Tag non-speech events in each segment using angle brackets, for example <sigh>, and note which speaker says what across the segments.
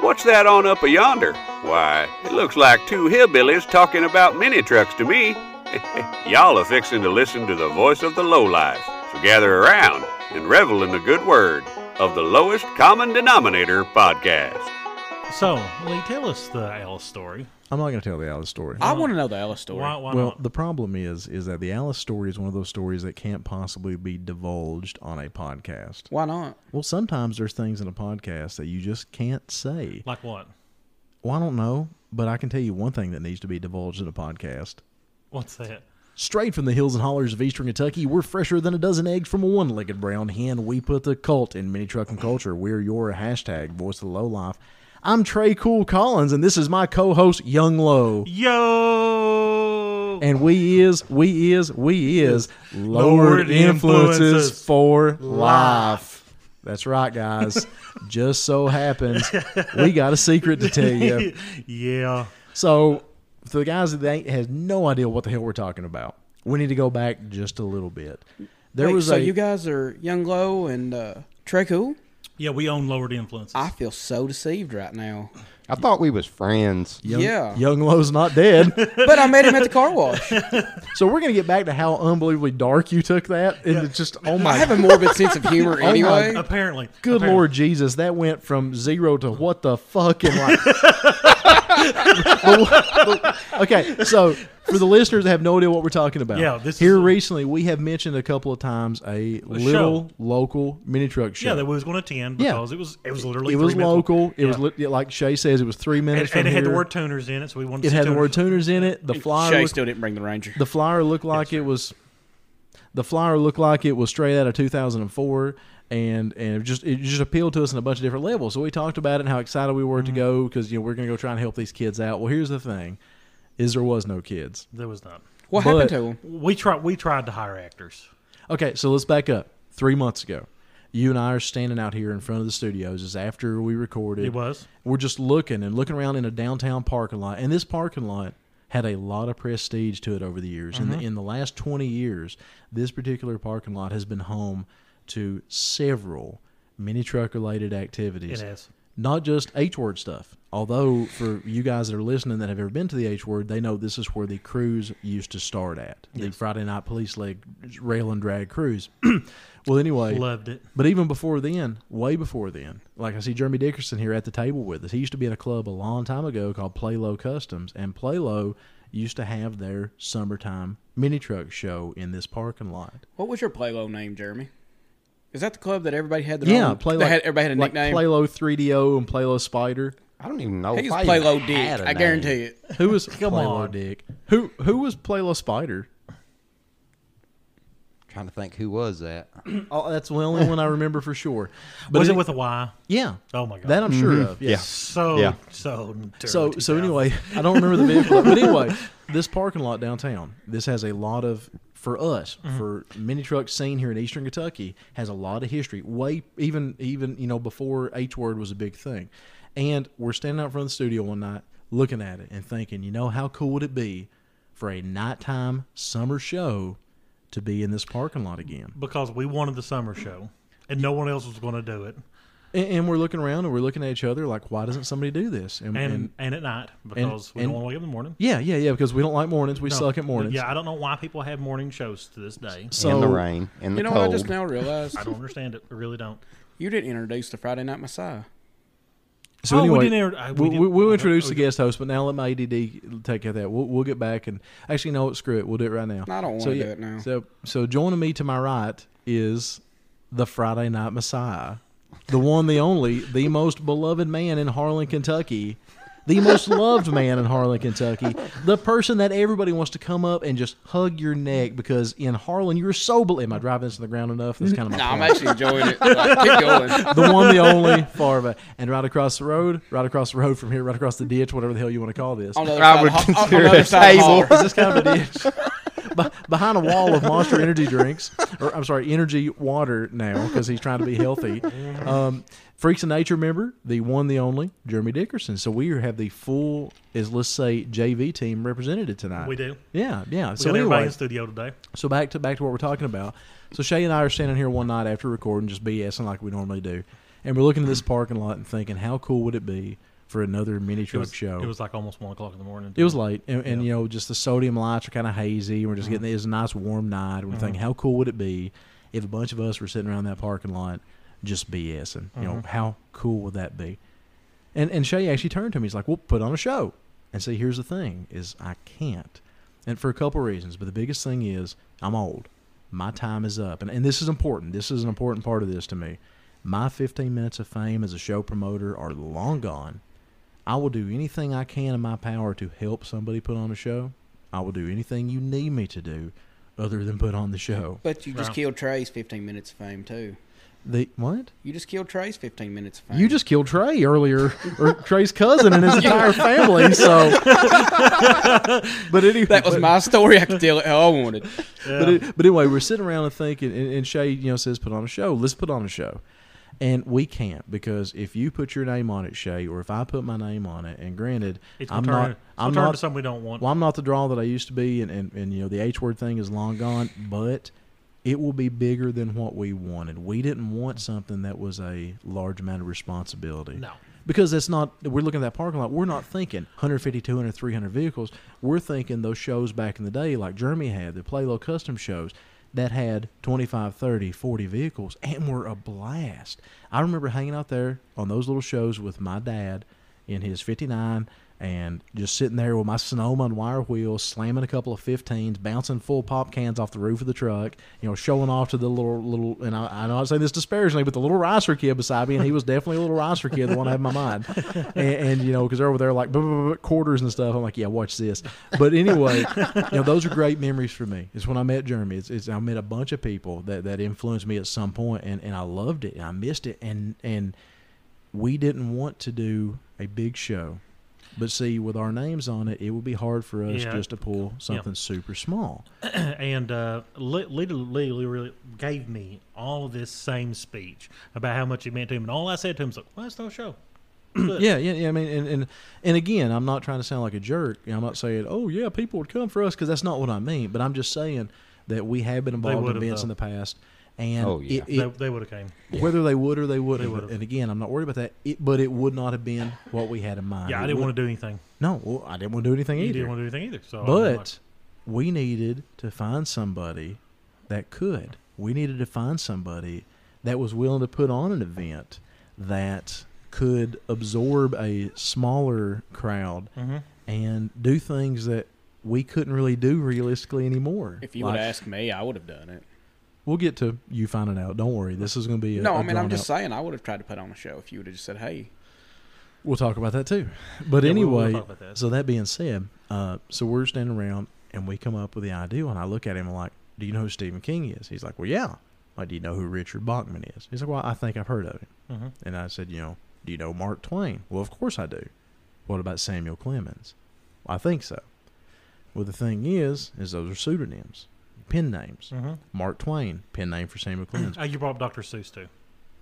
Speaker 1: What's that on up a yonder? Why, it looks like two hillbillies talking about mini trucks to me. <laughs> Y'all are fixing to listen to the voice of the lowlife, so gather around and revel in the good word of the Lowest Common Denominator podcast.
Speaker 2: So, Lee, tell us the Alice story.
Speaker 3: I'm not going to tell the Alice story.
Speaker 4: I want to know the Alice story.
Speaker 2: Why, why
Speaker 3: well,
Speaker 2: not?
Speaker 3: the problem is, is that the Alice story is one of those stories that can't possibly be divulged on a podcast.
Speaker 4: Why not?
Speaker 3: Well, sometimes there's things in a podcast that you just can't say.
Speaker 2: Like what?
Speaker 3: Well, I don't know, but I can tell you one thing that needs to be divulged in a podcast.
Speaker 2: What's that?
Speaker 3: Straight from the hills and hollers of eastern Kentucky, we're fresher than a dozen eggs from a one legged brown hen. We put the cult in mini trucking culture. We're your hashtag voice of the low life. I'm Trey Cool Collins, and this is my co host, Young Low.
Speaker 2: Yo!
Speaker 3: And we is, we is, we is lowered
Speaker 2: Lowered influences
Speaker 3: influences for life. That's right, guys. Just so happens we got a secret to tell you.
Speaker 2: <laughs> yeah.
Speaker 3: So, for the guys that ain't has no idea what the hell we're talking about, we need to go back just a little bit. There
Speaker 4: Wait,
Speaker 3: was
Speaker 4: so
Speaker 3: a
Speaker 4: you guys are Young Glow and uh, Trey Cool.
Speaker 2: Yeah, we own lowered influences.
Speaker 4: I feel so deceived right now.
Speaker 5: I thought we was friends.
Speaker 3: young,
Speaker 4: yeah.
Speaker 3: young Lowe's not dead. <laughs>
Speaker 4: But I met him at the car wash.
Speaker 3: so we're gonna get back to how unbelievably dark you took that, and it's just oh
Speaker 4: I
Speaker 3: my
Speaker 4: have a morbid sense of humor
Speaker 3: my
Speaker 4: anyway.
Speaker 2: apparently.
Speaker 3: good
Speaker 2: apparently.
Speaker 3: lord Jesus, that went from zero to what the fuck and like. The- the- <laughs> okay, so for the listeners that have no idea what we're talking about,
Speaker 2: Yeah, this is
Speaker 3: here
Speaker 2: a-
Speaker 3: recently we have mentioned a couple of times a, little local mini truck show.
Speaker 2: Yeah, that we was going to attend
Speaker 3: Yeah.
Speaker 2: because it was it was literally
Speaker 3: it was
Speaker 2: three minutes-
Speaker 3: local. It was
Speaker 2: Yeah.
Speaker 3: was li- like Shay says. It was three minutes.
Speaker 2: and, and
Speaker 3: from
Speaker 2: it had the
Speaker 3: here.
Speaker 2: word tuners in it, so we wanted
Speaker 3: It
Speaker 2: to
Speaker 3: had
Speaker 2: see
Speaker 3: the word
Speaker 2: tuners.
Speaker 3: tuners in it. The flyer.
Speaker 4: Shay
Speaker 3: Looked,
Speaker 4: still didn't bring the Ranger.
Speaker 3: the flyer looked like it was. The flyer looked like it was straight out of 2004, and and it just it just appealed to us in a bunch of different levels. So we talked about it and how excited we were to go because you know we're gonna go try and help these kids out. Well, here's the thing, is there was no kids.
Speaker 2: There was none.
Speaker 4: What
Speaker 3: but-
Speaker 4: happened to him?
Speaker 2: We tried. We tried to hire actors.
Speaker 3: Okay, so let's back up. Three months ago, you and I are standing out here in front of the studios. It's after we recorded.
Speaker 2: It was.
Speaker 3: We're just looking and looking around in a downtown parking lot, and this parking lot had a lot of prestige to it over the years. In the in the last twenty years, this particular parking lot has been home to several mini truck related activities
Speaker 2: It has.
Speaker 3: not just H word stuff. Although for you guys that are listening that have ever been to the H word, they know this is where the cruise used to start at the Friday night police leg rail and drag cruise. <clears throat> well, anyway,
Speaker 2: Loved it.
Speaker 3: but even before then, way before then, like I see Jeremy Dickerson here at the table with us. He used to be in a club a long time ago called Playlow Customs, and Playlow used to have their summertime mini truck show in this parking lot.
Speaker 4: What was your Playlo name, Jeremy? Is that the club that everybody had their
Speaker 3: yeah,
Speaker 4: own?
Speaker 3: Playlow.
Speaker 4: they had, everybody had a
Speaker 3: like
Speaker 4: nickname.
Speaker 3: Playlow 3DO and Playlow Spider.
Speaker 5: I don't even know.
Speaker 4: I think
Speaker 5: if
Speaker 4: it's
Speaker 5: even
Speaker 4: Playlo
Speaker 5: had
Speaker 4: Dick.
Speaker 5: a
Speaker 4: I
Speaker 5: name.
Speaker 4: guarantee it.
Speaker 3: Who was
Speaker 2: Come
Speaker 3: Playlo
Speaker 2: on.
Speaker 3: Dick? Who who was Playlo Spider?
Speaker 5: trying to think who was that.
Speaker 3: Oh, that's the only one I remember for sure. But
Speaker 2: was it, with a Y?
Speaker 3: yeah?
Speaker 2: Oh my god.
Speaker 3: That I'm sure of. Yeah.
Speaker 2: so
Speaker 5: Yeah.
Speaker 2: so dirty
Speaker 3: So so
Speaker 2: down.
Speaker 3: anyway, I don't remember the vehicle, but anyway, <laughs> this parking lot downtown. This has a lot of for us
Speaker 2: Mm-hmm.
Speaker 3: for mini truck scene here in Eastern Kentucky has a lot of history. Way even even you know before H word was a big thing, and we're standing out front of the studio one night looking at it and thinking, you know, how cool would it be for a nighttime summer show to be in this parking lot again?
Speaker 2: because we wanted the summer show and no one else was going to do it.
Speaker 3: And, and we're looking around and we're looking at each other like, why doesn't somebody do this? And,
Speaker 2: And
Speaker 3: and-
Speaker 2: and, at night because we
Speaker 3: and-
Speaker 2: don't want to wake up in the morning.
Speaker 3: yeah, yeah, yeah, because we don't like mornings. We
Speaker 2: No.
Speaker 3: suck at mornings.
Speaker 2: Yeah, I don't know why people have morning shows to this day.
Speaker 3: So
Speaker 5: in the rain, in the
Speaker 4: You know
Speaker 5: cold.
Speaker 4: what I just now realized?
Speaker 2: I don't understand it. I really don't.
Speaker 4: You didn't introduce the Friday Night Messiah.
Speaker 3: So
Speaker 2: Oh, we
Speaker 3: anyway, we
Speaker 2: didn't inter- I- we
Speaker 3: we
Speaker 2: didn't-
Speaker 3: will
Speaker 2: okay,
Speaker 3: introduce the
Speaker 2: okay.
Speaker 3: guest host, but now let my ADD take care of that. We'll, we'll get back and actually, no, screw it. We'll do it right now.
Speaker 4: No, I don't
Speaker 3: so,
Speaker 4: wanna do it now.
Speaker 3: So, so joining me to my right is the Friday Night Messiah, the one, the only, the most beloved man in Harlan, Kentucky. The most <laughs> loved man in Harlan, Kentucky. The person that everybody wants to come up and just hug your neck because in Harlan you're so. Bel- Am I driving this in the ground enough? That's kind of my.
Speaker 4: No,
Speaker 3: point
Speaker 4: I'm actually enjoying <laughs> it. Like, keep going.
Speaker 3: the one, the
Speaker 2: <laughs>
Speaker 3: only Farva. And right across the road, right across the road from here, right across the ditch, whatever the hell you want to call this.
Speaker 4: On the other
Speaker 5: I would
Speaker 4: side of the hall- on
Speaker 5: consider
Speaker 4: the other
Speaker 5: it
Speaker 4: side of the hall.
Speaker 5: table. <laughs>
Speaker 3: Is this kind of
Speaker 2: <laughs>
Speaker 3: a ditch? Be- Behind a wall of Monster Energy drinks, or I'm sorry, Energy Water now, because he's trying to be healthy. Um, Freaks of Nature member, the one, the only, Jeremy Dickerson. So we have the full, is let's say JV team represented tonight.
Speaker 2: We do.
Speaker 3: Yeah, yeah.
Speaker 2: We
Speaker 3: so
Speaker 2: got everybody
Speaker 3: anyway,
Speaker 2: in the studio today.
Speaker 3: so back to back to what we're talking about. So Shay and I are standing here one night after recording, just BSing like we normally do, and we're looking at this parking lot and thinking, how cool would it be for another mini
Speaker 2: It
Speaker 3: truck
Speaker 2: was,
Speaker 3: show.
Speaker 2: it was like almost one o'clock in the morning.
Speaker 3: It was late, and, and
Speaker 2: Yeah. Mm-hmm.
Speaker 3: you know, just the sodium lights are kind of hazy. We're just getting it's a nice warm night. We're thinking, how cool would it be if a bunch of us were sitting around that parking lot just BSing? You
Speaker 2: Mm-hmm.
Speaker 3: know, how cool would that be? And and Shay actually turned to me. He's like, "Well, put on a show." And see, here's the thing: is I can't, and for a couple reasons. But the biggest thing is I'm old. My time is up, and and this is important. This is an important part of this to me. My 15 minutes of fame as a show promoter are long gone. I will do anything I can in my power to help somebody put on a show. I will do anything you need me to do, other than put on the show.
Speaker 4: But you just
Speaker 2: Wow.
Speaker 4: killed Trey's 15 minutes of fame, too.
Speaker 3: The what?
Speaker 4: You just killed Trey's 15 minutes of fame.
Speaker 3: You just killed Trey earlier, or Trey's cousin and his entire family. So, but anyway,
Speaker 4: That was my story. I could tell it how I
Speaker 3: <laughs>
Speaker 4: wanted.
Speaker 3: But, it, but anyway, we're sitting around and thinking, and, and Shay, you know, says put on a show. Let's put on a show, and we can't because if you put your name on it, Shay, or if I put my name on it, and granted,
Speaker 2: It's gonna
Speaker 3: I'm
Speaker 2: turn,
Speaker 3: not,
Speaker 2: it's gonna
Speaker 3: I'm
Speaker 2: turn
Speaker 3: not,
Speaker 2: to something we don't want.
Speaker 3: well, I'm not the draw that I used to be, and, and, and you know the H word thing is long gone, but it will be bigger than what we wanted. We didn't want something that was a large amount of responsibility.
Speaker 2: No.
Speaker 3: Because that's not, we're looking at that parking lot, we're not thinking 150, 200, 300 vehicles. We're thinking those shows back in the day, like Jeremy had, the Play Low Custom shows, that had 25, 30, 40 vehicles and were a blast. I remember hanging out there on those little shows with my dad in his 59 and just sitting there with my Sonoma and wire wheels, slamming a couple of 15s, bouncing full pop cans off the roof of the truck, you know, showing off to the little, little, and I, I know I say this disparagingly, but the little ricer kid beside me, and he was definitely a little ricer kid, the one I have in my mind. <laughs> And, and you know, because they're over there like "Buh, buh, buh, buh," quarters and stuff. I'm like, yeah, watch this. But anyway, you know, those are great memories for me. It's when I met Jeremy. It's, it's I met a bunch of people that, that influenced me at some point, and, and I loved it, and I missed it, and, and, we didn't want to do a big show. But see, with our names on it, it would be hard for us
Speaker 2: Yeah.
Speaker 3: just to pull something super small.
Speaker 2: <clears throat> and uh, Li- Lita Lee really gave me all of this same speech about how much it meant to him, and all I said to him was like, "Well, it's no show." But-
Speaker 3: Yeah, yeah, yeah. I mean, and, and and again, I'm not trying to sound like a jerk. I'm not saying, oh yeah, people would come for us because that's not what I mean. But I'm just saying that we have been involved in
Speaker 2: would've,
Speaker 3: events
Speaker 2: though.
Speaker 3: in the past, and
Speaker 5: Oh, yeah.
Speaker 3: it- it-
Speaker 2: they they would have came.
Speaker 3: whether they would or they wouldn't.
Speaker 2: would've.
Speaker 3: and again, I'm not worried about that. It, but it would not have been what we had in mind.
Speaker 2: Yeah, I
Speaker 3: It
Speaker 2: didn't
Speaker 3: would-
Speaker 2: want to do anything.
Speaker 3: No, well, I didn't want to do anything
Speaker 2: You
Speaker 3: either.
Speaker 2: didn't want to do anything either. So, I'm like,
Speaker 3: But we needed to find somebody that could. We needed to find somebody that was willing to put on an event that could absorb a smaller crowd
Speaker 2: Mhm.
Speaker 3: and do things that we couldn't really do realistically anymore.
Speaker 4: If you
Speaker 3: Like-
Speaker 4: would ask me, I would have done it.
Speaker 3: we'll get to you finding out. Don't worry, this is going to be. A,
Speaker 4: no,
Speaker 3: I
Speaker 4: I mean, I'm just saying, I would have tried to put on a show if you would have just said, hey,
Speaker 3: We'll talk about that too. But
Speaker 2: Yeah, we will
Speaker 3: anyway,
Speaker 2: talk about that.
Speaker 3: so that being said, uh, so we're standing around and we come up with the idea, and I look at him and like, "Do you know who Stephen King is?" He's like, "Well, yeah." Like, do you know who Richard Bachman is? He's like, "Well, I think I've heard of him."
Speaker 2: Mhm.
Speaker 3: And I said, "You know, do you know Mark Twain?" Well, of course I do. What about Samuel Clemens? Well, I think so. Well, the thing is, is those are pseudonyms, pen names.
Speaker 2: Mhm.
Speaker 3: Mark Twain, pen name for
Speaker 2: <clears throat>
Speaker 3: Samuel <clears throat> Clemens.
Speaker 2: Uh, you brought up Dr. Seuss too.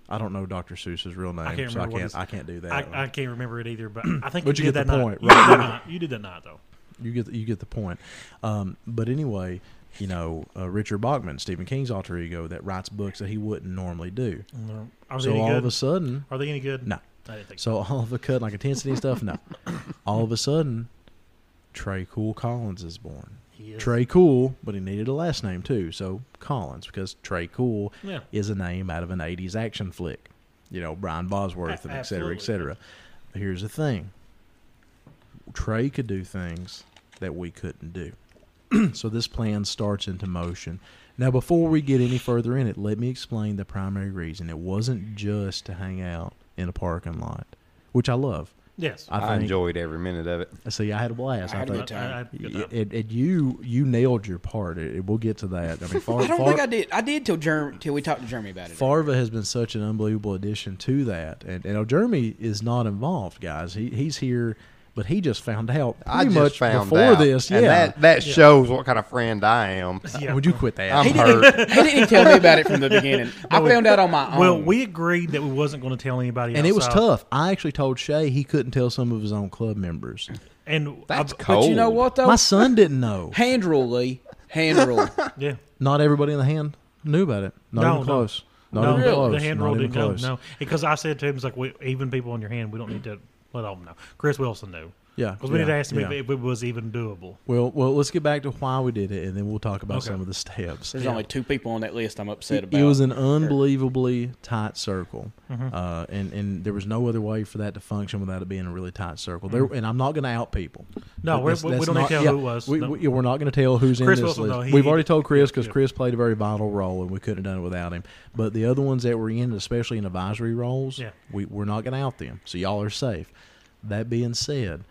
Speaker 3: I don't know Dr. Seuss's real name,
Speaker 2: can't
Speaker 3: so I
Speaker 2: remember what
Speaker 3: can't.
Speaker 2: his-
Speaker 3: I can't do that.
Speaker 2: I,
Speaker 3: one.
Speaker 2: I can't remember it
Speaker 3: <clears throat>
Speaker 2: either, but I think
Speaker 3: But
Speaker 2: you,
Speaker 3: you
Speaker 2: did
Speaker 3: get
Speaker 2: that
Speaker 3: the
Speaker 2: night.
Speaker 3: point,
Speaker 2: you,
Speaker 3: right?
Speaker 2: did that night. you did that night though.
Speaker 3: You get you get the point. Um, but anyway, you know uh, Richard Bachman, Stephen King's alter ego, that writes books that he wouldn't normally do.
Speaker 2: Mm, Are they
Speaker 3: so
Speaker 2: any
Speaker 3: all
Speaker 2: good?
Speaker 3: of a sudden,
Speaker 2: Are they any good?
Speaker 3: no.
Speaker 2: I didn't think so.
Speaker 3: So all of a sudden, like intensity and
Speaker 2: <coughs>
Speaker 3: stuff, no. All of a sudden, Trey Cool Collins is born.
Speaker 2: He is-
Speaker 3: Trey Cool, but he needed a last name too, so Collins because Trey Cool
Speaker 2: Yeah.
Speaker 3: is a name out of an 80s action flick. You know, Brian Bosworth
Speaker 2: A-
Speaker 3: and et cetera, et
Speaker 2: absolutely.
Speaker 3: cetera. But here's the thing Trey could do things that we couldn't do. <clears throat> so this plan starts into motion. Now, before we get any further in it, let me explain the primary reason. It wasn't just to hang out in a parking lot, which I love.
Speaker 2: Yes.
Speaker 3: I,
Speaker 5: I
Speaker 3: think,
Speaker 5: enjoyed every minute of it.
Speaker 3: See, I had a blast.
Speaker 4: I
Speaker 3: I,
Speaker 4: had a
Speaker 3: think.
Speaker 4: good time.
Speaker 2: I- I- good
Speaker 3: Y-
Speaker 2: time.
Speaker 3: And, and you you nailed your part. It- we'll get to that. I
Speaker 4: <laughs>
Speaker 3: mean, far,
Speaker 4: I don't
Speaker 3: far,
Speaker 4: think I did. I did till Germ till we talked to Jeremy about it.
Speaker 3: Farva has been such an unbelievable addition to that, and and oh, Jeremy is not involved, guys. He he's here, but he just found out pretty
Speaker 5: I just
Speaker 3: much
Speaker 5: found
Speaker 3: before
Speaker 5: out,
Speaker 3: this. Yeah,
Speaker 5: and that that shows what kind of friend I am.
Speaker 2: Yeah.
Speaker 3: would you quit that?
Speaker 5: <laughs> I'm
Speaker 4: he
Speaker 5: hurt.
Speaker 4: didn't, <laughs> he didn't tell me about it from
Speaker 3: <laughs>
Speaker 4: the beginning. I
Speaker 2: we-
Speaker 4: found out on my own.
Speaker 2: well, we agreed that we wasn't going to tell anybody.
Speaker 3: Oh. and it was
Speaker 2: outside.
Speaker 3: tough. I actually told Shay he couldn't tell some of his own club members.
Speaker 2: And
Speaker 5: That's
Speaker 2: I,
Speaker 5: cold.
Speaker 4: But you know what though?
Speaker 3: Oh. My son didn't know.
Speaker 4: hand rule, Lee. Hand
Speaker 3: <laughs>
Speaker 4: rule.
Speaker 2: yeah.
Speaker 3: Not everybody in the hand knew about it. Not
Speaker 2: No,
Speaker 3: even
Speaker 2: no.
Speaker 3: close. Not
Speaker 2: no,
Speaker 3: even close.
Speaker 2: the hand
Speaker 3: Not
Speaker 2: roll
Speaker 3: even
Speaker 2: didn't go.
Speaker 3: close.
Speaker 2: No, because I said to him, "It's like we, even people on your hand, we don't need to Well, I don't know. Chris Wilson knew.
Speaker 3: Yeah,
Speaker 2: Because we
Speaker 3: yeah,
Speaker 2: need to ask him if,
Speaker 3: yeah.
Speaker 2: if it was even doable.
Speaker 3: Well, well, let's get back to why we did it, and then we'll talk about
Speaker 2: Okay.
Speaker 3: some of the steps.
Speaker 4: There's only two people on that list I'm upset
Speaker 3: It,
Speaker 4: about.
Speaker 3: it was an unbelievably tight circle,
Speaker 2: Mm-hmm.
Speaker 3: uh, and and there was no other way for that to function without it being a really tight circle. There, and I'm not going to out people.
Speaker 2: Mm-hmm. No,
Speaker 3: But
Speaker 2: we're-
Speaker 3: that's-
Speaker 2: we- we
Speaker 3: that's
Speaker 2: don't need
Speaker 3: not-
Speaker 2: to tell
Speaker 3: yeah,
Speaker 2: who it was.
Speaker 3: We,
Speaker 2: No.
Speaker 3: we, are not going to tell who's
Speaker 2: Chris
Speaker 3: in this
Speaker 2: Wilson,
Speaker 3: list.
Speaker 2: though, he-
Speaker 3: We've already told
Speaker 2: yeah,
Speaker 3: Chris because
Speaker 2: yeah.
Speaker 3: Chris played a very vital role, and we couldn't have done it without him. But the other ones that were in, especially in advisory roles,
Speaker 2: Yeah.
Speaker 3: we, we're not going to out them. So y'all are safe. That being said,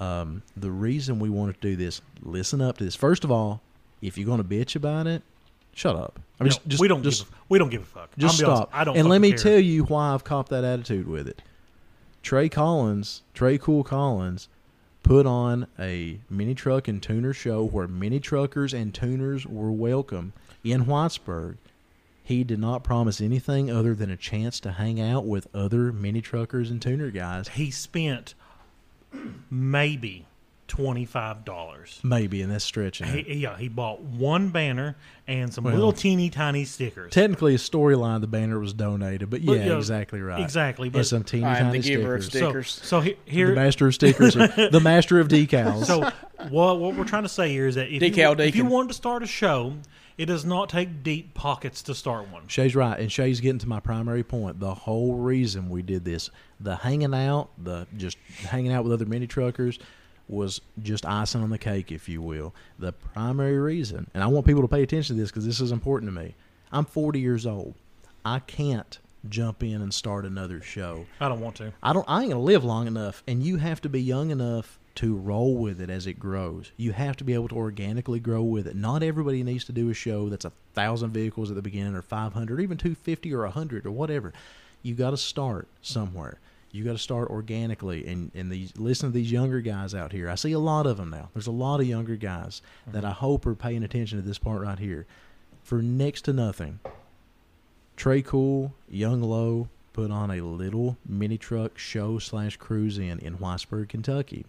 Speaker 3: um, the reason we wanted to do this, listen up to this. First of all, if you're going to bitch about it, shut up. I
Speaker 2: No,
Speaker 3: mean, just, just
Speaker 2: we don't
Speaker 3: just
Speaker 2: give a, we don't give a fuck. I'll
Speaker 3: just
Speaker 2: be honest,
Speaker 3: stop.
Speaker 2: I don't.
Speaker 3: And let
Speaker 2: fucking
Speaker 3: me
Speaker 2: care.
Speaker 3: tell you why I've copped that attitude with it. Trey Collins, Trey Cool Collins, put on a mini truck and tuner show where mini truckers and tuners were welcome in Whitesburg. He did not promise anything other than a chance to hang out with other mini truckers and tuner guys,
Speaker 2: he spent maybe twenty five dollars.
Speaker 3: maybe, and that's stretching. it.
Speaker 2: He, yeah, he bought one banner and some
Speaker 3: Well-
Speaker 2: little teeny tiny stickers.
Speaker 3: Technically, a storyline the banner was donated, but yeah,
Speaker 2: But, yeah,
Speaker 3: exactly right.
Speaker 2: exactly,
Speaker 3: And
Speaker 2: but-
Speaker 3: some teeny
Speaker 4: I am
Speaker 3: tiny
Speaker 4: the giver of
Speaker 3: stickers.
Speaker 2: so,
Speaker 4: stickers.
Speaker 2: so he-
Speaker 3: The
Speaker 2: here,
Speaker 3: master of
Speaker 2: <laughs>
Speaker 3: stickers, the master of decals.
Speaker 2: so what what we're trying to say here is that if
Speaker 4: Decal
Speaker 2: you, if you
Speaker 4: Deacon.
Speaker 2: wanted to start a show, it does not take deep pockets to start one.
Speaker 3: Shay's right, and Shay's getting to my primary point. The whole reason we did this, the hanging out, the just hanging out with other mini truckers, was just icing on the cake, if you will. The primary reason, and I want people to pay attention to this because this is important to me. I'm 40 years old. I can't jump in and start another show.
Speaker 2: I don't want to.
Speaker 3: I don't. I ain't gonna live long enough, and you have to be young enough to roll with it as it grows. You have to be able to organically grow with it. Not everybody needs to do a show that's a thousand vehicles at the beginning, or five hundred, even two fifty, or hundred, or whatever. You got to start somewhere. You got to start organically, and and these listen to these younger guys out here. I see a lot of them now. There's a lot of younger guys that I hope are paying attention to this part right here. For next to nothing, Trey Cool, Young Low put on a little mini truck show slash cruise in in Whitesburg, Kentucky.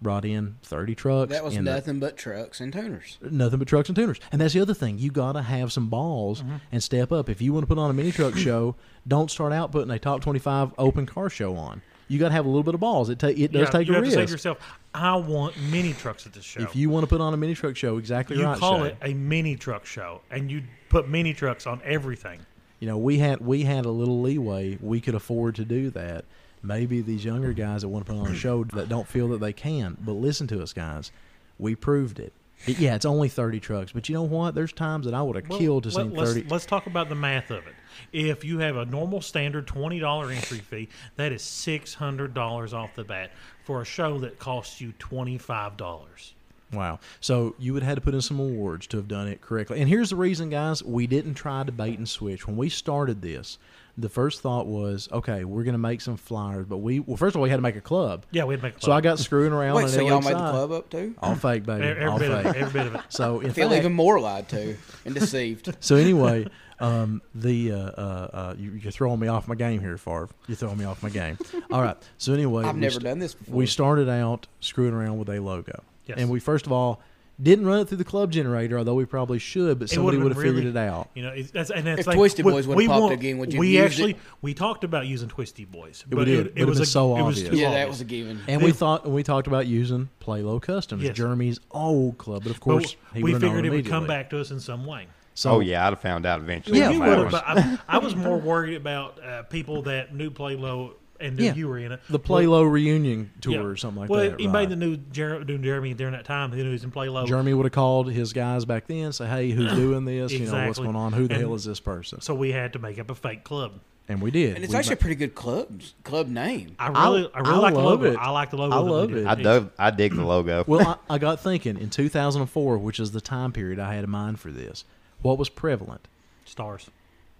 Speaker 3: Brought in thirty trucks.
Speaker 4: that was
Speaker 3: and the-
Speaker 4: nothing but trucks and tuners.
Speaker 3: nothing but trucks and tuners. And that's the other thing. You got to have some balls
Speaker 2: Mm-hmm.
Speaker 3: and step up. If you want to put on a
Speaker 2: <coughs>
Speaker 3: mini truck show, don't start out putting a top 25 open car show on. You got to have a little bit of balls. It, ta- it does
Speaker 2: Yeah,
Speaker 3: take
Speaker 2: you
Speaker 3: a
Speaker 2: have
Speaker 3: risk.
Speaker 2: to save yourself. I want mini trucks at this show.
Speaker 3: if you want to put on a mini truck show, exactly
Speaker 2: you
Speaker 3: right.
Speaker 2: call
Speaker 3: Shay.
Speaker 2: it a mini truck show, and you put mini trucks on everything.
Speaker 3: you know we had we had a little leeway we could afford to do that maybe these younger guys that want to put on a show that don't feel that they can but listen to us guys we proved it It- yeah it's only 30 trucks but you know what there's times that i would have
Speaker 2: Well,
Speaker 3: killed to
Speaker 2: let-
Speaker 3: see
Speaker 2: let's,
Speaker 3: 30
Speaker 2: Let's talk about the math of it. If you have a normal standard twenty dollar entry fee, that is six hundred dollars off the bat for a show that costs you twenty five dollars.
Speaker 3: wow so you would have had to put in some awards to have done it correctly and here's the reason guys we didn't try to bait and switch when we started this the first thought was okay we're going to make some flyers but we well first of all we had to make a club
Speaker 2: Yeah, we'd make. A
Speaker 3: so i got screwing around
Speaker 4: Wait,
Speaker 3: on
Speaker 4: so y'all
Speaker 3: LXI.
Speaker 4: made the club up too?
Speaker 3: all fake baby
Speaker 2: every,
Speaker 3: all
Speaker 2: every bit of
Speaker 3: fake
Speaker 2: it, every bit of it.
Speaker 3: <laughs> So in
Speaker 4: I feel
Speaker 3: fact-
Speaker 4: even more lied to
Speaker 3: <laughs>
Speaker 4: and deceived.
Speaker 3: so anyway, um, the uh, uh, uh, you, you're throwing me off my game here, Favre. You're throwing me off my game. All right. So anyway,
Speaker 4: I've
Speaker 3: we
Speaker 4: never
Speaker 3: st-
Speaker 4: done this before.
Speaker 3: We started out screwing around with a logo,
Speaker 2: Yes.
Speaker 3: and we first of all didn't run it through the club generator, although we probably should. But
Speaker 2: It
Speaker 3: somebody
Speaker 2: would've
Speaker 3: would have
Speaker 2: been
Speaker 3: figured it
Speaker 2: really-
Speaker 3: out.
Speaker 2: You know, it's, that's, and it's
Speaker 4: If
Speaker 2: like,
Speaker 4: Twisty
Speaker 2: we-
Speaker 4: Boys would've
Speaker 2: we
Speaker 4: popped
Speaker 2: want-
Speaker 4: again, would you
Speaker 2: We
Speaker 4: have used
Speaker 2: actually
Speaker 4: it?
Speaker 2: we talked about using Twisty Boys,
Speaker 3: we
Speaker 2: but
Speaker 3: did.
Speaker 2: it,
Speaker 3: Would've
Speaker 2: it was
Speaker 3: been
Speaker 2: a,
Speaker 3: so
Speaker 2: it was
Speaker 3: obvious.
Speaker 2: too
Speaker 4: yeah, that
Speaker 2: obvious.
Speaker 4: was a given.
Speaker 3: And we thought we talked about using Play Low Customs,
Speaker 2: Yes.
Speaker 3: Jeremy's old club, but of
Speaker 2: But
Speaker 3: course he
Speaker 2: we
Speaker 3: would've known
Speaker 2: figured it would come
Speaker 3: immediately.
Speaker 2: back to us in some way.
Speaker 3: So
Speaker 5: Oh yeah, I'd have found out eventually.
Speaker 3: Yeah,
Speaker 5: on
Speaker 2: You
Speaker 5: that
Speaker 2: would have,
Speaker 5: one.
Speaker 2: but I, I was more worried about uh, people that knew Play Low and knew
Speaker 3: Yeah.
Speaker 2: you were in it.
Speaker 3: the Play Low reunion tour
Speaker 2: Yeah.
Speaker 3: or something like
Speaker 2: well,
Speaker 3: that.
Speaker 2: anybody
Speaker 3: right.
Speaker 2: that knew, Jer- knew Jeremy during that time, who knew he was in Play Low.
Speaker 3: Jeremy would have called his guys back then, say, "Hey, who's doing this? You know what's
Speaker 2: Exactly.
Speaker 3: going on? Who the
Speaker 2: And-
Speaker 3: hell is this person?"
Speaker 2: so we had to make up a fake club.
Speaker 3: And we did.
Speaker 4: and it's
Speaker 3: We
Speaker 4: actually a
Speaker 3: ma-
Speaker 4: pretty good club club name.
Speaker 2: I really, I, really like the
Speaker 3: love
Speaker 2: logo.
Speaker 3: it.
Speaker 2: I like the
Speaker 3: I
Speaker 2: logo. that we
Speaker 3: love
Speaker 2: did.
Speaker 3: it.
Speaker 5: I dug, I dig the <clears throat> logo.
Speaker 3: well, I, I got thinking in 2004, which is the time period I had in mind for this. What was prevalent?
Speaker 2: Stars.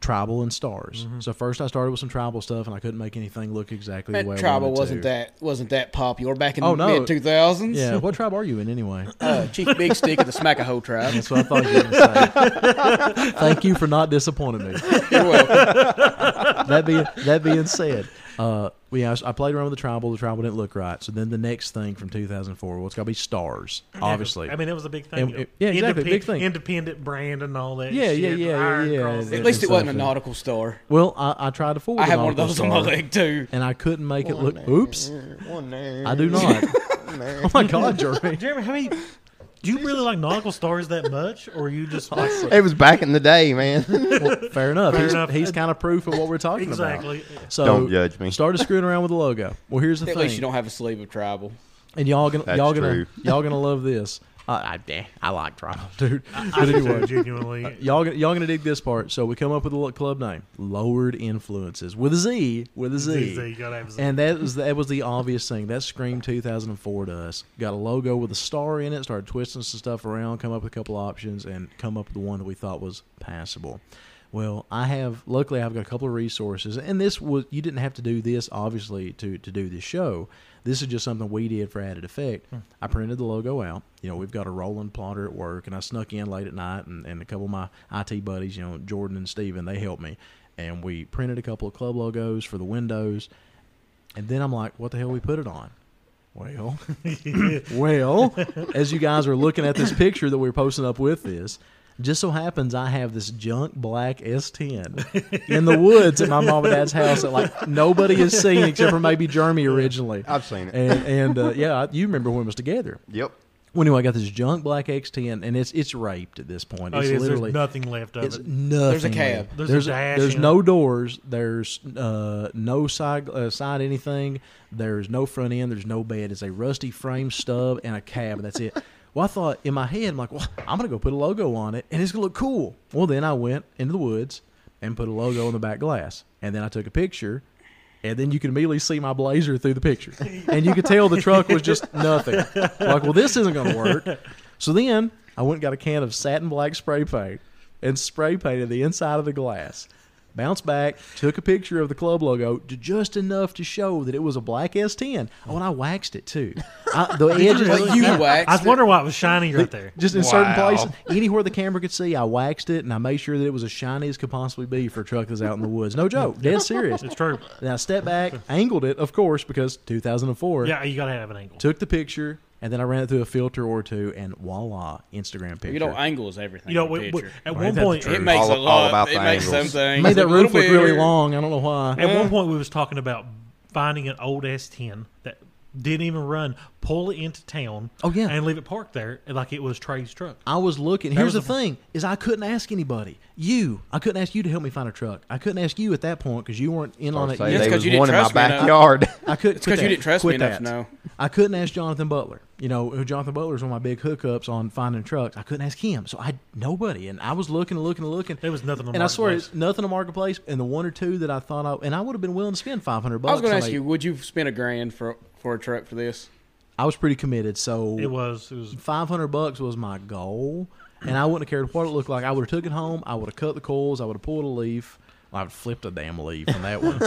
Speaker 3: Tribal and stars. So first, I started with some tribal stuff, and I couldn't make anything look exactly
Speaker 4: That
Speaker 3: the way I
Speaker 4: tribal
Speaker 3: wanted
Speaker 4: wasn't
Speaker 3: to.
Speaker 4: that wasn't that popular back in
Speaker 3: Oh,
Speaker 4: the
Speaker 3: no.
Speaker 4: mid two thousands. <laughs>
Speaker 3: Yeah. what tribe are you in anyway?
Speaker 4: uh, Chief Big Stick of the Smackahoe tribe.
Speaker 3: That's what I thought you were going to
Speaker 4: <laughs>
Speaker 3: say. Thank you for not disappointing me.
Speaker 4: You're welcome.
Speaker 3: That being that being said, Uh, well, yeah, I s- I played around with the tribal. The tribal didn't look right. So then the next thing from 2004, well, it's got to be stars, obviously.
Speaker 2: I mean, it was a big thing.
Speaker 3: And-
Speaker 2: you know.
Speaker 3: yeah, exactly,
Speaker 2: Indepe-
Speaker 3: big thing.
Speaker 2: Independent brand and all that.
Speaker 3: Yeah, yeah,
Speaker 2: shit,
Speaker 3: yeah, yeah,
Speaker 2: Iron
Speaker 3: <laughs> yeah.
Speaker 2: Cross.
Speaker 3: <laughs> It-
Speaker 4: At least it wasn't a
Speaker 3: Something.
Speaker 4: nautical star.
Speaker 3: well, I, I tried to forward.
Speaker 4: I
Speaker 3: the
Speaker 4: have one of
Speaker 3: nautical
Speaker 4: those on my
Speaker 3: star,
Speaker 4: leg too.
Speaker 3: and I couldn't make it look. Oops, I
Speaker 2: <laughs>
Speaker 3: do not. oh my god, Jeremy!
Speaker 2: Jeremy, how many? Do you really like nautical stars that much, or you
Speaker 3: <laughs>
Speaker 2: just like
Speaker 5: It was back in the day, man. <laughs>
Speaker 3: Well, fair enough. he's
Speaker 2: enough.
Speaker 3: he's kind of proof of what we're talking about.
Speaker 2: exactly?
Speaker 3: So
Speaker 5: Don't judge me.
Speaker 3: Started screwing around with the logo. Well, here's the
Speaker 4: At
Speaker 3: thing.
Speaker 4: least you don't have a sleeve of tribal.
Speaker 3: and y'all gonna
Speaker 5: That's
Speaker 3: y'all gonna
Speaker 5: true.
Speaker 3: y'all gonna love this. I I, eh, I like drama, dude.
Speaker 2: I
Speaker 3: But
Speaker 2: do
Speaker 3: anyway, <laughs>
Speaker 2: genuinely.
Speaker 3: y'all gonna y'all gonna dig this part. So we come up with a little club name, Lowered Influences, with a Z, with a Z.
Speaker 2: Z, you gotta have a Z.
Speaker 3: And that was that was the obvious thing. That Scream 2004 to us got a logo with a star in it. Started twisting some stuff around, come up with a couple options, and come up with the one that we thought was passable. Well, I have luckily I've got a couple of resources, and this was you didn't have to do this obviously to to do this show. This is just something we did for added effect. I printed the logo out. You know, we've got a rolling plotter at work, and I snuck in late at night, and, and a couple of my IT buddies, you know, Jordan and Steven, they helped me, and we printed a couple of club logos for the windows. And then I'm like, what the hell we put it on?
Speaker 5: <laughs>
Speaker 3: Well, <laughs> well, as you guys are looking at this picture that we're posting up with this, just so happens I have this junk black S10 in the woods at my mom and dad's house that like nobody has seen except for maybe Jeremy originally.
Speaker 5: I've seen it.
Speaker 3: And, and uh, yeah, I- you remember when we was together.
Speaker 5: Yep.
Speaker 3: Well, anyway, I got this junk black X10, and it's it's raped at this point.
Speaker 2: Oh,
Speaker 3: It's
Speaker 2: yes,
Speaker 3: literally
Speaker 2: there's nothing left of
Speaker 3: it's
Speaker 2: it.
Speaker 3: nothing.
Speaker 4: a cab.
Speaker 3: left.
Speaker 2: There's
Speaker 3: There's
Speaker 2: a dash
Speaker 3: there's
Speaker 2: in
Speaker 3: no doors. There's uh, no side uh, side anything. There's no front end. There's no bed. It's a rusty frame stub and a cab. That's it. Well, I thought in my head, I'm like, well, I'm gonna go put a logo on it, and it's gonna look cool. Well, then I went into the woods and put a logo on the back glass, and then I took a picture. And then you could immediately see my blazer through the picture. And you could tell the truck was just nothing. Like, well, this isn't going to work. So then I went and got a can of satin black spray paint and spray painted the inside of the glass. Bounced back, took a picture of the club logo to just enough to show that it was a black S10. Oh, and I waxed it too. I,
Speaker 4: <laughs>
Speaker 3: the edges,
Speaker 4: really? You waxed
Speaker 2: I was
Speaker 4: it?
Speaker 2: wondering why it was shiny right there.
Speaker 3: just in certain
Speaker 5: Wow.
Speaker 3: places, anywhere the camera could see, I waxed it and I made sure that it was as shiny as could possibly be for a truck that's out in the woods. No joke, dead serious.
Speaker 2: It's true.
Speaker 3: Then I stepped back, angled it, of course, because 2004.
Speaker 2: Yeah, you gotta have an angle.
Speaker 3: Took the picture and then I ran it through a filter or two, and voila, Instagram picture.
Speaker 4: You know, angles everything.
Speaker 2: You know,
Speaker 4: in
Speaker 2: we,
Speaker 4: a
Speaker 2: we,
Speaker 4: picture.
Speaker 2: at
Speaker 3: Ain't
Speaker 2: one
Speaker 3: that the
Speaker 2: point,
Speaker 3: truth?
Speaker 4: it makes
Speaker 5: All-
Speaker 4: a
Speaker 5: all
Speaker 4: lot.
Speaker 5: about
Speaker 4: it
Speaker 5: the
Speaker 4: makes
Speaker 5: angles.
Speaker 4: something.
Speaker 3: made that roof
Speaker 4: roof
Speaker 3: look really long. I don't know why.
Speaker 2: At one point, we was talking about finding an old S10 that didn't even run, pull it into town.
Speaker 3: Oh, yeah.
Speaker 2: and leave it parked there like it was Trey's truck.
Speaker 3: I was looking. Here's
Speaker 2: was
Speaker 3: the
Speaker 2: a-
Speaker 3: thing: is I couldn't ask anybody. You, I couldn't ask you to help me find a truck. I couldn't ask you at that point because you weren't in on
Speaker 5: I'll
Speaker 3: it.
Speaker 5: say
Speaker 3: yet.
Speaker 5: they
Speaker 4: 'cause
Speaker 5: was
Speaker 4: you didn't
Speaker 5: one in my
Speaker 4: trust me enough.
Speaker 5: backyard. <laughs>
Speaker 3: I could. It's
Speaker 4: 'cause you didn't trust me enough to know.
Speaker 3: I couldn't ask Jonathan Butler. You know, who Jonathan Butler is one of my big hookups on finding trucks. I couldn't ask him, so I nobody. And I was looking, looking, looking.
Speaker 2: There was nothing on
Speaker 3: and I swear,
Speaker 2: Marketplace.
Speaker 3: it's nothing on marketplace. And the one or two that I thought I and I would have been willing to spend five hundred bucks.
Speaker 4: I was going to
Speaker 3: on
Speaker 4: ask
Speaker 3: a-
Speaker 4: you, would you spend a grand for for a truck for this?
Speaker 3: I was pretty committed, so
Speaker 2: It was. It was.
Speaker 3: five hundred bucks was my goal, and I wouldn't have cared what it looked like. I would have took it home. I would have cut the coils. I would have pulled a leaf. I would have flipped a damn leaf on that one.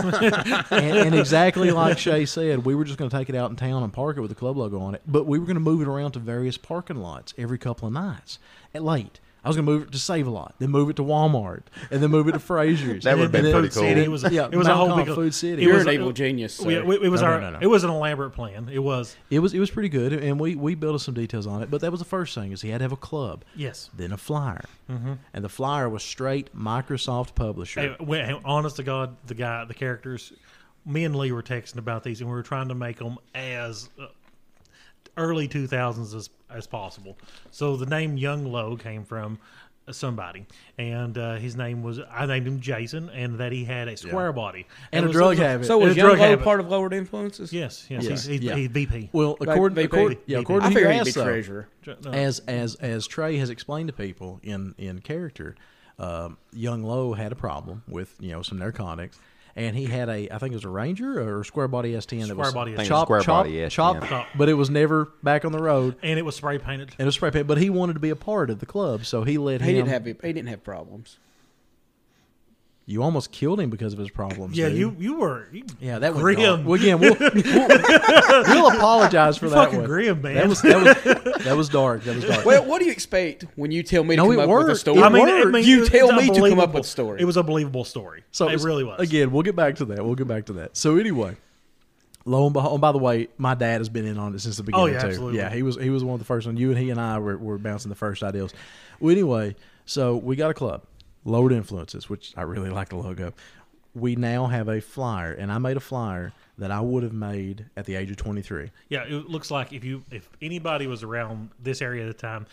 Speaker 3: and, and exactly like Shay said, we were just going to take it out in town and park it with the club logo on it. But we were going to move it around to various parking lots every couple of nights at late. I was going to move it to Save a Lot, then move it to Walmart, and then move it
Speaker 2: <laughs>
Speaker 3: to Fraser's.
Speaker 5: That
Speaker 3: And
Speaker 5: would've been
Speaker 3: then-
Speaker 5: pretty
Speaker 2: Food
Speaker 5: cool.
Speaker 2: City. It was.
Speaker 3: Yeah,
Speaker 2: it was a
Speaker 3: Mount
Speaker 2: whole
Speaker 3: Con
Speaker 2: big
Speaker 3: Food City.
Speaker 2: it
Speaker 4: You're
Speaker 2: was
Speaker 4: an
Speaker 2: a-
Speaker 4: evil
Speaker 2: it-
Speaker 4: genius, sir.
Speaker 2: we- It, it was
Speaker 3: No,
Speaker 2: our.
Speaker 3: no, no, no.
Speaker 2: It was an elaborate plan. It was.
Speaker 3: It was it was pretty good, and we we built up some details on it. But that was the first thing is he had to have a club,
Speaker 2: Yes.
Speaker 3: then a flyer, mm-hmm. and the flyer was straight Microsoft publisher.
Speaker 2: Hey, we- hey, honest to God, the guy, the characters, me and Lee were texting about these, and we were trying to make them as uh, early two thousands as as possible. So the name Young Low came from somebody, and uh, his name was I named him Jason, and that he had a square body
Speaker 3: And
Speaker 2: it
Speaker 3: a
Speaker 2: was-
Speaker 3: drug
Speaker 2: it was a-
Speaker 3: habit.
Speaker 4: So
Speaker 2: And
Speaker 4: was
Speaker 2: a drug
Speaker 4: Young Low
Speaker 2: habit.
Speaker 4: part of lowered influences?
Speaker 2: Yes, yes,
Speaker 3: Yeah,
Speaker 2: he's, he's,
Speaker 3: yeah.
Speaker 2: he's VP.
Speaker 3: well,
Speaker 4: Like
Speaker 3: according
Speaker 4: VP.
Speaker 3: according, yeah,
Speaker 2: VP.
Speaker 3: according
Speaker 4: I
Speaker 3: to
Speaker 4: figured
Speaker 3: your
Speaker 4: he'd be
Speaker 3: ass, though,
Speaker 4: treasurer.
Speaker 2: No.
Speaker 3: as as as Trey has explained to people in in character, um, Young Low had a problem with you know some narcotics, and he had a I think it was a Ranger or a Square Body S10 that was
Speaker 2: Square body S10.
Speaker 3: chop
Speaker 5: Square
Speaker 3: chop
Speaker 5: body
Speaker 3: chop,
Speaker 5: S10.
Speaker 2: Chop.
Speaker 3: but it was never back on the road.
Speaker 2: and it was spray painted.
Speaker 3: And it was spray paint, but he wanted to be a part of the club, so he let
Speaker 4: He
Speaker 3: him.
Speaker 4: didn't have he didn't have problems.
Speaker 3: You almost killed him because of his problems.
Speaker 2: Yeah,
Speaker 3: dude.
Speaker 2: you you were you
Speaker 3: Yeah, that was
Speaker 2: grim.
Speaker 3: dark. Well, again, we'll, we'll, we'll apologize for
Speaker 2: You're
Speaker 3: that
Speaker 2: fucking
Speaker 3: one.
Speaker 2: grim, man.
Speaker 3: That was that
Speaker 2: <laughs>
Speaker 3: was that was dark. That was dark.
Speaker 4: Well, what do you expect when you tell me to
Speaker 3: No, it
Speaker 4: come up with a
Speaker 3: worked.
Speaker 4: story?
Speaker 3: It
Speaker 2: I mean, I
Speaker 3: worked.
Speaker 2: mean,
Speaker 4: You
Speaker 2: it-
Speaker 4: tell
Speaker 2: it's
Speaker 4: me to come up
Speaker 2: unbelievable.
Speaker 4: with a story.
Speaker 2: It was a believable story.
Speaker 3: so
Speaker 2: it, really was.
Speaker 3: Again, we'll get back to that. We'll get back to that. So anyway, lo and behold. By the way, my dad has been in on it since the beginning
Speaker 2: Oh, yeah,
Speaker 3: too.
Speaker 2: absolutely.
Speaker 3: Yeah, he was he was one of the first ones. You and he and I were, were bouncing the first ideas. Well, anyway, so we got a club, Lowered Influences, which I really like the logo. We now have a flyer, and I made a flyer that I would have made at the age of twenty three.
Speaker 2: Yeah, it looks like if you if anybody was around this area at the time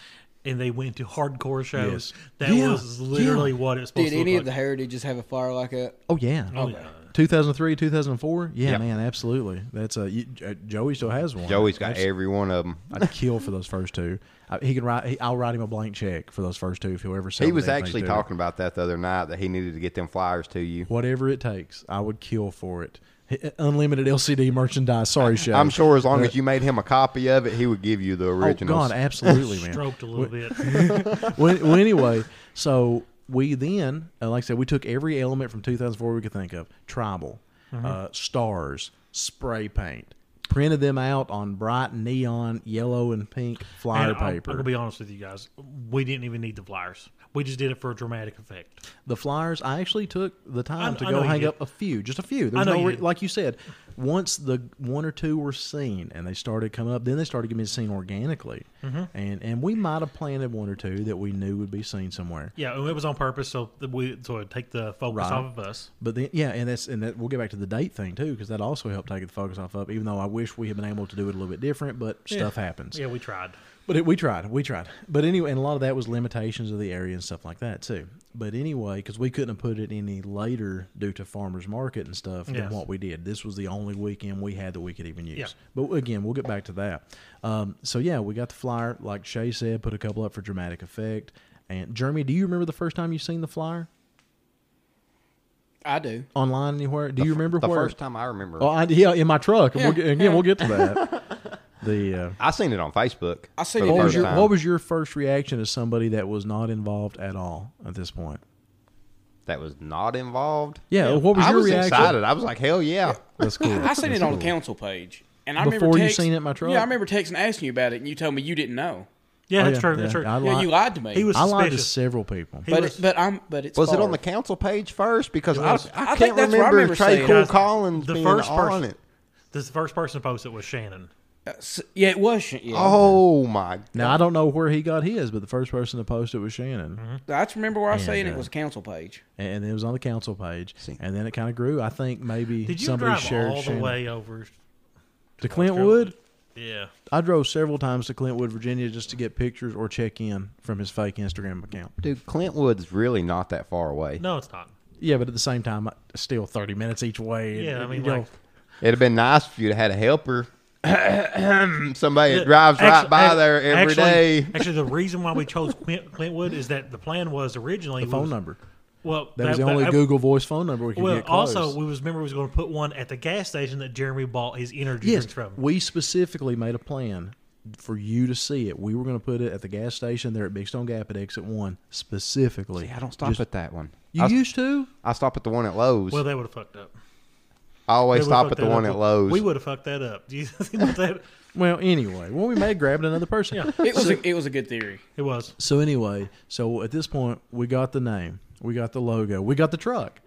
Speaker 2: and they went to hardcore shows,
Speaker 3: Yes.
Speaker 2: that
Speaker 3: Yeah,
Speaker 2: was literally
Speaker 3: yeah.
Speaker 2: what it's supposed to
Speaker 4: Did
Speaker 2: look
Speaker 4: any
Speaker 2: like.
Speaker 4: of the heritages have a flyer like that?
Speaker 3: Oh yeah.
Speaker 2: Oh, yeah.
Speaker 3: 2003, 2004? Yeah,
Speaker 5: Yeah.
Speaker 3: man, absolutely. That's a you, uh, Joey still has one.
Speaker 5: Joey's got
Speaker 3: Abs-
Speaker 5: every one of them.
Speaker 3: I'd kill for those first two. I, he can write. He, I'll write him a blank check for those first two if he'll ever sell.
Speaker 5: He
Speaker 3: me
Speaker 5: was
Speaker 3: that thing,
Speaker 5: actually
Speaker 3: too.
Speaker 5: talking about that the other night that he needed to get them flyers to you.
Speaker 3: Whatever it takes, I would kill for it. H- Unlimited LCD merchandise. Sorry, show.
Speaker 5: I'm sure as long as you made him a copy of it, he would give you the
Speaker 3: Oh
Speaker 5: original.
Speaker 3: God, absolutely, man.
Speaker 2: stroked a little
Speaker 3: <laughs>
Speaker 2: bit.
Speaker 3: well, well, anyway, so we then, uh, like I said, we took every element from 2004 we could think of: tribal,
Speaker 2: Mm-hmm.
Speaker 3: uh, stars, spray paint, printed them out on bright neon yellow and pink flyer
Speaker 2: And I'm, I'm
Speaker 3: paper.
Speaker 2: gonna be honest with you guys. We didn't even need the flyers. We just did it for a dramatic effect.
Speaker 3: the flyers, I actually took the time
Speaker 2: I-
Speaker 3: to
Speaker 2: I
Speaker 3: go
Speaker 2: know you
Speaker 3: hang
Speaker 2: did.
Speaker 3: up a few, just a few. There was
Speaker 2: I know
Speaker 3: no
Speaker 2: you
Speaker 3: re-
Speaker 2: did.
Speaker 3: like you said, once the one or two were seen and they started coming up, then they started getting seen organically,
Speaker 2: Mm-hmm.
Speaker 3: and and we might have planted one or two that we knew would be seen somewhere.
Speaker 2: Yeah, and it was on purpose, so that we so it'd take the focus
Speaker 3: Right.
Speaker 2: off of us.
Speaker 3: But then, yeah, and that's and that we'll get back to the date thing too, because that also helped take the focus off of. Even though I wish we had been able to do it a little bit different, but stuff happens.
Speaker 2: Yeah, we tried.
Speaker 3: But it, we tried, we tried. But anyway, and a lot of that was limitations of the area and stuff like that too. But anyway, because we couldn't have put it any later due to farmers market and stuff than
Speaker 2: Yes.
Speaker 3: what we did. This was the only weekend we had that we could even use.
Speaker 2: Yeah.
Speaker 3: But again, we'll get back to that. Um, so yeah, we got the flyer, like Shay said, put a couple up for dramatic effect. And Jeremy, do you remember the first time you seen the flyer
Speaker 4: I do.
Speaker 3: online anywhere? Do you remember
Speaker 5: the
Speaker 3: where?
Speaker 5: first time I remember,
Speaker 3: Oh, I, yeah, in my truck. And we'll get, again, we'll get to that.
Speaker 2: <laughs>
Speaker 3: The uh,
Speaker 5: I seen it on Facebook.
Speaker 4: I seen
Speaker 5: for
Speaker 4: it
Speaker 5: the
Speaker 3: what
Speaker 4: on-
Speaker 3: was
Speaker 5: first
Speaker 3: your
Speaker 5: time.
Speaker 3: what was your first reaction as somebody that was not involved at all at this point?
Speaker 5: that was not involved.
Speaker 3: Yeah, what was
Speaker 5: I
Speaker 3: your
Speaker 5: was
Speaker 3: reaction?
Speaker 5: excited. I was like, hell yeah.
Speaker 2: <laughs>
Speaker 3: That's cool.
Speaker 4: I seen
Speaker 3: That's
Speaker 4: it on
Speaker 3: cool.
Speaker 4: the council page, and I
Speaker 3: Before
Speaker 4: remember
Speaker 3: you
Speaker 4: text-
Speaker 3: seen it in my truck?
Speaker 4: Yeah, I remember texting and asking you about it, and you told me you didn't know.
Speaker 2: Yeah,
Speaker 3: Oh,
Speaker 2: that's
Speaker 3: yeah,
Speaker 2: true.
Speaker 3: yeah,
Speaker 2: That's true.
Speaker 3: I
Speaker 4: Yeah, you lied to me.
Speaker 2: He was
Speaker 3: I lied to
Speaker 2: suspicious.
Speaker 3: several people.
Speaker 2: He
Speaker 4: but
Speaker 2: was-
Speaker 4: it, but I'm but it's
Speaker 5: Was it
Speaker 4: far.
Speaker 5: on the council page first? Because I,
Speaker 2: was.
Speaker 4: I
Speaker 5: I,
Speaker 4: think
Speaker 5: can't
Speaker 4: that's what I
Speaker 5: remember,
Speaker 4: remember
Speaker 5: Trey
Speaker 4: seeing.
Speaker 5: Cool
Speaker 2: Guys,
Speaker 5: Collins
Speaker 2: the
Speaker 5: being
Speaker 2: first
Speaker 5: on
Speaker 2: person-
Speaker 5: it.
Speaker 2: This- the first person to post it was Shannon.
Speaker 4: Uh, s- yeah, it was. Shan- Yeah,
Speaker 5: Oh my!
Speaker 3: Now I don't know where he got his, but the first person to post it was Shannon,
Speaker 2: Mm-hmm.
Speaker 4: I just remember where I was
Speaker 3: Yeah,
Speaker 4: saying
Speaker 3: yeah.
Speaker 4: it was council page.
Speaker 3: and it was on the council page, and then it kind of grew. I think maybe
Speaker 2: Did you
Speaker 3: somebody
Speaker 2: drive
Speaker 3: shared
Speaker 2: all
Speaker 3: Shannon.
Speaker 2: the way over?
Speaker 3: to Clintwood.
Speaker 2: Yeah.
Speaker 3: I drove several times to Clintwood, Virginia, just to get pictures or check in from his fake Instagram account.
Speaker 5: Dude, Clintwood's really not that far away.
Speaker 2: No, it's not.
Speaker 3: Yeah, but at the same time, still thirty minutes each way. and-
Speaker 2: Yeah, I
Speaker 3: and,
Speaker 2: mean,
Speaker 3: you know,
Speaker 2: like-
Speaker 5: It'd have been nice if you'd had a <coughs> helper. Somebody that
Speaker 2: Yeah,
Speaker 5: drives
Speaker 2: actu-
Speaker 5: right by
Speaker 2: ac-
Speaker 5: there every
Speaker 2: actually,
Speaker 5: day.
Speaker 2: Actually, the reason why we chose Clint, Clintwood is that the plan was originally
Speaker 3: the phone
Speaker 2: was-
Speaker 3: number.
Speaker 2: Well,
Speaker 3: That, was the only
Speaker 2: that-
Speaker 3: Google Voice phone number we could
Speaker 2: Well,
Speaker 3: get. Close.
Speaker 2: also we was remember we was going to put one at the gas station that Jeremy bought his energy
Speaker 3: yes,
Speaker 2: drinks from.
Speaker 3: we specifically made a plan for you to see it. We were going to put it at the gas station there at Big Stone Gap at Exit One specifically.
Speaker 5: I don't stop
Speaker 3: Just-
Speaker 5: at that one.
Speaker 3: You
Speaker 5: I,
Speaker 3: used to?
Speaker 5: I stop at the one at Lowe's.
Speaker 2: Well, they would have fucked up.
Speaker 5: I
Speaker 2: They
Speaker 5: always
Speaker 2: would've
Speaker 5: stop
Speaker 2: fucked
Speaker 5: at the
Speaker 2: that
Speaker 5: one
Speaker 2: up.
Speaker 5: at Lowe's.
Speaker 2: We would have fucked that up. <laughs> Do you think about that?
Speaker 3: Well, anyway, well, we may have grabbed another person.
Speaker 4: It was a, it was a good theory.
Speaker 2: It was.
Speaker 3: So anyway, so at this point, we got the name, we got the logo, we got the truck,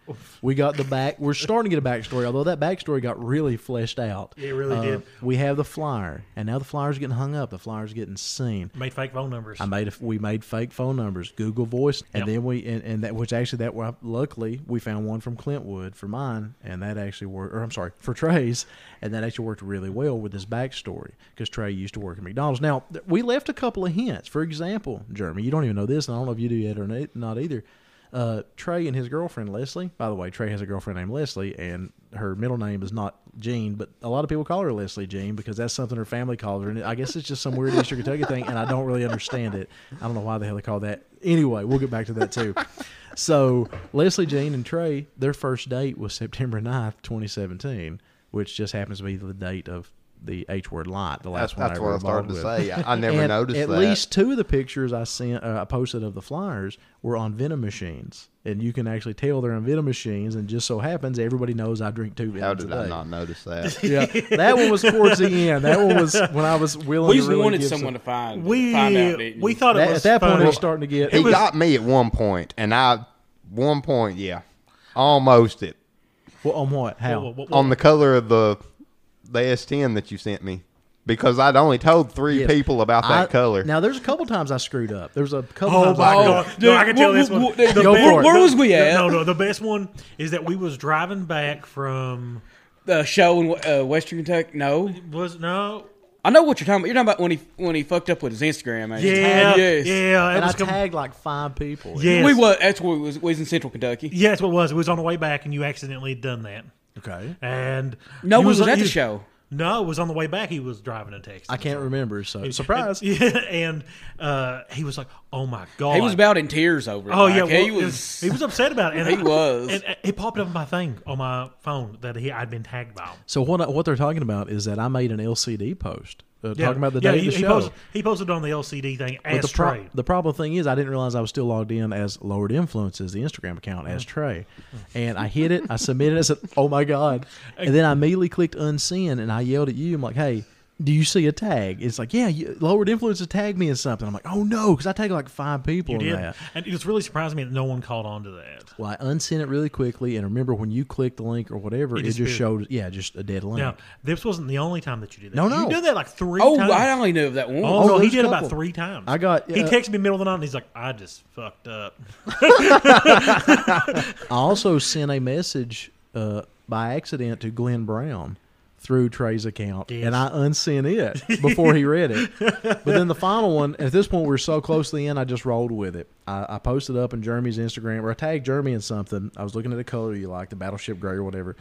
Speaker 3: we got the back. We're starting to get a backstory, although that backstory got really fleshed out. Uh,
Speaker 2: It really did.
Speaker 3: We have the flyer, and now the flyer's getting hung up. The flyer's getting seen.
Speaker 2: Made fake phone numbers.
Speaker 3: I made a, we made fake phone numbers, Google Voice, and
Speaker 2: Yep.
Speaker 3: then we and, and that which actually that wa- luckily we found one from Clintwood for mine, and that actually worked. Or I'm sorry, for Trey's, and that actually worked really well with this backstory because Trey used to work at McDonald's. Now th- we left a couple of hints. For example, Jeremy, you don't even know this, and I don't know if you do yet or na- not either. Uh, Trey and his girlfriend Leslie. By the way, Trey has a girlfriend named Leslie, and her middle name is not Jean, but a lot of people call her Leslie Jean because that's something her family calls her. And I guess it's just some weird Eastern Kentucky thing, and I don't really understand it. I don't know why the hell they call that. Anyway, we'll get back to that too. So Leslie Jean and Trey, their first date was September 9th, 2017, which just happens to be the date of the H word light. The
Speaker 5: That's,
Speaker 3: last one
Speaker 5: that's
Speaker 3: I
Speaker 5: what
Speaker 3: ever
Speaker 5: I started
Speaker 3: bothered
Speaker 5: to
Speaker 3: with.
Speaker 5: say. I, I never
Speaker 3: And
Speaker 5: noticed
Speaker 3: at
Speaker 5: that.
Speaker 3: least two of the pictures I sent, uh, I posted of the flyers were on venom machines, and you can actually tell they're on venom machines. And just so happens, everybody knows I drink two.
Speaker 5: How
Speaker 3: Venoms
Speaker 5: did
Speaker 3: a
Speaker 5: I
Speaker 3: day.
Speaker 5: not
Speaker 3: <laughs>
Speaker 5: notice that?
Speaker 3: Yeah, that one was towards the end. That one was when I was willing.
Speaker 4: We
Speaker 3: to
Speaker 4: just
Speaker 3: really
Speaker 4: wanted
Speaker 3: give
Speaker 4: someone to
Speaker 3: some,
Speaker 4: find
Speaker 2: We
Speaker 4: find out. didn't
Speaker 2: we
Speaker 4: you?
Speaker 2: thought it
Speaker 3: That-
Speaker 2: was
Speaker 3: at that point.
Speaker 2: funny.
Speaker 3: It was starting to get.
Speaker 5: He
Speaker 2: was-
Speaker 5: got me at one point, and I one point, yeah, almost it
Speaker 3: well, on what? How?
Speaker 2: Whoa, whoa, whoa.
Speaker 5: on the color of the the S10 that you sent me because I'd only told three
Speaker 3: Yes.
Speaker 5: people about that
Speaker 3: I-
Speaker 5: color.
Speaker 3: Now there's a couple times I screwed up. There's a couple.
Speaker 2: Oh
Speaker 3: times
Speaker 2: my
Speaker 3: I screwed
Speaker 2: god!
Speaker 3: up.
Speaker 2: No, I can
Speaker 4: Dude,
Speaker 2: tell this
Speaker 4: wh- wh-
Speaker 2: one.
Speaker 4: wh- there-
Speaker 2: The
Speaker 3: go
Speaker 2: best-
Speaker 3: for it.
Speaker 4: Where was we at?
Speaker 2: No, no. The best one is that we was driving back from
Speaker 4: the show in uh, Western Kentucky. No,
Speaker 2: was no.
Speaker 4: I know what you're talking about. You're talking about when he when he fucked up with his Instagram. Man.
Speaker 2: Yeah,
Speaker 4: yes.
Speaker 2: yeah. It
Speaker 3: And I
Speaker 2: was com-
Speaker 3: tagged like five people.
Speaker 2: yes.
Speaker 4: We were. That's where we was. We was in Central Kentucky.
Speaker 2: Yeah, that's what it was. It was on the way back, and you accidentally had done that.
Speaker 3: Okay.
Speaker 2: And
Speaker 4: No,
Speaker 2: you
Speaker 4: we was at
Speaker 2: you-
Speaker 4: the show.
Speaker 2: No, it was on the way back. He was driving a taxi.
Speaker 3: I
Speaker 2: <laughs>
Speaker 3: can't remember. So surprise.
Speaker 2: Yeah, and uh, he was like, "Oh my god!"
Speaker 4: He was about in tears over. It.
Speaker 2: Oh
Speaker 4: like,
Speaker 2: yeah, well,
Speaker 4: he was.
Speaker 2: He was upset about it. And
Speaker 4: <laughs> He was.
Speaker 2: And, and it popped up on my thing on my phone that he I'd been tagged by. Him.
Speaker 3: So what? I, what they're talking about is that I made an LCD post uh,
Speaker 2: Yeah.
Speaker 3: talking about the
Speaker 2: yeah,
Speaker 3: day
Speaker 2: he,
Speaker 3: of the
Speaker 2: He
Speaker 3: show.
Speaker 2: posted, he posted on the LCD thing
Speaker 3: But
Speaker 2: as
Speaker 3: the, pro-
Speaker 2: Trey.
Speaker 3: the problem thing is, I didn't realize I was still logged in as Lowered Influences, the Instagram account,
Speaker 2: Mm.
Speaker 3: as Trey. And I hit it, I submitted, I said, oh my God. And then I immediately clicked unsend and I yelled at you. I'm like, hey, do you see a tag? It's like, yeah, you, Lowered Influences tagged me in something. I'm like, oh no, because I tagged like five people
Speaker 2: You
Speaker 3: in
Speaker 2: did,
Speaker 3: that.
Speaker 2: and it was really surprising me that no one caught on to that.
Speaker 3: Well, I unsent it really quickly. And remember, when you click the link or whatever, it, just
Speaker 2: disappeared.
Speaker 3: showed, yeah, just a dead link.
Speaker 2: Now, this wasn't the only time that you did that.
Speaker 3: No, no.
Speaker 2: you did that like three.
Speaker 4: oh,
Speaker 2: times.
Speaker 4: I only knew of that one.
Speaker 2: Oh, no, he
Speaker 3: there's a
Speaker 2: did about
Speaker 3: couple.
Speaker 2: three times.
Speaker 3: I got,
Speaker 2: he
Speaker 3: uh,
Speaker 2: texted me middle of the night and he's like, I just fucked
Speaker 3: <laughs>
Speaker 2: up. <laughs>
Speaker 3: I also sent a message uh, by accident to Glenn Brown through Trey's account,
Speaker 2: Yes.
Speaker 3: and I unsent it before he read it. But then the final one, at this point, we were so close to the end, I just rolled with it. I, I posted up on Jeremy's Instagram, or I tagged Jeremy in something. I was looking at a color you like, the battleship gray or whatever.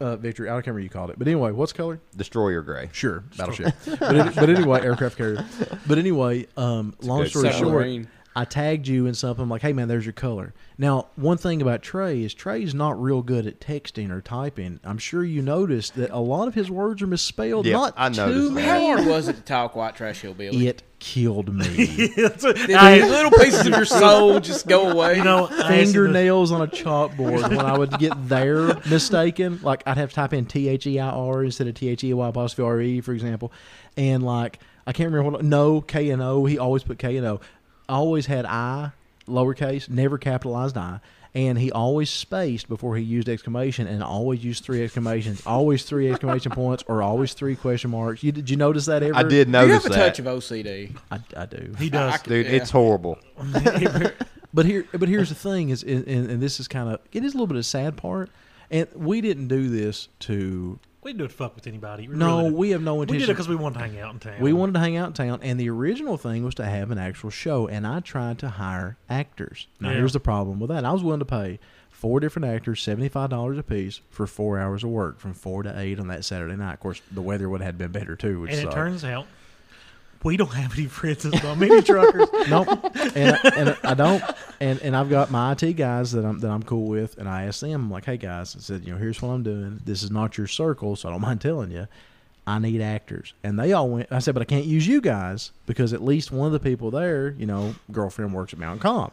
Speaker 3: Uh, Victory, I don't remember what you called it. But anyway, what's color?
Speaker 5: Destroyer gray.
Speaker 3: Sure, battleship. but, it, but anyway, aircraft carrier. But anyway, um, long
Speaker 5: good
Speaker 3: story
Speaker 4: submarine.
Speaker 3: short, I tagged you in something I'm like, "Hey man, there's your color." Now, one thing about Trey is Trey's not real good at texting or typing. I'm sure you noticed that a lot of his words are misspelled.
Speaker 5: Yeah,
Speaker 3: not
Speaker 5: I
Speaker 3: too
Speaker 5: noticed
Speaker 2: Oh,
Speaker 3: many.
Speaker 4: How hard was it to talk white trash hillbilly?
Speaker 3: It killed
Speaker 5: <laughs>
Speaker 3: me.
Speaker 2: That's what-
Speaker 4: Did
Speaker 2: I-
Speaker 4: these little pieces of
Speaker 2: <laughs>
Speaker 4: your soul just go away?
Speaker 2: you know, I asked him to-
Speaker 3: Fingernails on a chalkboard when I would get there
Speaker 2: <laughs>
Speaker 3: mistaken. Like I'd have to type in T H E I R instead of T H E Y apostrophe R E, for example. And like I can't remember what no K and O. He always put K and O. I always had I lowercase, never capitalized I. And he always spaced before he used exclamation, and always used three exclamations, always three exclamation points, or always three question marks. You, did you notice that ever?
Speaker 5: I did
Speaker 4: Do you
Speaker 5: notice
Speaker 4: have a
Speaker 5: that,
Speaker 4: touch
Speaker 2: <laughs>
Speaker 4: of OCD?
Speaker 3: I, I do.
Speaker 2: He does.
Speaker 4: I could-
Speaker 5: dude.
Speaker 4: yeah.
Speaker 5: It's horrible.
Speaker 2: <laughs>
Speaker 3: <laughs> But here, but here's the thing: is and, and and this is kind of it is a little bit of a sad part, and we didn't do this to.
Speaker 2: we didn't do it to fuck with anybody. We
Speaker 3: No,
Speaker 2: really didn't.
Speaker 3: we have no
Speaker 2: We did it
Speaker 3: intention.
Speaker 2: because we wanted to hang out in town.
Speaker 3: we wanted to hang out in town, and the original thing was to have an actual show, and I tried to hire actors. Now,
Speaker 2: Yeah.
Speaker 3: here's the problem with that: I was willing to pay four different actors seventy five dollars a piece for four hours of work from four to eight on that Saturday night. Of course, the weather would have been better too, which
Speaker 2: and it
Speaker 3: sucked.
Speaker 2: turns out we don't have any friends that's not mini
Speaker 3: <laughs>
Speaker 2: truckers.
Speaker 3: nope. And I, and I don't. And and I've got my IT guys that I'm that I'm cool with, and I asked them, I'm like, hey guys, I said, you know, here's what I'm doing. This is not your circle, so I don't mind telling you. I need actors, and they all went. I said, but I can't use you guys because at least one of the people there, you know, girlfriend works at Mount Comp,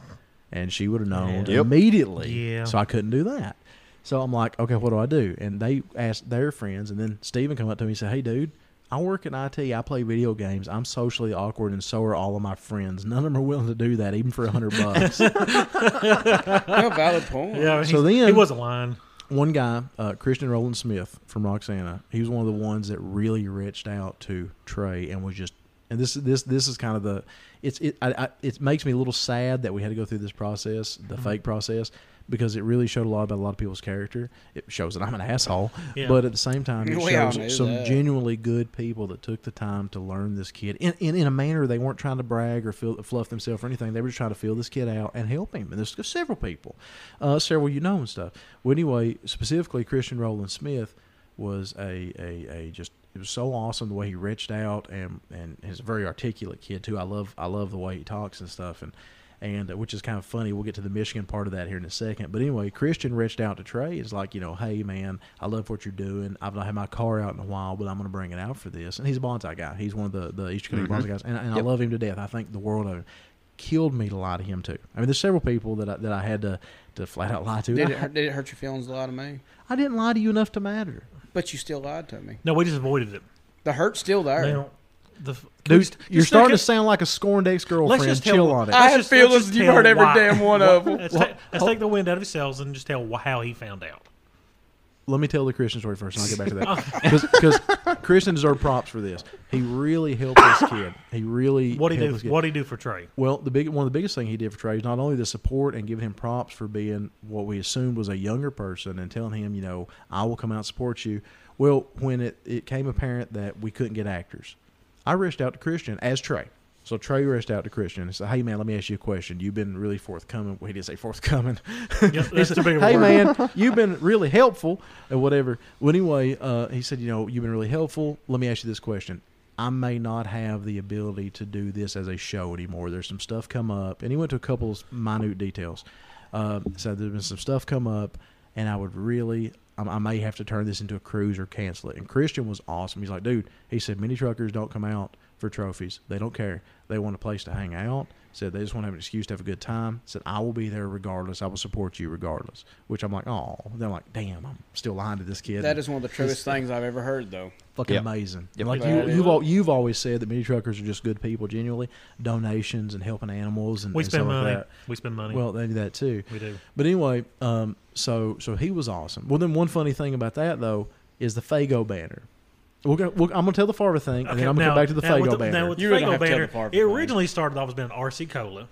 Speaker 3: and she would have known
Speaker 5: Yeah. Yep.
Speaker 3: immediately.
Speaker 2: Yeah.
Speaker 3: So I couldn't do that. So I'm like, okay, what do I do? And they asked their friends, and then Steven come up to me and said, hey, dude, I work in IT. I play video games. I'm socially awkward, and so are all of my friends. None of them are willing to do that, even for a hundred bucks.
Speaker 4: No valid point.
Speaker 2: Yeah,
Speaker 3: So
Speaker 2: so
Speaker 3: then-
Speaker 2: then, he wasn't lying.
Speaker 3: one guy, uh, Christian Roland Smith from Roxana, he was one of the ones that really reached out to Trey and was just. And this this this is kind of the it's it I, I, it makes me a little sad that we had to go through this process, the fake process, because it really showed a lot about a lot of people's character. It shows that I'm an asshole,
Speaker 2: Yeah.
Speaker 3: but at the same time, it
Speaker 4: We all knew
Speaker 3: shows some
Speaker 4: that.
Speaker 3: genuinely good people that took the time to learn this kid in, in, in a manner they weren't trying to brag or feel, fluff themselves or anything. They were just trying to feel this kid out and help him. And there's several people, uh, several you know and stuff. Well, anyway, specifically Christian Rowland Smith was a, a, a just it was so awesome the way he reached out and and he's a very articulate kid too. I love I love the way he talks and stuff and and uh, which is kind of funny. We'll get to the Michigan part of that here in a second. But anyway, Christian reached out to Trey. It's like, you know, hey man, I love what you're doing. I've not had my car out in a while, but I'm going to bring it out for this. And he's a bonsai guy. He's one of the the Eastern Kentucky
Speaker 2: Mm-hmm.
Speaker 3: bonsai guys, and, and I love him to death. I think the world of him. Killed me to lie to him too. I mean, there's several people that I, that I had to to flat out lie to.
Speaker 4: Did it,
Speaker 3: I,
Speaker 4: hurt, did it hurt your feelings a lot of me?
Speaker 3: I didn't lie to you enough to matter.
Speaker 4: But you still lied to me.
Speaker 2: No, we just avoided it.
Speaker 4: The hurt's still there.
Speaker 2: Now, the f-
Speaker 3: Dude, you're,
Speaker 2: just
Speaker 3: starting to
Speaker 2: look at-
Speaker 3: sound like a scorned ex
Speaker 2: Let's
Speaker 3: girlfriend.
Speaker 2: just tell
Speaker 3: Chill on it.
Speaker 4: I had
Speaker 2: let's let's
Speaker 4: feelings, you've
Speaker 2: tell
Speaker 4: heard every damn one of 'em.
Speaker 2: Let's, ta- let's take the wind out of his sails and just tell wh- how he found out.
Speaker 3: Let me tell the Christian story first, and I'll get
Speaker 2: <laughs>
Speaker 3: back to that. Because Christian deserved props for this. He really helped this kid. He really
Speaker 2: What he
Speaker 3: helped
Speaker 2: do?
Speaker 3: this kid.
Speaker 2: What he do for
Speaker 3: <laughs>
Speaker 2: Trey?
Speaker 3: Well, the big one of the biggest thing he did for Trey is not only the support and giving him props for being what we assumed was a younger person and telling him, you know, I will come out and support you. Well, when it, it came apparent that we couldn't get actors, I reached out to Christian as Trey. So Trey reached out to Christian and said, Hey man, let me ask you a question. You've been really forthcoming. Well, he didn't say forthcoming. <laughs>
Speaker 2: Yes, <laughs>
Speaker 3: He
Speaker 2: that's
Speaker 3: said,
Speaker 2: too big of a
Speaker 3: hey
Speaker 2: word. <laughs>
Speaker 3: man, you've been really helpful and whatever. Well, anyway, uh, he said, you know, you've been really helpful. Let me ask you this question. I may not have the ability to do this as a show anymore. There's some stuff come up, and he went to a couple of minute details. Uh, so there's been some stuff come up, and I would really, I, I may have to turn this into a cruise or cancel it. And Christian was awesome. He's like, dude, he said, many truckers don't come out for trophies. They don't care. They want a place to hang out. Said they just want to have an excuse to have a good time. Said I will be there regardless. I will support you regardless. Which I'm like, oh, they're like, damn, I'm still lying to this kid.
Speaker 4: That is one of the truest things I've ever heard, though.
Speaker 3: fucking
Speaker 5: Yep.
Speaker 3: amazing.
Speaker 5: Yep.
Speaker 3: Like
Speaker 4: That
Speaker 3: you,
Speaker 4: is.
Speaker 3: you've al- you've always said that mini truckers are just good people. Genuinely, donations and helping animals and,
Speaker 2: We
Speaker 3: and
Speaker 2: spend
Speaker 3: stuff like
Speaker 2: money.
Speaker 3: that.
Speaker 2: We spend money.
Speaker 3: Well, they do that too.
Speaker 2: we do.
Speaker 3: But anyway, um, so so he was awesome. Well, then one funny thing about that though is the Fago banner. We're gonna, we're, I'm gonna tell the Farva thing, and
Speaker 2: Okay,
Speaker 3: then I'm gonna
Speaker 2: now-
Speaker 3: come back to the
Speaker 2: now with
Speaker 3: Fago banner.
Speaker 2: Now with the
Speaker 4: You would have
Speaker 2: Fago
Speaker 4: to tell
Speaker 2: banner,
Speaker 4: the Farva
Speaker 2: it
Speaker 4: thing.
Speaker 2: originally started off as being RC Cola,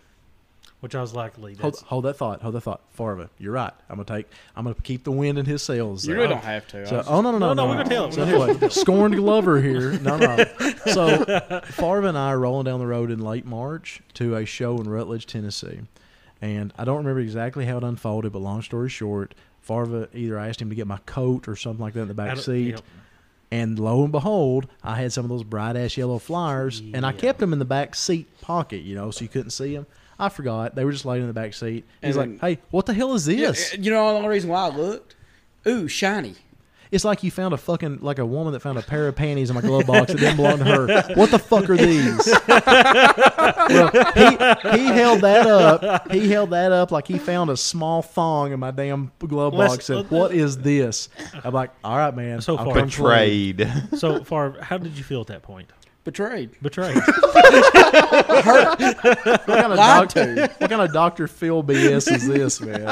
Speaker 2: which I was like, Lee,
Speaker 3: Hold,
Speaker 2: that's
Speaker 3: hold that thought. Hold that thought. Farva, you're right. I'm gonna take. I'm gonna keep the wind in his sails.
Speaker 4: You
Speaker 3: there.
Speaker 4: really don't have to.
Speaker 3: So,
Speaker 4: I
Speaker 3: oh no no no
Speaker 2: No, no, we're gonna tell him.
Speaker 3: So anyway, scorned Glover here. No no. So Farva and I are rolling down the road in late March to a show in Rutledge, Tennessee, and I don't remember exactly how it unfolded, but long story short, Farva either asked him to get my coat or something like that in the
Speaker 2: I
Speaker 3: back
Speaker 2: don't-
Speaker 3: seat.
Speaker 2: yep.
Speaker 3: And lo and behold, I had some of those bright ass yellow flyers, and I
Speaker 2: Yeah.
Speaker 3: kept them in the back seat pocket, you know, so you couldn't see them. I forgot they were just laying in the back seat. He's
Speaker 4: And-
Speaker 3: like, "Hey, what the hell is this?"
Speaker 4: You know the only reason why I looked? Ooh, shiny.
Speaker 3: It's like you found a fucking like a woman that found a pair of panties in my glove box that didn't belong to her. What the fuck are these?
Speaker 2: <laughs>
Speaker 3: well, he, he held that up. He held that up like he found a small thong in my damn glove
Speaker 2: Let's-
Speaker 3: box. And what is this? I'm like, all right, man.
Speaker 2: So
Speaker 3: I'll
Speaker 2: far.
Speaker 3: come clean."
Speaker 5: Betrayed.
Speaker 4: <laughs>
Speaker 3: <laughs>
Speaker 2: So Favre, how did you feel at that point?
Speaker 4: Betrayed.
Speaker 2: Betrayed.
Speaker 3: What kind of
Speaker 4: Lied
Speaker 3: doctor?
Speaker 4: to.
Speaker 3: What kind of Doctor Phil BS is
Speaker 2: <laughs>
Speaker 3: this, man?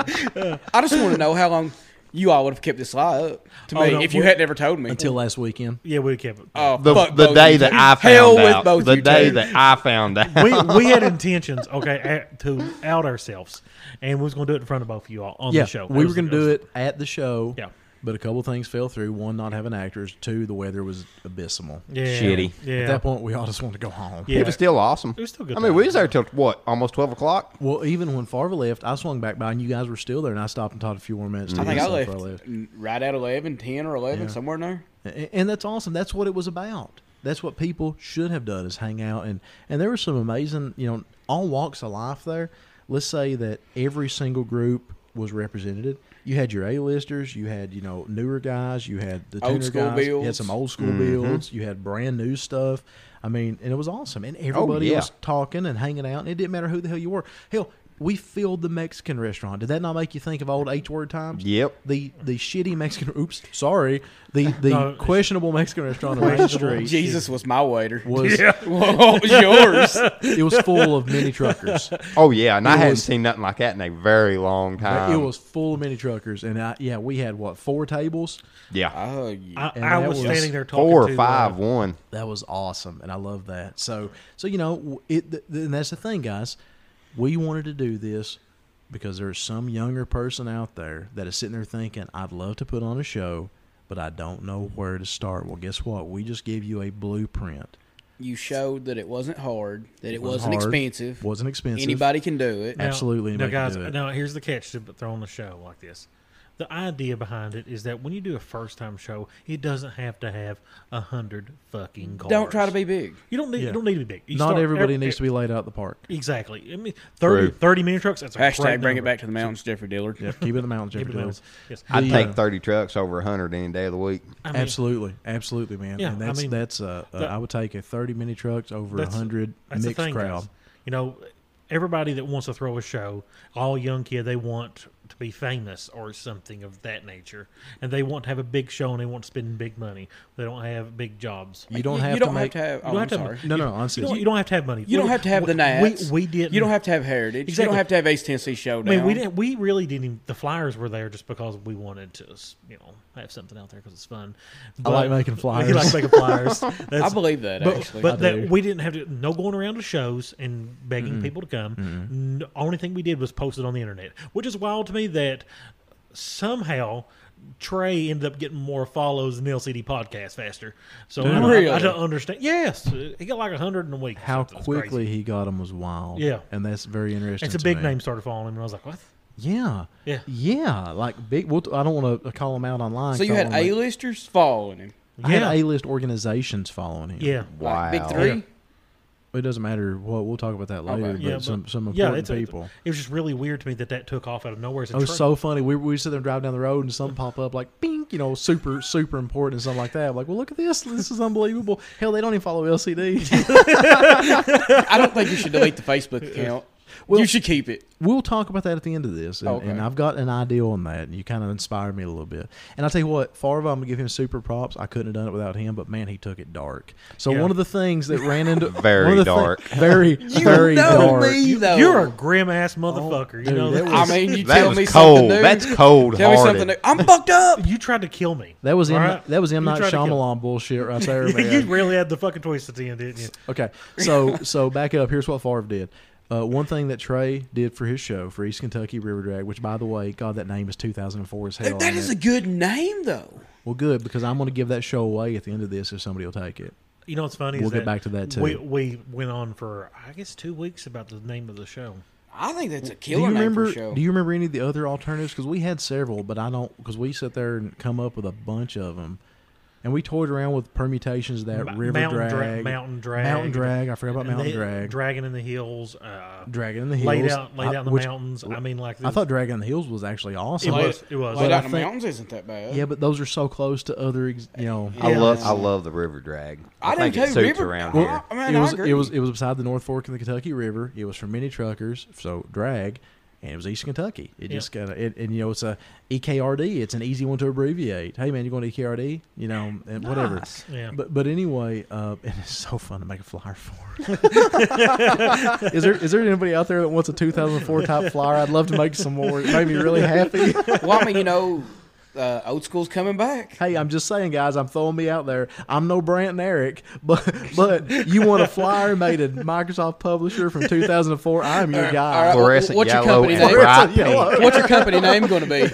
Speaker 4: I just want to know how long you all would have kept this lie up to
Speaker 2: Oh,
Speaker 4: me
Speaker 2: no,
Speaker 4: if you
Speaker 2: we-
Speaker 4: had never told me.
Speaker 3: Until last weekend.
Speaker 2: yeah, we kept it.
Speaker 4: oh,
Speaker 5: The,
Speaker 4: fuck
Speaker 5: the
Speaker 4: both
Speaker 5: day
Speaker 4: you
Speaker 5: that
Speaker 4: two.
Speaker 5: I found
Speaker 4: Hell
Speaker 5: out.
Speaker 4: with both
Speaker 5: the
Speaker 4: you
Speaker 5: day
Speaker 4: two.
Speaker 5: that I found out.
Speaker 2: we, we had intentions, okay, at, to out ourselves, and we was gonna do it in front of both of you all on
Speaker 3: yeah,
Speaker 2: the show.
Speaker 3: we were gonna do it at the show.
Speaker 2: Yeah.
Speaker 3: But a couple things fell through. One, not having actors. Two, the weather was abysmal.
Speaker 2: Yeah,
Speaker 5: Shitty.
Speaker 2: Yeah,
Speaker 3: At that point, we all just wanted to go home.
Speaker 2: yeah.
Speaker 5: It was still awesome.
Speaker 2: It was still good
Speaker 5: I mean, we
Speaker 2: times.
Speaker 5: was there till what? Almost twelve o'clock.
Speaker 3: Well, even when Farva left, I swung back by and you guys were still there, and I stopped and taught a few more minutes. To
Speaker 4: I think I
Speaker 3: myself
Speaker 4: left
Speaker 3: before
Speaker 4: n- right at 11, 10 or 11,
Speaker 3: Yeah.
Speaker 4: somewhere in there.
Speaker 3: A- and that's awesome. That's what it was about. That's what people should have done is hang out and and there were some amazing, you know, all walks of life there. Let's say that every single group was represented. You had your A-listers, you had you know newer guys, you had the
Speaker 4: Old
Speaker 3: tuner
Speaker 4: school
Speaker 3: guys, you had
Speaker 4: builds.
Speaker 3: some old school builds, you had brand new stuff. I mean, and it was awesome,
Speaker 4: Oh,
Speaker 3: and everybody
Speaker 5: yeah.
Speaker 3: was talking and hanging out, and it didn't matter who the hell you were. Hell, we filled the Mexican restaurant. Did that not make you think of old H-word times?
Speaker 5: Yep.
Speaker 3: the the shitty Mexican. Oops, sorry. The
Speaker 2: <laughs>
Speaker 3: the
Speaker 2: No, it's-
Speaker 3: questionable Mexican restaurant on Main
Speaker 2: Questionable. <laughs>
Speaker 3: Street
Speaker 4: Jesus was my waiter.
Speaker 3: was
Speaker 4: Well, <laughs> what was yours?
Speaker 3: it was full of mini truckers.
Speaker 5: Oh yeah, and I
Speaker 3: It
Speaker 5: hadn't
Speaker 3: was-
Speaker 5: seen nothing like that in a very long time.
Speaker 3: it was full of mini truckers, and I, yeah, we had what four tables.
Speaker 5: yeah,
Speaker 4: Oh, yeah.
Speaker 2: I,
Speaker 3: And
Speaker 2: I
Speaker 3: that
Speaker 2: was
Speaker 3: was
Speaker 2: standing there talking
Speaker 5: four or
Speaker 2: to,
Speaker 5: five,
Speaker 2: Uh,
Speaker 5: one.
Speaker 3: That was awesome, and I love that. So so you know w- it, th- th- and that's the thing, guys. We wanted to do this because there's some younger person out there that is sitting there thinking, "I'd love to put on a show." But I don't know where to start. Well, guess what? We just give you a blueprint.
Speaker 4: You showed that it wasn't hard, that it
Speaker 3: Wasn't
Speaker 4: wasn't
Speaker 3: hard,
Speaker 4: expensive.
Speaker 3: Wasn't expensive.
Speaker 4: Anybody can do it.
Speaker 2: now-
Speaker 3: Absolutely
Speaker 2: Now,
Speaker 3: anybody can
Speaker 2: guys,
Speaker 3: do it.
Speaker 2: now here's the catch to throwing a show like this. the idea behind it is that when you do a first time show, it doesn't have to have a hundred fucking cars.
Speaker 4: Don't try to be big.
Speaker 2: You don't need.
Speaker 3: Yeah.
Speaker 2: You don't need to be big. You
Speaker 3: Not
Speaker 2: start-
Speaker 3: everybody
Speaker 2: ev-
Speaker 3: needs to be laid out
Speaker 2: <laughs>
Speaker 3: the park.
Speaker 2: Exactly. I mean, 30,
Speaker 5: True.
Speaker 2: 30 mini trucks. That's a
Speaker 4: Hashtag
Speaker 2: great
Speaker 4: bring
Speaker 2: number.
Speaker 4: it back to the mountains, Jeffrey Dillard.
Speaker 3: Yeah, keep it in the mountains, Jeffrey
Speaker 2: Keep it moving.
Speaker 3: Dillard.
Speaker 2: Yes.
Speaker 5: I'd
Speaker 3: The,
Speaker 5: take
Speaker 3: uh,
Speaker 5: 30 trucks over 100 any day of the week.
Speaker 2: I mean,
Speaker 3: absolutely, absolutely, man.
Speaker 2: Yeah, I
Speaker 3: and that's
Speaker 2: mean,
Speaker 3: that's uh, uh,
Speaker 2: that-
Speaker 3: I would take a thirty mini trucks over a
Speaker 2: That's-
Speaker 3: hundred
Speaker 2: that's
Speaker 3: mixed
Speaker 2: the thing,
Speaker 3: crowd.
Speaker 2: guys. You know, everybody that wants to throw a show, all young kid, they want to be famous or something of that nature, and they want to have a big show and they want to spend big money. They don't have big jobs.
Speaker 3: You don't have
Speaker 4: you
Speaker 3: to
Speaker 4: don't
Speaker 3: make.
Speaker 4: have to
Speaker 2: You
Speaker 4: have. Oh,
Speaker 2: don't
Speaker 4: I'm
Speaker 2: have to-
Speaker 4: sorry.
Speaker 3: no, no, honestly,
Speaker 2: You don't, you don't have to have money.
Speaker 4: You don't
Speaker 2: We-
Speaker 4: have to have the Nats.
Speaker 2: We, we did.
Speaker 4: You don't have to have heritage. You
Speaker 2: Exactly.
Speaker 4: don't have to have Ace Tennessee Showdown.
Speaker 2: I mean, we didn't. We really didn't. Even, the flyers were there just because we wanted to, you know, have something out there because it's fun. But
Speaker 3: like making
Speaker 2: <laughs> You like
Speaker 3: flyers.
Speaker 2: making
Speaker 3: <laughs>
Speaker 2: flyers. That's,
Speaker 4: I believe that
Speaker 2: but,
Speaker 4: actually.
Speaker 2: But
Speaker 3: do.
Speaker 2: that we didn't have to no going around to shows and begging people to come. N- only thing we did was post it on the internet, which is wild to me that somehow Trey ended up getting more follows than the LCD podcast faster. So I, don't-
Speaker 4: Really?
Speaker 2: I don't understand. Yes, he got like hundred in a week. or
Speaker 3: how
Speaker 2: something. It's crazy.
Speaker 3: quickly he got them was wild.
Speaker 2: Yeah.
Speaker 3: and that's very interesting.
Speaker 2: It's a
Speaker 3: to
Speaker 2: big
Speaker 3: me.
Speaker 2: name started following him, and I was like, what?
Speaker 3: Yeah,
Speaker 2: Yeah.
Speaker 3: yeah. Like big. We'll t- I don't want to call them out online.
Speaker 4: so you
Speaker 3: 'cause I
Speaker 4: had
Speaker 3: don't wanna-
Speaker 4: A-listers following him.
Speaker 3: I had
Speaker 2: Yeah.
Speaker 3: A-list organizations following him.
Speaker 2: Yeah.
Speaker 5: Wow.
Speaker 4: Like big three.
Speaker 2: Yeah.
Speaker 3: it doesn't matter. What we'll talk about that later.
Speaker 4: Okay.
Speaker 3: But,
Speaker 2: Yeah, but-
Speaker 3: some some
Speaker 2: Yeah,
Speaker 3: important
Speaker 2: it's a-
Speaker 3: people.
Speaker 2: it was just really weird to me that that took off out of nowhere. It's a
Speaker 3: It was
Speaker 2: tra-
Speaker 3: so funny. We we sit there and drive down the road, and some pop up like "bing," you know, super super important and something like that. I'm like, well, look at this. This is unbelievable. Hell, they don't even
Speaker 2: <laughs>
Speaker 3: follow LCD.
Speaker 4: I don't think you should delete the
Speaker 3: <laughs>
Speaker 4: Facebook account.
Speaker 3: Well-
Speaker 4: you should keep it.
Speaker 3: we'll talk about that at the end of this, and,
Speaker 4: Okay.
Speaker 3: and I've got an idea on that, and you kind of inspired me a little bit. And I tell you what, Favre, I'm gonna give him super props. I couldn't have done it without him, but man, he took it dark. So
Speaker 2: Yeah.
Speaker 3: one of the things that
Speaker 2: <laughs>
Speaker 3: ran into
Speaker 5: Very
Speaker 3: one of the
Speaker 5: dark.
Speaker 3: very very dark.
Speaker 4: though.
Speaker 2: You're a grim ass motherfucker. you
Speaker 3: Oh, dude,
Speaker 2: know
Speaker 3: that
Speaker 2: that
Speaker 4: I mean, you
Speaker 5: That
Speaker 4: tell me
Speaker 5: was cold.
Speaker 4: something new.
Speaker 5: That's cold
Speaker 4: Tell me something new.
Speaker 5: hearted.
Speaker 4: I'm
Speaker 3: <laughs>
Speaker 4: fucked up.
Speaker 2: you tried to kill me.
Speaker 3: That was M,
Speaker 2: All right?
Speaker 3: that was M
Speaker 2: You
Speaker 3: Night
Speaker 2: tried to kill-
Speaker 3: Shyamalan bullshit right there,
Speaker 2: <laughs>
Speaker 3: man.
Speaker 2: you really had the fucking twist at the end, didn't you?
Speaker 3: Okay,
Speaker 4: <laughs>
Speaker 3: so so back up. Here's what Favre did. Uh, one thing that Trey did for his show for East Kentucky River Drag, which by the way, God, that name is 2004 as hell.
Speaker 4: That
Speaker 3: on
Speaker 4: is
Speaker 3: it.
Speaker 4: a good name though.
Speaker 3: well, good because I'm going to give that show away at the end of this if somebody will take it.
Speaker 2: You know what's funny?
Speaker 3: We'll
Speaker 2: is
Speaker 3: get back to that, too.
Speaker 2: We, we went on for I guess two weeks about the name of the show.
Speaker 4: I think that's a
Speaker 3: do
Speaker 4: killer
Speaker 3: you
Speaker 4: name
Speaker 3: remember?
Speaker 4: for a show.
Speaker 3: Do you remember any of the other alternatives? Because we had several, but I don't. Because we sit there and come up with a bunch of them, and we toyed around with permutations of that
Speaker 2: Ma-
Speaker 3: river
Speaker 2: mountain dra-
Speaker 3: drag,
Speaker 2: mountain drag,
Speaker 3: mountain drag. I forgot about
Speaker 2: And
Speaker 3: mountain
Speaker 2: they-
Speaker 3: drag,
Speaker 2: Dragon in the hills, uh,
Speaker 3: dragon in the hills,
Speaker 2: laid out, laid out
Speaker 3: I-
Speaker 2: in the
Speaker 3: which-
Speaker 2: mountains. I mean, like
Speaker 3: I thought Dragon in the Hills was actually awesome.
Speaker 2: it was, it was.
Speaker 4: Laid
Speaker 3: I
Speaker 4: out in the
Speaker 3: think-
Speaker 4: mountains isn't that bad.
Speaker 3: Yeah, but those are so close to other, ex- you know.
Speaker 5: I love
Speaker 4: Yeah.
Speaker 5: I love the river drag. I,
Speaker 4: I do
Speaker 5: think it
Speaker 4: too.
Speaker 5: suits
Speaker 4: River-
Speaker 5: around
Speaker 4: Well,
Speaker 5: here.
Speaker 4: I mean,
Speaker 3: it
Speaker 4: I
Speaker 3: was
Speaker 4: agree.
Speaker 3: it was it was beside the North Fork of the Kentucky River. It was for mini truckers, so drag, and it was East Kentucky. It
Speaker 2: Yeah.
Speaker 3: just kind of it, and you know it's a E EKRD. It's an easy one to abbreviate. Hey man, you going to E EKRD? You know, and whatever.
Speaker 2: Yeah.
Speaker 3: But but anyway, uh, <laughs> and it's so fun to make a flyer for.
Speaker 4: <laughs>
Speaker 3: is there is there anybody out there that wants a 2004 type flyer? I'd love to make some more. It made me really happy.
Speaker 4: well, I mean, you know, uh, old school's coming back.
Speaker 3: Hey, I'm just saying, guys. I'm throwing me out there. I'm no Brant and Eric, but but you want a flyer made at Microsoft Publisher from 2004? I'm your
Speaker 4: all
Speaker 3: guy.
Speaker 4: right.
Speaker 5: Fluorescent
Speaker 4: what's your
Speaker 5: yellow
Speaker 4: company
Speaker 5: and
Speaker 4: name?
Speaker 5: bright
Speaker 3: Yellow.
Speaker 5: pink.
Speaker 4: What's your company name going to be?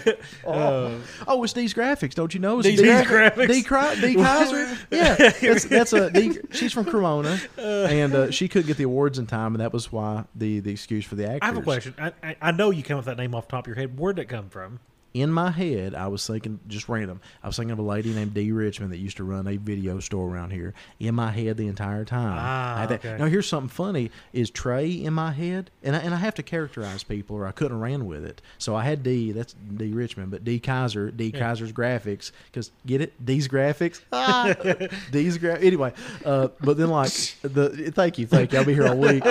Speaker 3: Oh, it's D's Graphics, don't you know? It's
Speaker 4: Dee's
Speaker 2: Graphics.
Speaker 3: D, Cry-
Speaker 4: <laughs>
Speaker 3: D Kaiser. yeah, that's, that's a. D, she's from
Speaker 4: <laughs>
Speaker 3: Cremona, and uh, she couldn't get the awards in time, and that was why the the excuse for the actors.
Speaker 2: I have a question. I, I, I know you came up with that name off the top of your head. Where'd it come from?
Speaker 3: in my head, I was thinking just random. I was thinking of a lady named Dee Richmond that used to run a video store around here. In my head the entire time.
Speaker 2: Ah,
Speaker 3: I had that-
Speaker 2: okay.
Speaker 3: Now here's something funny: is Trey in my head, and I, and I have to characterize people, or I couldn't have ran with it. So I had D. That's D Richmond, but D Kaiser, D Kaiser's graphics, because get it, D's graphics, ah, <laughs> D's graph. Anyway, uh, but then like the thank you, thank you. I'll be here all week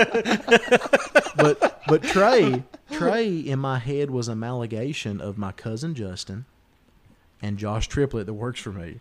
Speaker 3: but but Trey Trey in my head was a mallegation of my cousin Justin and Josh Triplett that works for me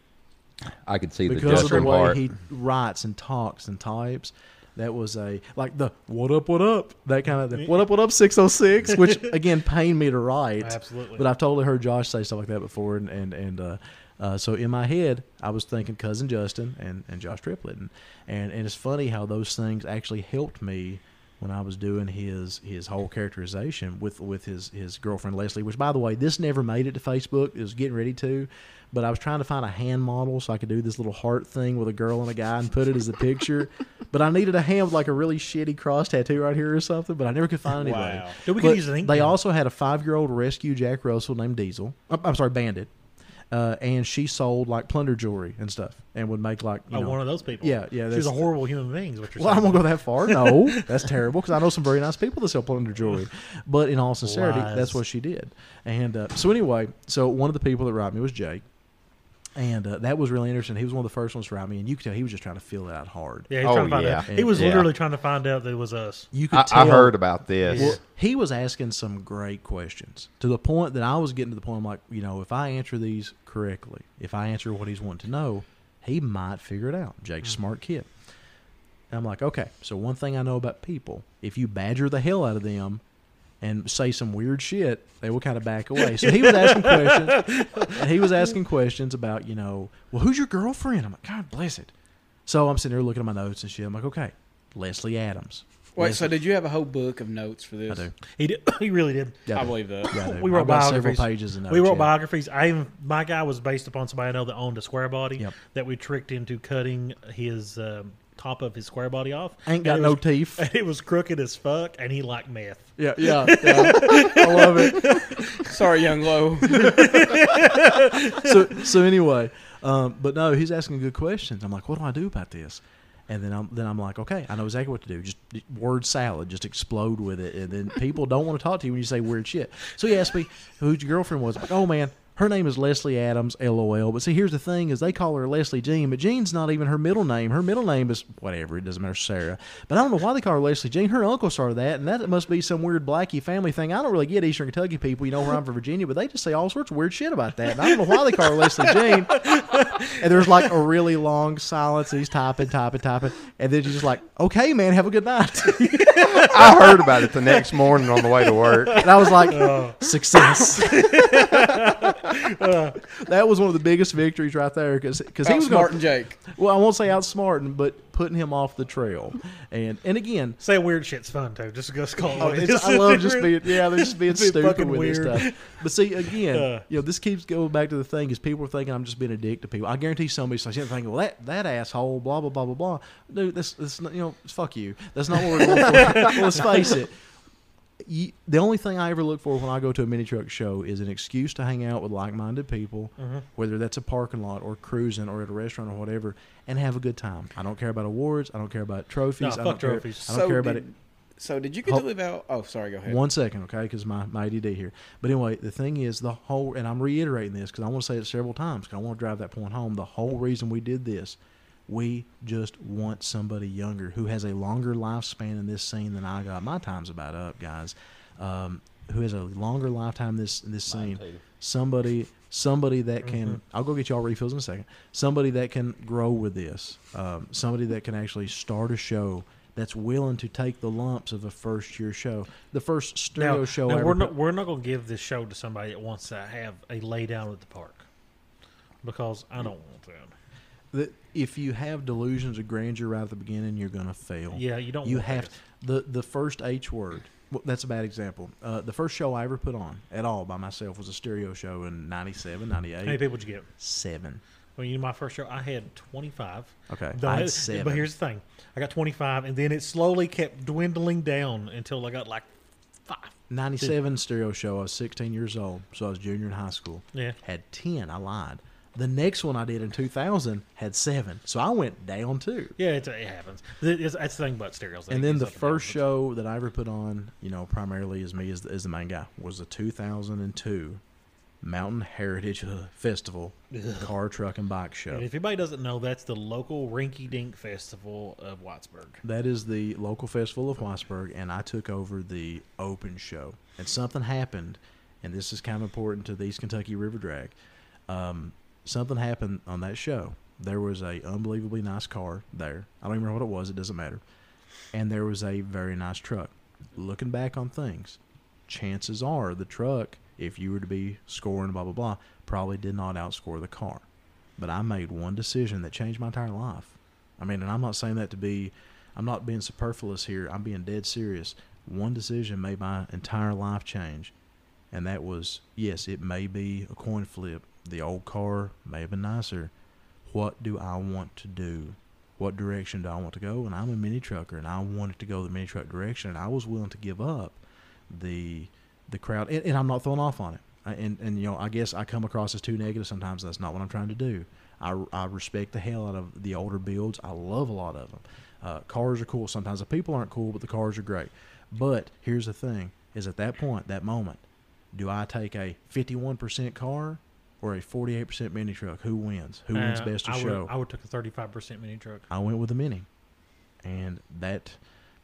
Speaker 5: I could see the
Speaker 3: because of the
Speaker 5: Justin
Speaker 3: way
Speaker 5: part.
Speaker 3: he writes and talks and types. That was a like the what up what up that kind of thing. what up what up six oh six, which again pained me to write.
Speaker 2: Absolutely.
Speaker 3: but I've totally heard Josh say stuff like that before, and and and uh, uh, so in my head I was thinking cousin Justin and and Josh Triplett, and, and and it's funny how those things actually helped me when I was doing his his whole characterization with with his his girlfriend Leslie, which by the way, this never made it to Facebook. It was getting ready to,
Speaker 2: <laughs>
Speaker 3: but I was trying to find a hand model so I could do this little heart thing with a girl and a guy and put it as the picture. But I needed a hand with like a really shitty cross tattoo right here or something, but I never could find anybody.
Speaker 4: Wow.
Speaker 2: Dude, we could
Speaker 3: But
Speaker 2: use an ink
Speaker 3: They
Speaker 2: pen.
Speaker 3: also had a five year old rescue Jack Russell named Diesel. I'm, I'm sorry, Bandit. Uh, and she sold like plunder jewelry and stuff and would make like you
Speaker 2: Oh,
Speaker 3: know,
Speaker 2: one of those people.
Speaker 3: Yeah, yeah,
Speaker 2: She's
Speaker 3: that's-
Speaker 2: a horrible human being. Is what you're
Speaker 3: well, I
Speaker 2: saying?
Speaker 3: won't go that
Speaker 2: <laughs>
Speaker 3: far. No, that's terrible because I know some very nice people that sell plunder jewelry. But in all sincerity,
Speaker 2: Lies.
Speaker 3: that's what she did. And uh, so anyway, so one of the people that robbed me was Jake, and uh, that was really interesting. He was one of the first ones to rob me, and you could tell he was just trying to fill it out hard.
Speaker 2: yeah, he's
Speaker 5: Oh,
Speaker 2: trying to find
Speaker 5: yeah.
Speaker 2: out. He was
Speaker 5: Yeah.
Speaker 2: literally trying to find out that it was us.
Speaker 3: You could
Speaker 5: I,
Speaker 3: tell.
Speaker 5: I heard about this.
Speaker 2: Yeah.
Speaker 3: Well, he was asking some great questions to the point that I was getting to the point. I'm like, you know, if I answer these correctly, if I answer what he's wanting to know, he might figure it out. Jake's a
Speaker 4: Mm-hmm.
Speaker 3: smart kid. And I'm like, okay. So one thing I know about people, if you badger the hell out of them and say some weird shit, they will kind of back away. So he was
Speaker 4: <laughs>
Speaker 3: asking questions, and he was asking questions about, you know, well, who's your girlfriend? I'm like, God bless it. So I'm sitting there looking at my notes and shit. I'm like, okay, Leslie Adams.
Speaker 4: Wait, so did you have a whole book of notes for this?
Speaker 3: I do.
Speaker 2: He did, <laughs> he really did.
Speaker 3: Yeah,
Speaker 4: I believe that.
Speaker 3: Yeah, I do.
Speaker 2: We wrote
Speaker 3: I've got several
Speaker 2: biographies.
Speaker 3: pages in
Speaker 2: we
Speaker 3: notes,
Speaker 2: wrote
Speaker 3: yeah.
Speaker 2: biographies. I even, my guy was based upon somebody I know that owned a square body
Speaker 3: Yep.
Speaker 2: that we tricked into cutting his um, top of his square body off.
Speaker 3: Ain't got
Speaker 2: And it
Speaker 3: no
Speaker 2: was- <laughs>
Speaker 3: teeth.
Speaker 2: And it was crooked as fuck, and he liked meth.
Speaker 3: Yeah, <laughs> yeah, yeah. I love
Speaker 2: <laughs>
Speaker 3: it.
Speaker 4: Sorry,
Speaker 3: <laughs>
Speaker 4: young Lo.
Speaker 3: So, so anyway, um, but no, he's asking good questions. I'm like, what do I do about this? And then I'm then I'm like, okay, I know exactly what to do. Just word salad, just explode with it, and then people don't want to talk to you when you say weird shit. So he asked me who your girlfriend was. I'm like, oh man, her name is Leslie Adams. LOL. But see, here's the thing: is they call her Leslie Jean, but Jean's not even her middle name. Her middle name is whatever. It doesn't matter, Sarah. But I don't know why they call her Leslie Jean. Her uncle started that, and that must be some weird blackie family thing. I don't really get Eastern Kentucky people. You know where I'm from, Virginia, but they just say all sorts of weird shit about that. And I don't know why they call her Leslie Jean. And there's like a really long silence. And he's typing, typing, typing, and then she's just like, "Okay, man, have a good night."
Speaker 5: <laughs>
Speaker 3: <laughs>
Speaker 5: I heard about it the next morning on the way to work.
Speaker 3: And I was like, success. that was one of the biggest victories right there because he was
Speaker 4: Smart
Speaker 3: going.
Speaker 4: and Jake.
Speaker 3: Well, I won't say outsmarting, but putting him off the trail. And and again,
Speaker 2: Say weird shit's fun too. Just go call.
Speaker 3: Oh,
Speaker 2: <laughs>
Speaker 3: it's, I love just being yeah, they're just being
Speaker 2: Being
Speaker 3: stupid
Speaker 2: fucking
Speaker 3: with this
Speaker 2: weird.
Speaker 3: stuff. But see, again,
Speaker 2: <laughs> Uh.
Speaker 3: you know, this keeps going back to the thing is people are thinking I'm just being a dick to people. I guarantee somebody's like thinking, well, that that asshole, blah blah blah blah blah. Dude, that's that's not, you know, fuck you. That's not what we're going
Speaker 2: <laughs>
Speaker 3: for. well, let's face it. You, the only thing I ever look for when I go to a mini truck show is an excuse to hang out with like-minded people,
Speaker 2: Mm-hmm.
Speaker 3: whether that's a parking lot or cruising or at a restaurant or whatever, and have a good time. I don't care about awards. I don't care about trophies. I
Speaker 2: fuck
Speaker 3: don't care-
Speaker 2: trophies.
Speaker 3: I don't care about
Speaker 4: did,
Speaker 3: it.
Speaker 4: So did you get
Speaker 3: Hold-
Speaker 4: to live out? Oh, sorry. Go ahead.
Speaker 3: One second, okay, because my, my ADD here. But anyway, the thing is, the whole, and I'm reiterating this because I want to say it several times because I want to drive that point home. The whole reason we did this, we just want somebody younger who has a longer lifespan in this scene than I got. My time's about up, guys. Um, who has a longer lifetime this in this scene? Somebody, somebody that can.
Speaker 2: Mm-hmm.
Speaker 3: I'll go get y'all refills in a second. Somebody that can grow with this. Um, somebody that can actually start a show that's willing to take the lumps of a first year show, the first stereo
Speaker 2: now,
Speaker 3: show.
Speaker 2: now
Speaker 3: I ever
Speaker 2: we're
Speaker 3: put-
Speaker 2: not we're not gonna give this show to somebody that wants to have a lay down at the park because I don't want that.
Speaker 3: that if you have delusions of grandeur right at the beginning, you're going to fail.
Speaker 2: Yeah, you don't
Speaker 3: You
Speaker 2: want
Speaker 3: have
Speaker 2: that.
Speaker 3: the the first H word. Well, that's a bad example. Uh, the first show I ever put on at all by myself was a stereo show in 97,
Speaker 2: How many
Speaker 3: 98,
Speaker 2: people did you get?
Speaker 3: seven.
Speaker 2: Well, you know, my first show, I had 25.
Speaker 3: Okay,
Speaker 2: The-
Speaker 3: I had seven.
Speaker 2: But here's the thing I got 25, and then it slowly kept dwindling down until I got like five.
Speaker 3: 97 stereo show. I was 16 years old, so I was junior in high school.
Speaker 2: Yeah.
Speaker 3: Had 10. I lied. The next one I did in 2000 had seven, so I went down two.
Speaker 2: Yeah, it's, it happens. Th- It's, that's the thing about stereos.
Speaker 3: And then
Speaker 2: It's
Speaker 3: the
Speaker 2: like a balance.
Speaker 3: first show that I ever put on, you know, primarily is me as the, as the main guy, was the 2002 Mountain Heritage <laughs> uh, Festival Car, Truck, and Bike Show.
Speaker 2: And if anybody doesn't know, that's the local rinky dink festival of Wattsburg.
Speaker 3: That is the local festival of Weisberg, and I took over the open show. And something happened, and this is kind of important to the East Kentucky River Drag. Um, something happened on that show. There was a unbelievably nice car there. I don't even remember what it was. It doesn't matter. And there was a very nice truck. Looking back on things, chances are the truck, if you were to be scoring blah blah blah, probably did not outscore the car. But I made one decision that changed my entire life. I mean, and I'm not saying that to be, I'm not being superfluous here. I'm being dead serious. One decision made my entire life change, and that was yes, it may be a coin flip. The old car may have been nicer. What do I want to do? what direction do I want to go? And I'm a mini trucker, and I wanted to go the mini truck direction, and I was willing to give up the the crowd, and, and I'm not thrown off on it. I, and and you know, I guess I come across as too negative sometimes. That's not what I'm trying to do. I, I respect the hell out of the older builds. I love a lot of them. Uh, cars are cool. Sometimes the people aren't cool, but the cars are great. But here's the thing: is at that point, that moment, do I take a 51% car or a 48% mini truck? Who wins? Who wins
Speaker 2: Uh,
Speaker 3: best of
Speaker 2: I
Speaker 3: show?
Speaker 2: Would, I would took a thirty-five percent mini truck.
Speaker 3: I went with the Mini, and that,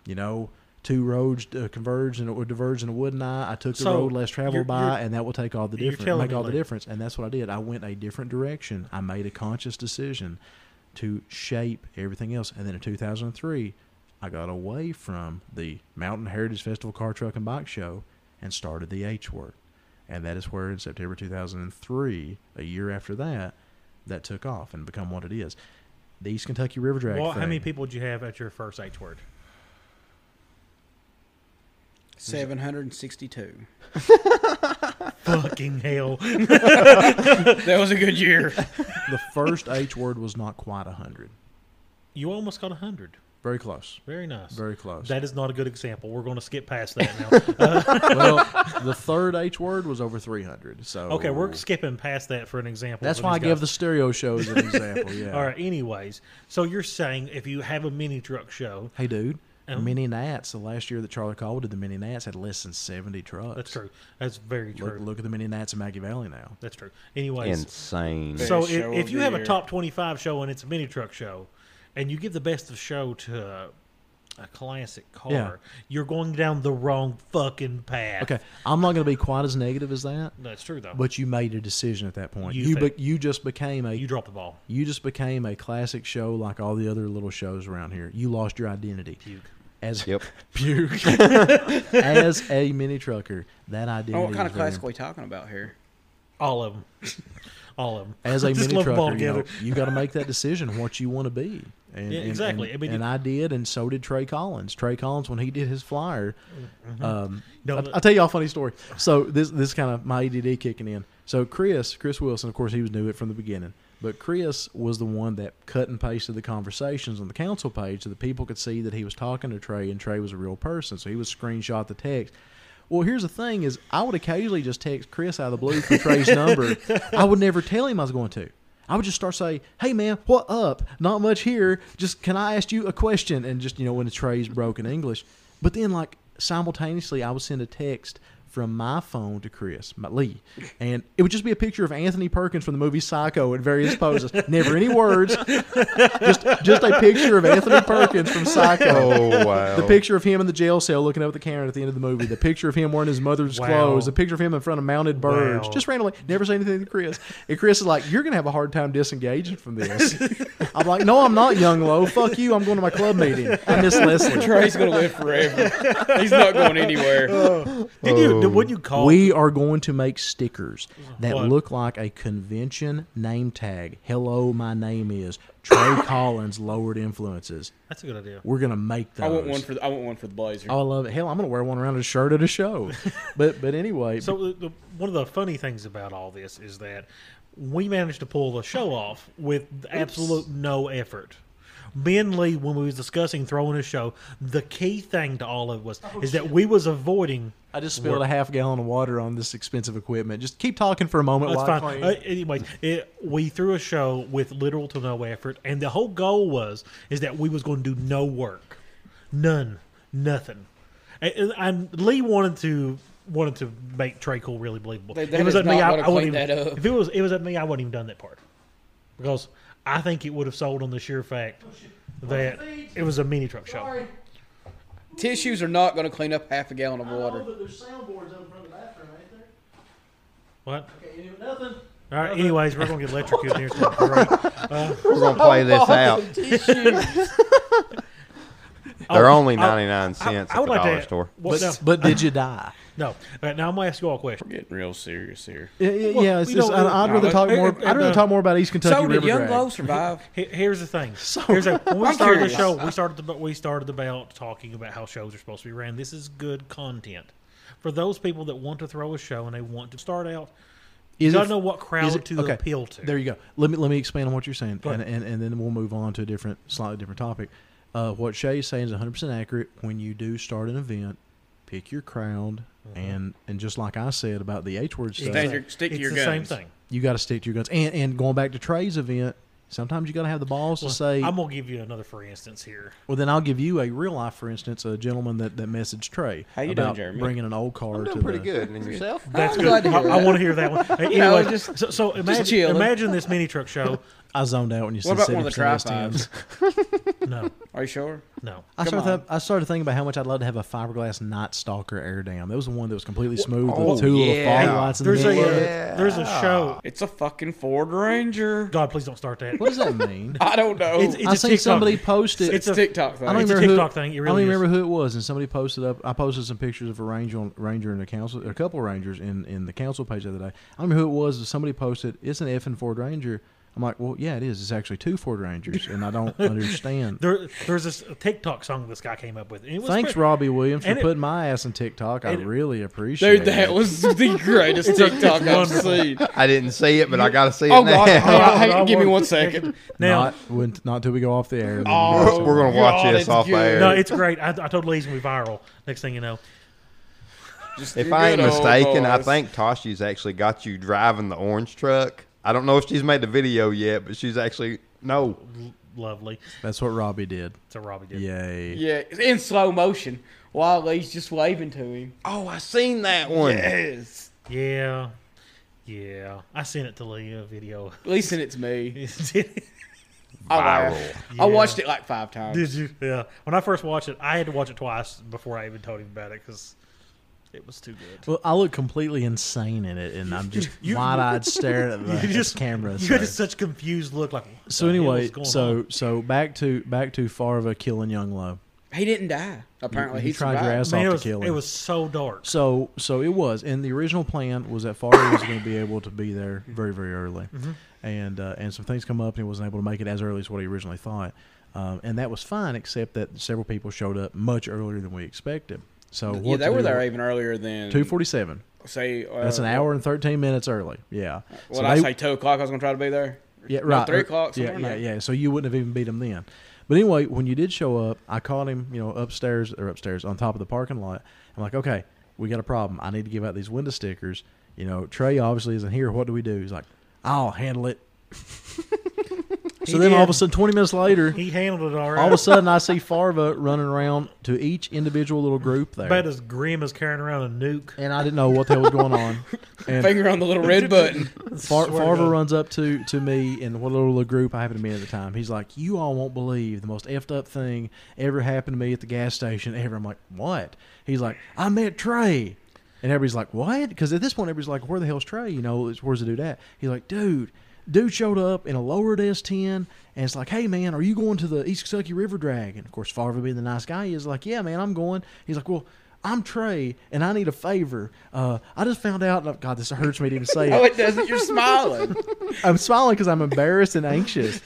Speaker 3: you know, two roads uh, converged and or diverged in a wooden eye. I took the
Speaker 2: So,
Speaker 3: road less
Speaker 2: you're-
Speaker 3: traveled
Speaker 2: you're-
Speaker 3: by, and that will take all the
Speaker 2: you're
Speaker 3: difference.
Speaker 2: telling
Speaker 3: Make
Speaker 2: me,
Speaker 3: all the
Speaker 2: like-
Speaker 3: difference, and that's what I did. I went a different direction. I made a conscious decision to shape everything else, and then in 2003, I got away from the Mountain Heritage Festival Car Truck and Bike Show and started the H Word. And that is where in September 2003, a year after that, that took off and become what it is. The East Kentucky River Drag.
Speaker 2: Well, how many
Speaker 3: thing.
Speaker 2: people did you have at your first H word?
Speaker 4: Seven hundred and sixty-two.
Speaker 2: Fucking
Speaker 3: <laughs>
Speaker 2: hell!
Speaker 4: That was a good year.
Speaker 3: The first H word was not quite 100.
Speaker 2: You almost got hundred.
Speaker 3: Very close.
Speaker 2: Very nice.
Speaker 3: Very close.
Speaker 2: That is not a good example. We're going to skip past that
Speaker 3: <laughs>
Speaker 2: now. Uh,
Speaker 3: well, the third H word was over 300. So
Speaker 2: okay, we're skipping past that for an example.
Speaker 3: That's
Speaker 2: for
Speaker 3: why I
Speaker 2: these
Speaker 3: give
Speaker 2: guys.
Speaker 3: the stereo show as an example. Yeah.
Speaker 2: All right. Anyways, so you're saying if you have a mini truck show,
Speaker 3: Hey, dude.
Speaker 2: Um,
Speaker 3: Mini Nats. The last year that Charlie Caldwell did the Mini Nats had less than 70 trucks.
Speaker 2: that's true. That's very true.
Speaker 3: Look, look at the Mini Nats in Maggie Valley now.
Speaker 2: That's true. Anyways,
Speaker 5: Insane.
Speaker 2: so
Speaker 4: Best
Speaker 2: if,
Speaker 4: show
Speaker 2: if
Speaker 4: of
Speaker 2: you
Speaker 4: the
Speaker 2: have a
Speaker 4: year.
Speaker 2: top 25 show and it's a mini truck show, and you give the best of show to uh, a classic car,
Speaker 3: Yeah.
Speaker 2: you're going down the wrong fucking path.
Speaker 3: Okay. I'm not going to be quite as negative as that,
Speaker 2: That's true, though.
Speaker 3: but you made a decision at that point.
Speaker 2: You
Speaker 3: You, you,
Speaker 2: think-
Speaker 3: be, you just became a
Speaker 2: you dropped the ball.
Speaker 3: You just became a classic show like all the other little shows around here. You lost your identity.
Speaker 2: Puke.
Speaker 3: As
Speaker 5: Yep.
Speaker 3: <laughs> puke. As a mini trucker, that identity.
Speaker 4: Oh, what kind of
Speaker 3: is very
Speaker 4: classic are we talking about here?
Speaker 2: All of them. <laughs> All of them.
Speaker 3: as a
Speaker 2: <laughs> Just
Speaker 3: mini
Speaker 2: lump them all
Speaker 3: trucker, you, know,
Speaker 2: together.
Speaker 3: you got
Speaker 2: <laughs>
Speaker 3: to make that decision what you want to be. And,
Speaker 2: Yeah,
Speaker 3: and-
Speaker 2: exactly.
Speaker 3: And,
Speaker 2: I mean,
Speaker 3: and
Speaker 2: you-
Speaker 3: I did, and so did Trey Collins. Trey Collins, when he did his flyer, um,
Speaker 2: No,
Speaker 3: I,
Speaker 2: the-
Speaker 3: will tell you all a funny story. So this this kind of my ADD kicking in. So Chris, Chris Wilson, of course, he was new it from the beginning. But Chris was the one that cut and pasted the conversations on the council page so that people could see that he was talking to Trey and Trey was a real person. So he would screenshot the text. Well, here's the thing: is I would occasionally just text Chris out of the blue for
Speaker 2: <laughs>
Speaker 3: Trey's number. I would never tell him I was going to. I would just start saying, "Hey man, what up? Not much here. Just can I ask you a question?" And just you know, when the Trey's broken English, but then like simultaneously, I would send a text from my phone to Chris my Lee, and it would just be a picture of Anthony Perkins from the movie Psycho in various poses. Never any words, <laughs> just just a picture of Anthony Perkins from Psycho.
Speaker 5: Oh <laughs> wow.
Speaker 3: The picture of him in the jail cell looking up at the camera at the end of the movie. The picture of him wearing his mother's
Speaker 2: Wow.
Speaker 3: clothes. The picture of him in front of mounted birds.
Speaker 2: Wow.
Speaker 3: Just randomly. Never say anything to Chris. And Chris is like, You're going to have a hard time disengaging
Speaker 2: <laughs>
Speaker 3: from this. I'm like, No, I'm not, Young Low. Fuck you. I'm going to my club meeting. I miss Leslie.
Speaker 4: Trey's gonna live forever. He's not
Speaker 3: <laughs>
Speaker 4: going anywhere.
Speaker 2: Did you, did, wouldn't you call
Speaker 3: Oh. We are going to make stickers that
Speaker 2: What?
Speaker 3: look like a convention name tag. Hello, my name is
Speaker 2: <coughs>
Speaker 3: Trey Collins, Lowered Influences.
Speaker 2: That's a good idea.
Speaker 3: We're going to make those.
Speaker 4: I want one for the, I want one for the Blazer.
Speaker 3: Oh, I love it. Hell, I'm gonna wear one around a shirt at a
Speaker 4: <laughs>
Speaker 3: show, but but anyway,
Speaker 2: So the, the, one of the funny things about all this is that we managed to pull the show off with absolute no effort. Me and Lee, when we was discussing throwing a show, the key thing to all of it was is that we was avoiding.
Speaker 3: I just spilled a half gallon of water on this expensive equipment. Just keep talking for a moment.
Speaker 2: That's
Speaker 3: while I
Speaker 2: fine.
Speaker 3: clean.
Speaker 2: Uh, anyway, it, we threw a show with little to no effort, and the whole goal was is that we was going to do no work, none, nothing. And, and, and Lee wanted to wanted to make Trey Cool really believable.
Speaker 4: That-
Speaker 2: If
Speaker 4: that
Speaker 2: it was
Speaker 4: is
Speaker 2: at me,
Speaker 4: not
Speaker 2: I,
Speaker 4: what I
Speaker 2: I wouldn't
Speaker 4: cleaned
Speaker 2: even,
Speaker 4: that up.
Speaker 2: If it was it was at me, I wouldn't even done that part because I think it would have sold on the sheer fact that it was a mini truck show.
Speaker 4: Tissues are not gonna clean up half a gallon of water.
Speaker 3: there's soundboards up in front of the bathroom, ain't there?
Speaker 2: What?
Speaker 3: Okay, anyway, nothing.
Speaker 2: All right. Anyways, we're gonna get electrocuted here. soon. All right.
Speaker 5: <laughs> We're gonna play this out. They're
Speaker 2: Oh,
Speaker 5: only
Speaker 2: I-
Speaker 5: ninety nine cents at the dollar store.
Speaker 2: What, no,
Speaker 3: but, but did you die?
Speaker 2: no. All right, now I'm gonna ask you all a question.
Speaker 4: We're getting real serious here.
Speaker 3: <laughs> Yeah, yeah, yeah, it's
Speaker 2: we
Speaker 3: just,
Speaker 2: don't-
Speaker 3: I, I'd
Speaker 4: no,
Speaker 3: rather
Speaker 4: it-
Speaker 3: talk
Speaker 4: it-
Speaker 3: more.
Speaker 2: it-
Speaker 3: I'd rather
Speaker 2: uh,
Speaker 3: talk more about East Kentucky
Speaker 4: So did
Speaker 3: River
Speaker 4: Young
Speaker 3: Drag. <laughs>
Speaker 4: Glow survive?
Speaker 2: He- Here's the thing. Here's the, when we
Speaker 4: I'm
Speaker 2: started the
Speaker 4: curious.
Speaker 2: show, we started the, we started about talking about how shows are supposed to be ran. This is good content for those people that want to throw a show and they want to start out
Speaker 3: Is
Speaker 2: gotta
Speaker 3: it-
Speaker 2: know what crowd
Speaker 3: is it-
Speaker 2: to
Speaker 3: okay,
Speaker 2: appeal to.
Speaker 3: There you go. Let me let me expand on what you're saying,
Speaker 2: ahead.
Speaker 3: and, and and then we'll move on to a different, slightly different topic. Uh, what Shay is saying is 100 percent accurate. When you do start an event, pick your crowd, and and just like I said about the H word stuff,
Speaker 4: Stay to your- stick to
Speaker 2: Mm-hmm. it's
Speaker 4: your
Speaker 2: the same
Speaker 4: guns.
Speaker 2: thing.
Speaker 3: you got to stick to your guns. And and going back to Trey's event, sometimes you got to have the balls to say,
Speaker 2: I'm gonna give you another for instance here.
Speaker 3: well, then I'll give you a real life, for instance, a gentleman that, that messaged Trey
Speaker 4: How you doing,
Speaker 3: about
Speaker 4: Jeremy?
Speaker 3: bringing an old car.
Speaker 5: I'm
Speaker 3: to
Speaker 5: doing pretty
Speaker 3: the,
Speaker 5: good. And yourself?
Speaker 2: That's
Speaker 5: I'm
Speaker 2: good.
Speaker 5: glad to hear
Speaker 2: I,
Speaker 5: that.
Speaker 2: want to hear that one. Hey,
Speaker 4: know,
Speaker 2: anyway,
Speaker 4: just-
Speaker 2: so, so imagine
Speaker 4: chilling.
Speaker 2: imagine this mini truck show.
Speaker 3: I zoned out when you
Speaker 4: What
Speaker 3: said
Speaker 4: about one of the
Speaker 3: 70% STMs.
Speaker 4: tripods?
Speaker 2: No,
Speaker 4: Are you sure?
Speaker 2: no.
Speaker 3: <laughs> I
Speaker 4: Come
Speaker 3: started, th- I started thinking about how much I'd love to have a fiberglass Night Stalker air dam. That was the one that was completely smooth
Speaker 5: oh,
Speaker 3: with two little
Speaker 5: yeah.
Speaker 3: fog lights in the
Speaker 2: There's a
Speaker 3: middle. of it.
Speaker 2: uh, there's a show.
Speaker 4: It's a fucking Ford Ranger.
Speaker 2: God, please don't start that.
Speaker 3: What does that
Speaker 4: <laughs>
Speaker 3: mean?
Speaker 4: I don't know.
Speaker 2: It's-
Speaker 4: It's,
Speaker 2: it's-
Speaker 3: I
Speaker 2: a
Speaker 3: seen
Speaker 2: TikTok.
Speaker 3: somebody post it.
Speaker 2: It's a-
Speaker 4: TikTok
Speaker 3: I
Speaker 4: thing.
Speaker 3: don't
Speaker 2: it's a
Speaker 3: even remember
Speaker 2: TikTok
Speaker 3: who,
Speaker 2: thing, it
Speaker 3: I don't
Speaker 2: really
Speaker 3: even
Speaker 2: is.
Speaker 3: remember who it was, and somebody posted up. I posted some pictures of a ranger, on, ranger and a council, a couple rangers in, in the council page the other day. I don't remember who it was. But somebody posted, "It's an effing Ford Ranger." I'm like, "Well, yeah, it is. It's actually two Ford Rangers," and I
Speaker 2: <laughs>
Speaker 3: don't understand.
Speaker 2: There, there's this TikTok song this guy came up with. and it was
Speaker 3: Thanks,
Speaker 2: pretty-
Speaker 3: Robbie Williams, for
Speaker 2: and it-
Speaker 3: putting my ass in TikTok. I
Speaker 2: and it-
Speaker 3: really appreciate
Speaker 4: Dude,
Speaker 3: it.
Speaker 4: that was
Speaker 5: <laughs>
Speaker 4: the greatest TikTok I've seen.
Speaker 5: <laughs> I didn't see it, but I got to see it
Speaker 4: Oh
Speaker 5: now.
Speaker 4: God! Hold on, hey,
Speaker 2: I
Speaker 4: give me
Speaker 2: want-
Speaker 4: one second.
Speaker 2: Now,
Speaker 3: not when, not till we go off the
Speaker 2: <laughs>
Speaker 3: air.
Speaker 4: Oh,
Speaker 5: <laughs> We're gonna watch
Speaker 4: God,
Speaker 5: this
Speaker 4: it's
Speaker 5: off
Speaker 4: good.
Speaker 5: air.
Speaker 2: no, it's great. I, I told Lee's gonna be viral. Next thing you know,
Speaker 4: Just
Speaker 5: If
Speaker 4: your
Speaker 5: I ain't
Speaker 4: good old
Speaker 5: mistaken, I
Speaker 4: boys.
Speaker 5: think Tashi's actually got you driving the orange truck. I don't know if she's made the video yet, but she's actually no.
Speaker 2: l- lovely.
Speaker 3: That's what Robbie did.
Speaker 2: So Robbie did.
Speaker 3: Yay.
Speaker 4: Yeah, it's in slow motion while he's just waving to him.
Speaker 5: Oh, I seen that one.
Speaker 4: Yes.
Speaker 2: Yeah, yeah. I sent it to Lee a video. <laughs>
Speaker 4: At least it's me.
Speaker 2: Did
Speaker 4: I laughed.
Speaker 5: Viral.
Speaker 2: Yeah.
Speaker 4: I watched it like five times.
Speaker 2: you? Yeah. When I first watched it, I had to watch it twice before I even told him about it because it was too good.
Speaker 3: Well, I look completely insane in it, and I'm just
Speaker 2: <laughs> You-
Speaker 3: wide-eyed staring at the
Speaker 2: You
Speaker 3: just, camera.
Speaker 2: You
Speaker 3: So,
Speaker 2: had such confused look. Like what
Speaker 3: so
Speaker 2: the hell
Speaker 3: anyway,
Speaker 2: is going
Speaker 3: so
Speaker 2: on?
Speaker 3: so back to back to Farva killing Young Low.
Speaker 4: He didn't die. Apparently,
Speaker 3: you
Speaker 4: he
Speaker 3: tried your
Speaker 4: survived.
Speaker 3: ass-
Speaker 2: Man, it
Speaker 3: off to
Speaker 2: was,
Speaker 3: kill
Speaker 2: it
Speaker 3: him.
Speaker 2: was so dark.
Speaker 3: So so it was, and the original plan was that Farva was going to be able to be there
Speaker 2: Mm-hmm.
Speaker 3: very very early, and uh, and some things come up, and he wasn't able to make it as early as what he originally thought, um, and that was fine, except that several people showed up much earlier than we expected. So
Speaker 4: Yeah,
Speaker 3: what
Speaker 4: they were there even earlier than
Speaker 3: Two forty-seven.
Speaker 4: Say uh,
Speaker 3: That's an hour and thirteen minutes early. Yeah.
Speaker 4: What
Speaker 3: So
Speaker 4: I
Speaker 3: they-
Speaker 4: say, two o'clock. I was gonna try to be there.
Speaker 3: Yeah,
Speaker 4: No,
Speaker 3: right.
Speaker 4: three
Speaker 3: or-
Speaker 4: o'clock.
Speaker 3: Yeah,
Speaker 4: somewhere
Speaker 3: yeah,
Speaker 4: in there.
Speaker 3: yeah. So you wouldn't have even beat him then. But anyway, when you did show up, I caught him, you know, upstairs or upstairs on top of the parking lot. I'm like, okay, we got a problem. I need to give out these window stickers. You know, Trey obviously isn't here. What do we do? He's like, I'll handle
Speaker 4: <laughs>
Speaker 3: it. so then all of a
Speaker 2: did.
Speaker 3: sudden, 20 minutes later,
Speaker 4: <laughs>
Speaker 2: He handled it all right.
Speaker 3: all of a sudden I see Farva running around to each individual little group there.
Speaker 2: <laughs> about as grim as carrying around a nuke.
Speaker 3: and I didn't know what the hell was going
Speaker 4: <laughs>
Speaker 3: on. And
Speaker 4: Finger on the
Speaker 3: <laughs>
Speaker 4: little red button.
Speaker 2: Swear
Speaker 3: Far-
Speaker 2: to
Speaker 3: Farver
Speaker 2: God.
Speaker 3: runs up to to me and what little group I happened to be in at the time. He's like, "You all won't believe the most effed up thing ever happened to me at the gas station ever." I'm like, "What?" He's like, "I met Trey," and everybody's like, "What?" Because at this point, everybody's like, "Where the hell's Trey?" You know, it's, where's the dude at? He's like, "Dude." Dude showed up in a lowered S10, and it's like, "Hey man, are you going to the East Kentucky River Drag?" And of course, Farver being the nice guy, he is like, "Yeah man, I'm going." He's like, "Well, I'm Trey, and I need a favor. Uh, I just found out. and- God, this hurts me to
Speaker 2: <laughs>
Speaker 3: even say it.
Speaker 4: Oh, it doesn't. You're smiling.
Speaker 3: I'm smiling because I'm embarrassed and anxious.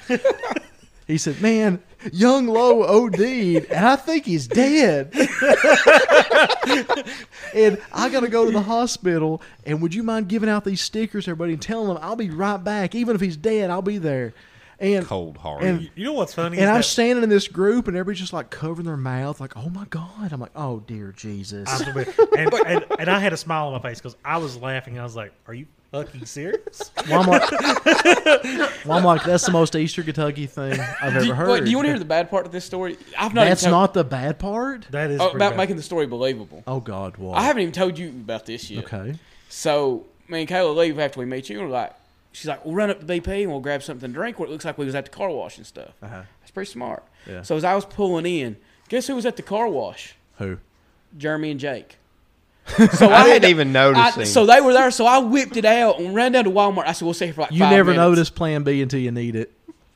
Speaker 3: He said, "Man, young Low OD'd, and I think he's dead. and I gotta go to the hospital. And would you mind giving out these stickers, to everybody, and telling them I'll be right back, even if he's dead, I'll be there." And
Speaker 5: Cold hard.
Speaker 3: and
Speaker 2: You know what's funny?
Speaker 3: and I'm
Speaker 2: is
Speaker 3: standing in this group, and everybody's just like covering their mouth, like, "Oh my god!" I'm like, "Oh dear Jesus."
Speaker 2: that,
Speaker 3: <laughs>
Speaker 2: and, and, and I had a smile on my face because I was laughing. I was like, "Are you fucking serious?"
Speaker 3: Well, I'm like, <laughs> well, I'm like, that's the most Eastern Kentucky thing I've
Speaker 4: do,
Speaker 3: ever
Speaker 4: you-
Speaker 3: heard.
Speaker 4: wait, do you want to hear the bad part of this story? I've not.
Speaker 3: That's
Speaker 4: even told-
Speaker 3: not the bad part.
Speaker 2: That is
Speaker 4: oh,
Speaker 2: pretty
Speaker 4: about
Speaker 2: bad.
Speaker 4: making the story believable.
Speaker 3: Oh God, what?
Speaker 4: I haven't even told you about this yet.
Speaker 3: Okay.
Speaker 4: So me and Kayla leave after we meet you. and We're like, she's like, we'll run up to BP and we'll grab something to drink. Where it looks like we was at the car wash and stuff.
Speaker 3: Uh-huh.
Speaker 4: That's pretty smart.
Speaker 3: Yeah.
Speaker 4: So as I was pulling in, guess who was at the car wash?
Speaker 3: Who?
Speaker 4: Jeremy and
Speaker 5: <laughs>
Speaker 4: Jake. So
Speaker 5: I
Speaker 4: had
Speaker 5: didn't
Speaker 4: to-
Speaker 5: even notice
Speaker 4: I-
Speaker 5: him.
Speaker 4: so they were there. So I whipped it out and ran down to Walmart. I said, "We'll stay here for like
Speaker 3: You
Speaker 4: five
Speaker 3: never
Speaker 4: minutes."
Speaker 3: notice Plan B until you need it.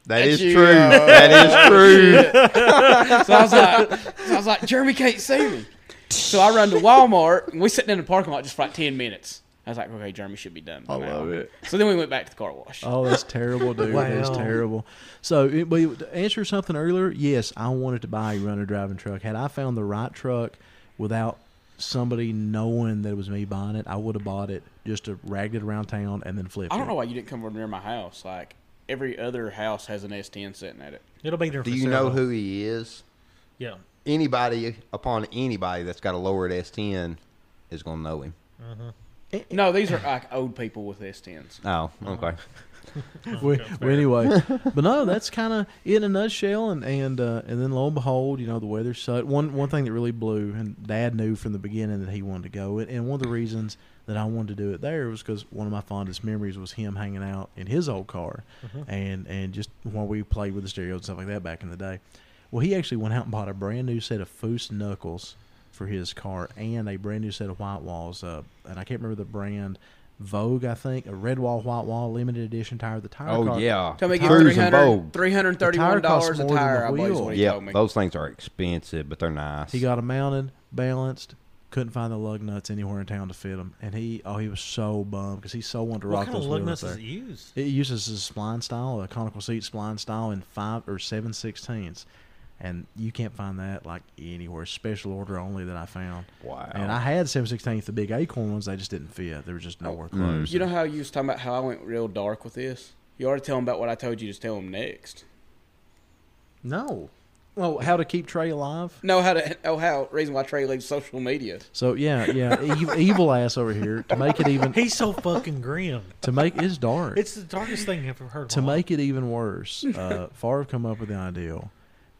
Speaker 5: that is
Speaker 4: you,
Speaker 5: true.
Speaker 4: uh,
Speaker 5: that is true.
Speaker 4: So I was like, so I was like, Jeremy can't see me. So I run to Walmart and we sitting in the parking lot just for like ten minutes. I was like, okay, Jeremy should be done. By
Speaker 5: I
Speaker 4: now.
Speaker 5: love it.
Speaker 4: So then we went back to the car wash.
Speaker 3: Oh, that's terrible, dude. That's
Speaker 2: Wow.
Speaker 3: terrible. So, it, but to answer something earlier, yes, I wanted to buy a runner driving truck. Had I found the right truck without somebody knowing that it was me buying it, I would have bought it just to rag it around town and then flip.
Speaker 4: I don't
Speaker 3: it.
Speaker 4: know why you didn't come over near my house. Like every other house has an S10 sitting at it.
Speaker 2: It'll be there.
Speaker 5: Do
Speaker 2: for
Speaker 5: you know
Speaker 2: several.
Speaker 5: who he is?
Speaker 2: Yeah.
Speaker 5: Anybody upon anybody that's got a lowered S10 is going to know him.
Speaker 4: No, these are like old people with S10s.
Speaker 5: Oh, okay.
Speaker 3: <laughs> well, well, anyway, but no, that's kind of in a nutshell. And and uh, and then lo and behold, you know, the weather sucked. One one thing that really blew, and Dad knew from the beginning that he wanted to go. And, and one of the reasons that I wanted to do it there was because one of my fondest memories was him hanging out in his old car, and and just while we played with the stereo and stuff like that back in the day. Well, he actually went out and bought a brand new set of Foose knuckles for his car and a brand new set of white walls. Uh, and I can't remember the brand. Vogue, I think, a red wall, white wall, limited edition tire. The tire.
Speaker 5: Oh
Speaker 3: car-
Speaker 5: yeah.
Speaker 4: Tell me, give
Speaker 5: Cruise and
Speaker 4: 300,
Speaker 5: Vogue.
Speaker 4: $331
Speaker 3: costs
Speaker 4: a
Speaker 3: more than
Speaker 4: tire.
Speaker 3: the
Speaker 4: I believe is
Speaker 3: wheel.
Speaker 4: what he
Speaker 5: Yeah,
Speaker 4: told me.
Speaker 5: those things are expensive, but they're nice.
Speaker 3: He got them mounted, balanced. Couldn't find the lug nuts anywhere in town to fit them, and he oh he was so bummed because he so wanted to
Speaker 2: What
Speaker 3: rock
Speaker 2: kind of
Speaker 3: those
Speaker 2: lug nuts
Speaker 3: wheels there.
Speaker 2: is it used?
Speaker 3: It uses a spline style, a conical seat spline style in five or seven sixteenths, and you can't find that like anywhere. Special order only that I found.
Speaker 5: Wow.
Speaker 3: And I had seven sixteenths, the big acorn ones. They just didn't fit. They were just nowhere close.
Speaker 4: You know how you was talking about how I went real dark with this? You already tell him about what I told you. Just tell him next.
Speaker 3: No. Well, how to keep Trey alive?
Speaker 4: No, how to? Oh, how? Reason why Trey leaves social media.
Speaker 3: So yeah, yeah, ev- evil ass over here to make it even
Speaker 2: He's so fucking grim.
Speaker 3: to make it's dark.
Speaker 2: It's the darkest thing I've ever heard. in
Speaker 4: Uh-huh.
Speaker 3: to
Speaker 2: my life.
Speaker 3: make it even
Speaker 4: <laughs>
Speaker 3: worse, uh, Favre come up with the idea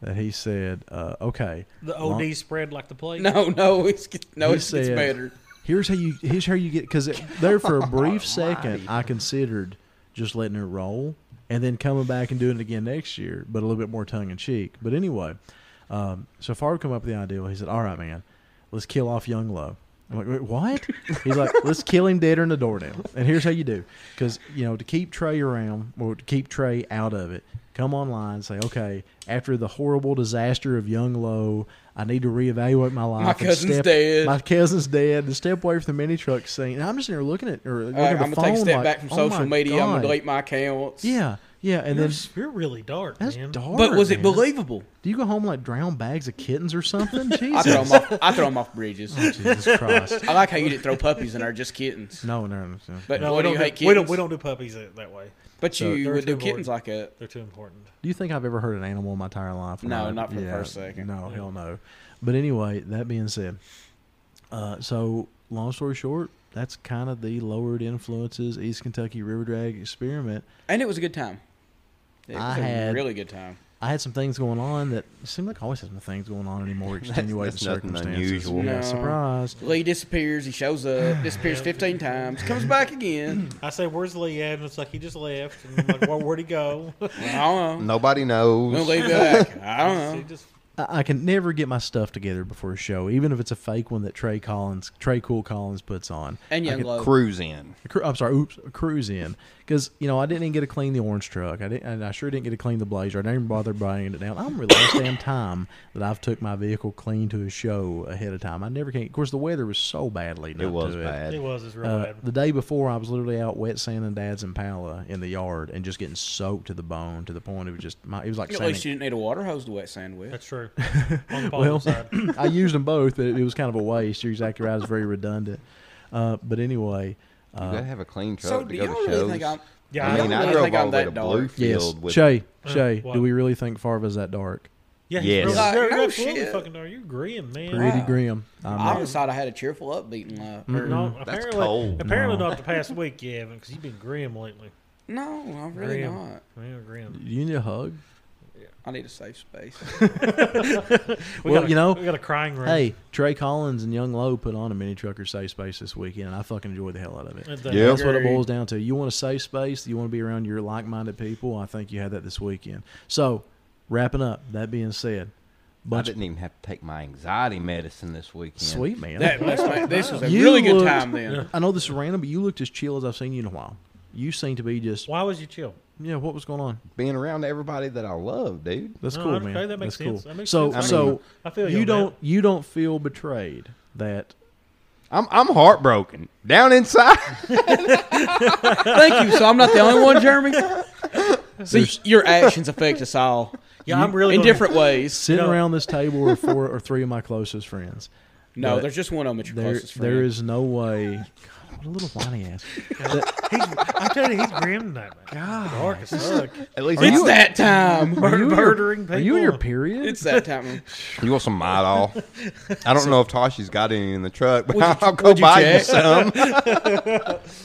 Speaker 3: that he said, uh, "Okay,
Speaker 2: the
Speaker 3: Lon-
Speaker 2: OD spread like the plague.
Speaker 4: No, no, <laughs> it's no,
Speaker 3: He
Speaker 4: it's, it's
Speaker 3: said-
Speaker 4: better.
Speaker 3: here's how you here's how you get." Because there
Speaker 4: <laughs>
Speaker 3: for a brief second, I considered just letting it roll and then coming back and doing it again next year, but a little bit more tongue in cheek. But anyway, um, so Favre come up with the idea. He said, "All right, man, let's kill off Young Love." I'm like, wait,
Speaker 4: <laughs>
Speaker 3: what? He's like, let's kill him dead in the doornail. And here's how you do. Because, you know, to keep Trey around, or to keep Trey out of it, come online and say, okay, after the horrible disaster of Young Low, I need to reevaluate my life.
Speaker 4: My
Speaker 3: and
Speaker 4: cousin's
Speaker 3: step-
Speaker 4: dead."
Speaker 3: My cousin's dead. And step away from the mini truck scene. And I'm just in there looking at, or looking
Speaker 4: All right,
Speaker 3: at the
Speaker 4: I'm gonna
Speaker 3: phone.
Speaker 4: take a step
Speaker 3: like,
Speaker 4: back from
Speaker 3: "Oh
Speaker 4: social
Speaker 3: my
Speaker 4: media. I'm
Speaker 3: God."
Speaker 4: gonna delete my accounts.
Speaker 3: Yeah, yeah. And
Speaker 2: You're,
Speaker 3: then
Speaker 2: you're really dark,
Speaker 3: that's
Speaker 2: man.
Speaker 3: dark.
Speaker 4: but was it
Speaker 3: man.
Speaker 4: believable?
Speaker 3: Do you go home and, like drown bags of kittens or something?
Speaker 4: <laughs> I throw
Speaker 3: Jesus.
Speaker 4: them off. I throw 'em off bridges.
Speaker 3: Oh, Jesus Christ.
Speaker 4: I like how you didn't throw puppies and are just kittens.
Speaker 2: <laughs>
Speaker 3: <laughs> No, no, no. no.
Speaker 4: But
Speaker 2: No,
Speaker 4: what
Speaker 2: we
Speaker 4: do
Speaker 2: don't,
Speaker 4: you
Speaker 2: do-
Speaker 4: hate kittens?
Speaker 2: we don't. We don't do puppies that, that way.
Speaker 4: But
Speaker 2: So
Speaker 4: you
Speaker 2: they're
Speaker 4: would do
Speaker 2: too
Speaker 4: kittens
Speaker 2: important.
Speaker 4: like that.
Speaker 2: They're too important.
Speaker 3: Do you think I've ever heard an animal in my entire life? when
Speaker 4: No,
Speaker 3: I-
Speaker 4: not for the first second.
Speaker 3: No, hell no. But anyway, that being said, uh, so long story short, that's kind of the lowered influences East Kentucky River Drag experiment.
Speaker 4: And it was a good time. It was
Speaker 3: I
Speaker 4: a
Speaker 3: had-
Speaker 4: really good time.
Speaker 3: I had some things going on that it seemed like I always had some things going on
Speaker 4: <laughs>
Speaker 3: anymore extenuating
Speaker 5: that's nothing
Speaker 3: circumstances.
Speaker 5: unusual.
Speaker 3: Yeah,
Speaker 4: No.
Speaker 3: surprise.
Speaker 4: Lee disappears. He shows up. Disappears 15 times. Comes
Speaker 2: <clears throat>
Speaker 4: back again.
Speaker 2: I say, "Where's Lee at?" And it's like he just left. And I'm like, well, "Where'd he go?" <laughs>
Speaker 4: I don't know.
Speaker 5: Nobody
Speaker 4: When
Speaker 5: knows.
Speaker 4: Lee back? I don't
Speaker 2: He <laughs>
Speaker 4: know.
Speaker 2: just-
Speaker 3: I I can never get my stuff together before a show, even if it's a fake one that Trey Collins, Trey Cool Collins puts on.
Speaker 4: And
Speaker 3: I
Speaker 4: Young
Speaker 3: can-
Speaker 4: Love.
Speaker 5: Cruise in.
Speaker 3: A cru- I'm sorry, oops, a cruise in because you know I didn't even get to clean the orange truck. I didn't, and I sure didn't get to clean the blazer. I didn't even bother buying it down. I'm really last damn time that I've took my vehicle clean to a show ahead of time. I never can. Of course, the weather was so bad leading
Speaker 5: It
Speaker 3: up
Speaker 5: was
Speaker 3: to
Speaker 5: bad.
Speaker 2: it was. It's real
Speaker 3: Uh,
Speaker 2: bad.
Speaker 3: the day before, I was literally out wet sanding Dad's Impala in the yard and just getting soaked to the bone to the point of just my. It was like
Speaker 4: At
Speaker 3: sanding-
Speaker 4: least you didn't need a water hose to wet sand with.
Speaker 2: That's
Speaker 3: <laughs>
Speaker 2: true. On the positive
Speaker 3: well,
Speaker 2: side,
Speaker 3: I used them both, but it was kind of a waste. You're exactly right. It was very redundant. Uh, but anyway,
Speaker 5: you gotta have a clean truck
Speaker 4: So
Speaker 5: to
Speaker 4: do
Speaker 5: go
Speaker 4: y'all
Speaker 5: to
Speaker 4: really
Speaker 5: shows.
Speaker 4: think I'm?
Speaker 2: yeah.
Speaker 5: I
Speaker 2: I
Speaker 5: mean,
Speaker 4: don't
Speaker 5: I
Speaker 4: really
Speaker 5: drove
Speaker 4: think
Speaker 5: all
Speaker 4: I'm
Speaker 5: the way
Speaker 4: that
Speaker 5: to
Speaker 4: dark.
Speaker 5: Bluefield with
Speaker 3: Shay,
Speaker 2: Uh,
Speaker 3: Shay,
Speaker 2: what?
Speaker 3: do we really think Farva's that dark?
Speaker 2: yeah,
Speaker 5: Yes.
Speaker 2: he's
Speaker 4: Like,
Speaker 2: really,
Speaker 4: no
Speaker 2: absolutely
Speaker 4: shit.
Speaker 2: fucking dark. You're grim, man.
Speaker 3: Pretty grim. I'm
Speaker 4: I
Speaker 3: not-
Speaker 4: always thought I had a cheerful, upbeat life. Or-
Speaker 2: No,
Speaker 3: Mm-hmm.
Speaker 5: That's
Speaker 2: apparently,
Speaker 5: cold.
Speaker 2: Apparently
Speaker 3: No.
Speaker 2: not the past week, yeah, because you've been grim lately.
Speaker 4: No, I'm really
Speaker 2: Grim.
Speaker 4: not.
Speaker 2: Yeah, grim.
Speaker 3: you need a hug.
Speaker 4: I need a safe space.
Speaker 2: We
Speaker 3: Well,
Speaker 2: got a,
Speaker 3: you know,
Speaker 2: we got a crying room.
Speaker 3: Hey, Trey Collins and Young Lowe put on a mini trucker safe space this weekend, and I fucking enjoyed the hell out of it.
Speaker 2: At the-
Speaker 5: Yeah.
Speaker 3: That's what it
Speaker 4: Agreed.
Speaker 3: boils down to. You want a safe space. You want to be around your like-minded people. I think you had that this weekend. So, wrapping up. That being said,
Speaker 5: I
Speaker 3: bunch
Speaker 5: didn't even have to take my anxiety medicine this weekend.
Speaker 3: sweet man.
Speaker 4: That, that's my, this was a
Speaker 3: You
Speaker 4: really good
Speaker 3: looked-
Speaker 4: time then.
Speaker 3: I know this is random, but you looked as chill as I've seen you in a while. You seem to be just
Speaker 2: Why was you chill?
Speaker 3: yeah. What was going on?
Speaker 5: Being around everybody that I love, dude.
Speaker 3: That's
Speaker 2: No,
Speaker 3: cool,
Speaker 2: okay,
Speaker 3: man.
Speaker 2: that makes
Speaker 3: That's cool.
Speaker 2: sense. That makes
Speaker 3: so,
Speaker 2: sense.
Speaker 5: I
Speaker 3: so
Speaker 5: mean-
Speaker 2: I feel you
Speaker 3: you
Speaker 2: on that.
Speaker 3: don't you don't feel betrayed that
Speaker 5: I'm I'm heartbroken down inside. <laughs>
Speaker 4: Thank you. So I'm not the only one, Jeremy. See,
Speaker 3: There's-
Speaker 4: your actions affect us all
Speaker 2: Yeah, I'm really
Speaker 4: in
Speaker 2: gonna-
Speaker 4: different ways.
Speaker 3: sitting
Speaker 2: know-
Speaker 3: around this table are four or three of my closest friends.
Speaker 4: No,
Speaker 3: But
Speaker 4: there's just one of them at your
Speaker 3: There,
Speaker 4: closest friend.
Speaker 3: there is no way. God, what a little whiny ass.
Speaker 2: He's, I tell you, he's grim tonight. God, dark as fuck.
Speaker 5: At least
Speaker 4: It's
Speaker 5: you,
Speaker 2: <laughs>
Speaker 4: that time.
Speaker 2: Mur-
Speaker 3: Are you in your-
Speaker 2: murdering people.
Speaker 3: Are you in your period?
Speaker 4: It's that time.
Speaker 5: you want some mite off. I don't know if Toshi's got any in the truck, but
Speaker 4: Would you-
Speaker 5: <laughs> I'll go
Speaker 4: would you
Speaker 5: buy you
Speaker 4: check?
Speaker 5: some.
Speaker 3: you